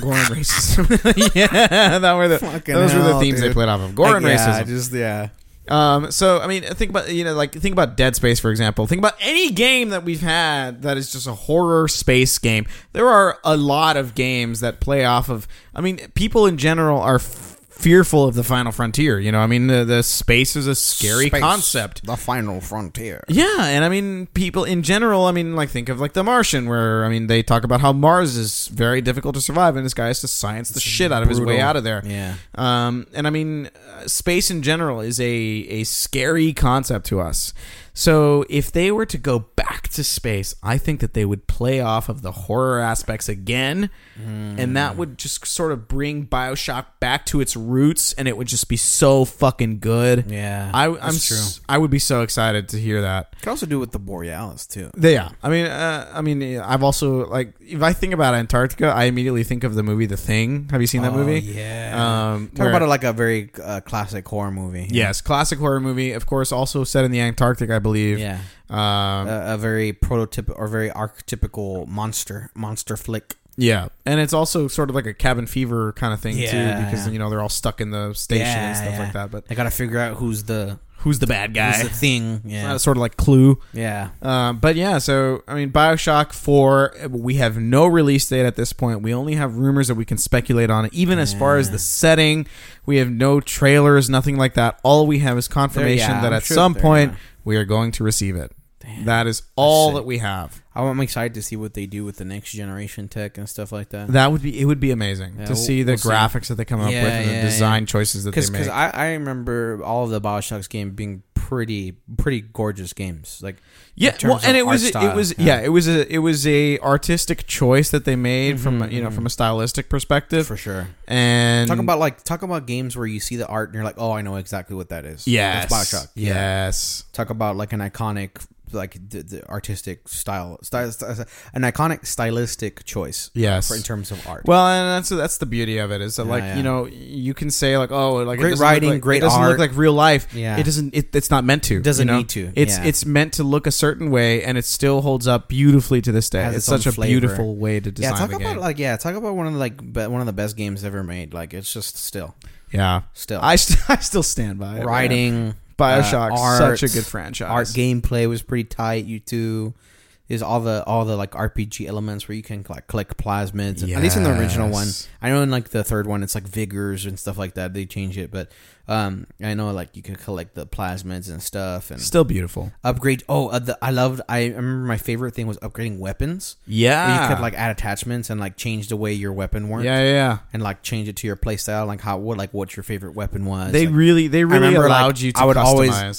gore and racism. yeah, that were the
Fucking
those were the
hell,
themes they
dude.
played off of gore and
yeah,
racism.
Just yeah.
um, so I mean, think about you know, like think about Dead Space for example. Think about any game that we've had that is just a horror space game. There are a lot of games that play off of. I mean, people in general are. F- fearful of the final frontier you know i mean the, the space is a scary
Space,
concept
The final frontier.
Yeah, and I mean, people in general. I mean, like think of like The Martian, where I mean they talk about how Mars is very difficult to survive, and this guy has to science the shit out of his way
brutal.
out of there.
Yeah.
Um, and I mean, uh, space in general is a a scary concept to us. So if they were to go back to space, I think that they would play off of the horror aspects again, and that would just sort of bring Bioshock back to its roots, and it would just be so fucking good.
Yeah,
I, I'm
that's true.
s- I would be so excited to hear that.
Could also do with the Borealis too.
They are. I mean, uh, I mean, I've also like if I think about Antarctica, I immediately think of the movie The Thing. Have you seen that movie?
Oh, yeah.
Um,
Talk about it like a very uh, classic horror movie.
Yes, classic horror movie. Of course, also set in the Antarctic, I believe.
Yeah.
Um,
A, a very prototypical or very archetypical monster monster flick.
yeah, and it's also sort of like a cabin fever kind of thing
Yeah,
too, because
yeah.
you know they're all stuck in the station and stuff like that. But
I gotta figure out who's the
who's the bad guy?
who's the thing. Yeah,
Uh, sort of like Clue.
yeah.
Um, but yeah, so I mean, Bioshock Four. We have no release date at this point. We only have rumors that we can speculate on. Even as far as the setting, we have no trailers, nothing like that. All we have is confirmation
yeah,
that
I'm
at
sure
some
there-
point
yeah.
we are going to receive it. That is all that we have.
I'm excited to see what they do with the next generation tech and stuff like that.
That would be it. Would be amazing to
we'll-
see the
we'll see.
graphics that they come up
Yeah,
with and
yeah,
the design
yeah.
choices that
Because
they make.
I, I remember all of the Bioshock's game being pretty pretty gorgeous games. Like in
yeah,
terms
well, and
of
it was
art
it
style.
was yeah. it was a it was a artistic choice that they made from a- you know from a stylistic perspective
Mm-hmm, for sure.
And
Talk about like talk about games where you see the art and you're like, oh, I know exactly what that is.
yes,
That's Bioshock.
yes,
Talk about like an iconic like the, the artistic style, style, style an iconic stylistic choice
yes.
for, in terms of art.
Well, and that's that's the beauty of it is that like
yeah.
you know you can say like oh like
Great
it doesn't look
writing,
like,
great
it doesn't
art.
look like real life.
Yeah.
it doesn't. It, it's not meant to.
Doesn't
you know?
need to,
It's
yeah.
it's meant to look a certain way, and it still holds up beautifully to this day.
Has
it's
its own
such a
flavor.
beautiful way to design
yeah, talk
the
about
game.
like yeah, talk about one of the, like be, one of the best games ever made. Like it's just still
yeah,
still
I st- I still stand by it. man.
writing
Bioshock,
uh,
such a good franchise.
Art gameplay was pretty tight. You two is all the all the like RPG elements where you can like collect plasmids. At least in the original one,
Yes.
I know in like the third one it's like vigors and stuff like that. They change it, but um, I know like you can collect the plasmids and stuff and
still beautiful.
upgrade. Oh, uh, the, I loved. I remember my favorite thing was upgrading weapons.
Yeah,
Where you could like add attachments and like change the way your weapon worked.
Ah. yeah, yeah. yeah.
And like change it to your playstyle, like how what like what your favorite weapon was.
They
like,
really they
I
really
remember,
allowed
like,
you to
I would
customize.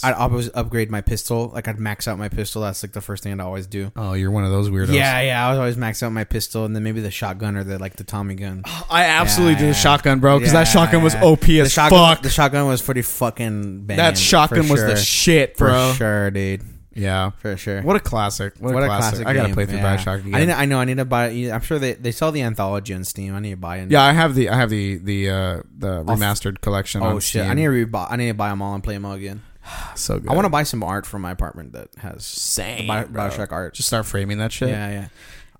always I'd always upgrade my pistol. Like I'd max out my pistol. That's like the first thing I'd always do.
oh, you're one of those weirdos.
Yeah, yeah. I was always max out my pistol, and then maybe the shotgun or the like the Tommy gun.
I absolutely
Yeah,
did
yeah.
a shotgun, bro, Oh, because
Yeah,
that shotgun was
yeah.
OP
The
as
shotgun-
fuck.
The shotgun was pretty fucking. Banging,
That shotgun
for
was the
sure.
shit, bro.
For sure, dude.
Yeah.
For sure.
What a classic. What, a classic. I gotta
game.
play through
Yeah.
Bioshock again.
I, need, I know. I need to buy. it. I'm sure they they sell the anthology on Steam. I need to buy it.
yeah, I have the I have the the uh the remastered collection.
Oh
on
shit!
Steam.
I need to rebuy. I need to buy them all and play them all again.
so good.
I want to buy some art from my apartment that has
same
Bio-
bro.
Bioshock art.
Just start framing that shit.
yeah, yeah.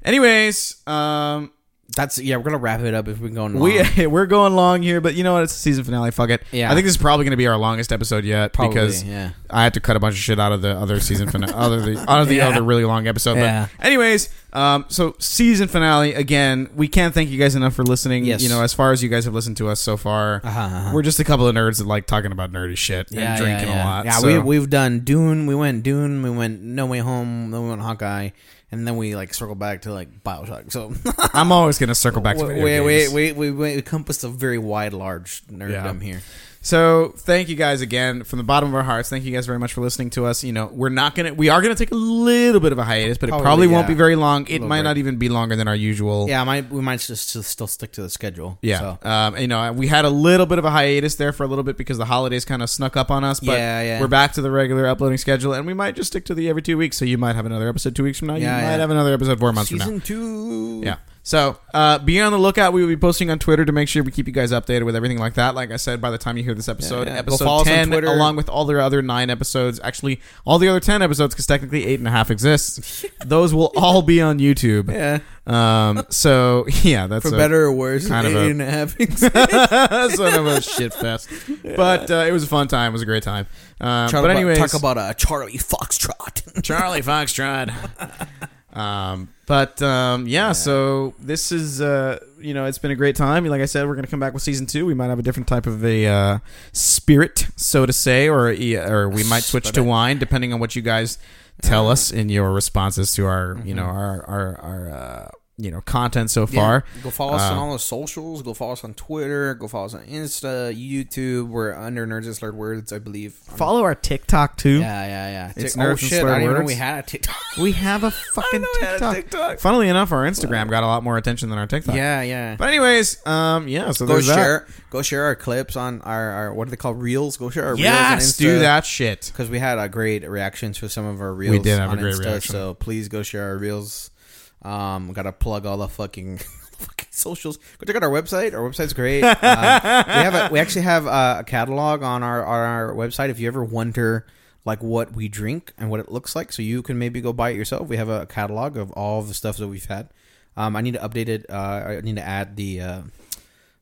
Anyways, um,
That's yeah. We're gonna wrap it up if we're going. long.
we we're going long here, but you know what? It's the season finale. Fuck it.
Um, Yeah.
I think this is probably gonna be our longest episode yet
Probably,
because
yeah.
I had to cut a bunch of shit out of the other season finale, out of the out of the other really long episode.
Yeah.
But anyways, um, so season finale again. We can't thank you guys enough for listening.
Yes.
You know, as far as you guys have listened to us so far,
Uh-huh, uh-huh.
we're just a couple of nerds that like talking about nerdy shit and drinking
yeah.
a lot.
Yeah,
so.
we we've done Dune. We went Dune. We went No Way Home. Then we went Hawkeye, and then we like circled back to like Bioshock. So
I'm always gonna circle back to
we
video
we, we,
games.
we we we encompassed a very wide, large nerddom
Yeah.
here.
So thank you guys again from the bottom of our hearts. Thank you guys very much for listening to us. You know, we're not gonna we are gonna take a little bit of a hiatus, but it
Probably,
probably won't
yeah.
be very long. It
Little
might
break.
not even be longer than our usual.
Yeah, I might we might just, just still stick to the schedule.
Yeah.
So.
Um, you know, we had a little bit of a hiatus there for a little bit because the holidays kind of snuck up on us, but
Yeah, yeah.
we're back to the regular uploading schedule and we might just stick to the every two weeks. So you might have another episode two weeks from now.
Yeah,
you
yeah.
might have another episode four months from now.
Season two.
Yeah. So uh, be on the lookout. We will be posting on Twitter to make sure we keep you guys updated with everything like that. Like I said, by the time you hear this episode,
Yeah, yeah. Go
episode
follow us on
10,
Twitter.
along with all the other nine episodes, actually, all the other 10 episodes, because technically eight and a half exists, those will all be on YouTube.
Yeah.
Um, so, yeah, that's
For
a-
better or worse,
kind of
eight
a-
and a half.
Son of a shit fest. But uh, it was a fun time. It was a great time. Uh,
Talk
but anyways,
about, talk about a Charlie Foxtrot.
Charlie Foxtrot. um, but um, yeah, so this is uh, you know it's been a great time. Like I said, we're gonna come back with season two. We might have a different type of a uh, spirit, so to say, or or we might switch to wine depending on what you guys tell us in your responses to our you know our our, our uh, you know content so far.
Go follow us on
Um,
all the socials. Go follow us on Twitter. Go follow us on Insta, YouTube. We're under Nerds and Slurred Words, I believe.
Follow our TikTok too.
Yeah, yeah, yeah.
It's
Tick-
Nerds
oh,
and
shit.
Slurred
I didn't even know
Words.
we had a TikTok.
We have a fucking
we had a
TikTok.
TikTok.
Funnily enough, our Instagram got a lot more attention than our TikTok.
yeah, yeah.
But anyways, um, yeah. So
Go
there's that.
share, go share our clips on our, our what do they call reels? Go share our
Yes,
reels on Insta.
do that shit.
because we had a great reactions for some of our reels.
did have a
on
great
Insta,
reaction.
So please go share our reels. Um, gotta plug all the fucking. fucking Socials. Go check out our website. Our website's great. Um, we have a, we actually have a, a catalog on our on our website. If you ever wonder like what we drink and what it looks like, so you can maybe go buy it yourself. We have a catalog of all the stuff that we've had. Um, I need to update it. Uh, I need to add the uh,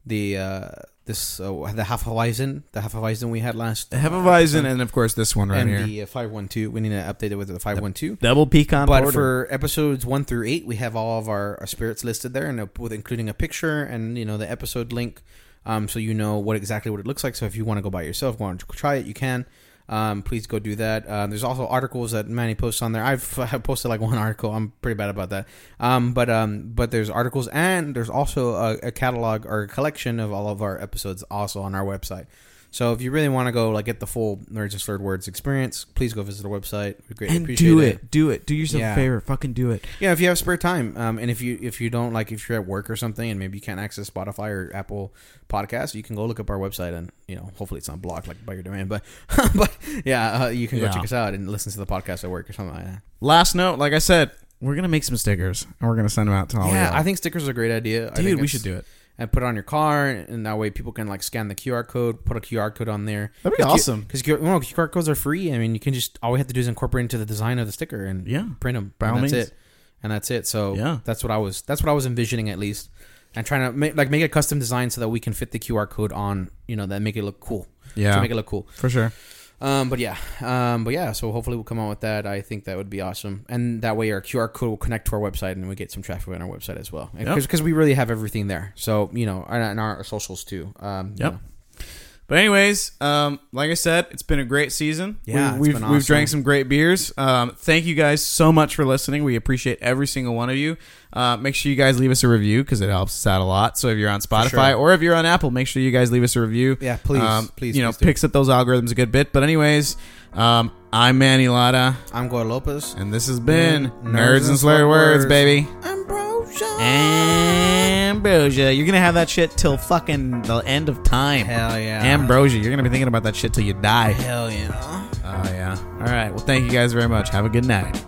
the uh, this uh, the half horizon the half horizon we had last
Hefeweizen, and of course this one right
and
here.
the uh, 512 we need to update it with the 512
Double pecan
but for episodes 1 through 8 we have all of our, our spirits listed there and uh, with including a picture and you know the episode link um, so you know what exactly what it looks like so if you want to go by yourself want to try it you can Um, please go do that. Uh, there's also articles that Manny posts on there. I've uh, posted like one article. I'm pretty bad about that. Um, but um, but there's articles and there's also a, a catalog or a collection of all of our episodes also on our website. So if you really want to go like get the full Nerds and Slurred Words experience, please go visit our website. We greatly
And
appreciate
do it. Do it. Do yourself
Yeah.
a favor. Fucking do it.
Yeah, if you have spare time, um, and if you if you don't like if you're at work or something, and maybe you can't access Spotify or Apple Podcasts, you can go look up our website and you know hopefully it's not blocked like by your domain, but but yeah, uh, you can go
Yeah.
check us out and listen to the podcast at work or something like that.
Last note, like I said, we're gonna make some stickers and we're gonna send them out to all.
yeah,
y'all.
I think stickers are a great idea, I think
Oh, dude, we
it's-
should do it.
and put it on your car, and that way people can like scan the QR code, put a QR code on there.
That'd be awesome.
because well, QR codes are free. I mean, you can just all we have to do is incorporate into the design of the sticker and
Yeah.
print them.
By all
and that's
means.
it, and that's it. So
Yeah.
that's what I was that's what I was envisioning at least, and trying to make, like make a custom design so that we can fit the QR code on you know that make it look cool.
Yeah.
to make it look cool.
For sure.
Um, but yeah, um, but yeah. So hopefully we'll come out with that. I think that would be awesome, and that way our QR code will connect to our website, and we get some traffic on our website as well.
Yep.
Because we really have everything there. So you know, and, and our socials too. Um, you
Yep.
know.
But anyways, um, like I said, it's been a great season.
Yeah, it's
we, we've
been
we've
awesome.
drank some great beers. Um, thank you guys so much for listening. We appreciate every single one of you. Uh, make sure you guys leave us a review because it helps us out a lot. So if you're on Spotify or if you're on Apple, make sure you guys leave us a review. Um,
Yeah, please, please,
you know,
please do.
picks up those algorithms a good bit. But anyways, um, I'm Manny Lada,
I'm Gord Lopez.
and this has been
Mm,
Nerds and Slurred Words, baby.
Ambrosia. You're gonna have that shit till fucking the end of time.
Hell yeah.
Ambrosia, you're gonna be thinking about that shit till you die.
Hell yeah.
Oh yeah. All right. Well, thank you guys very much. Have a good night.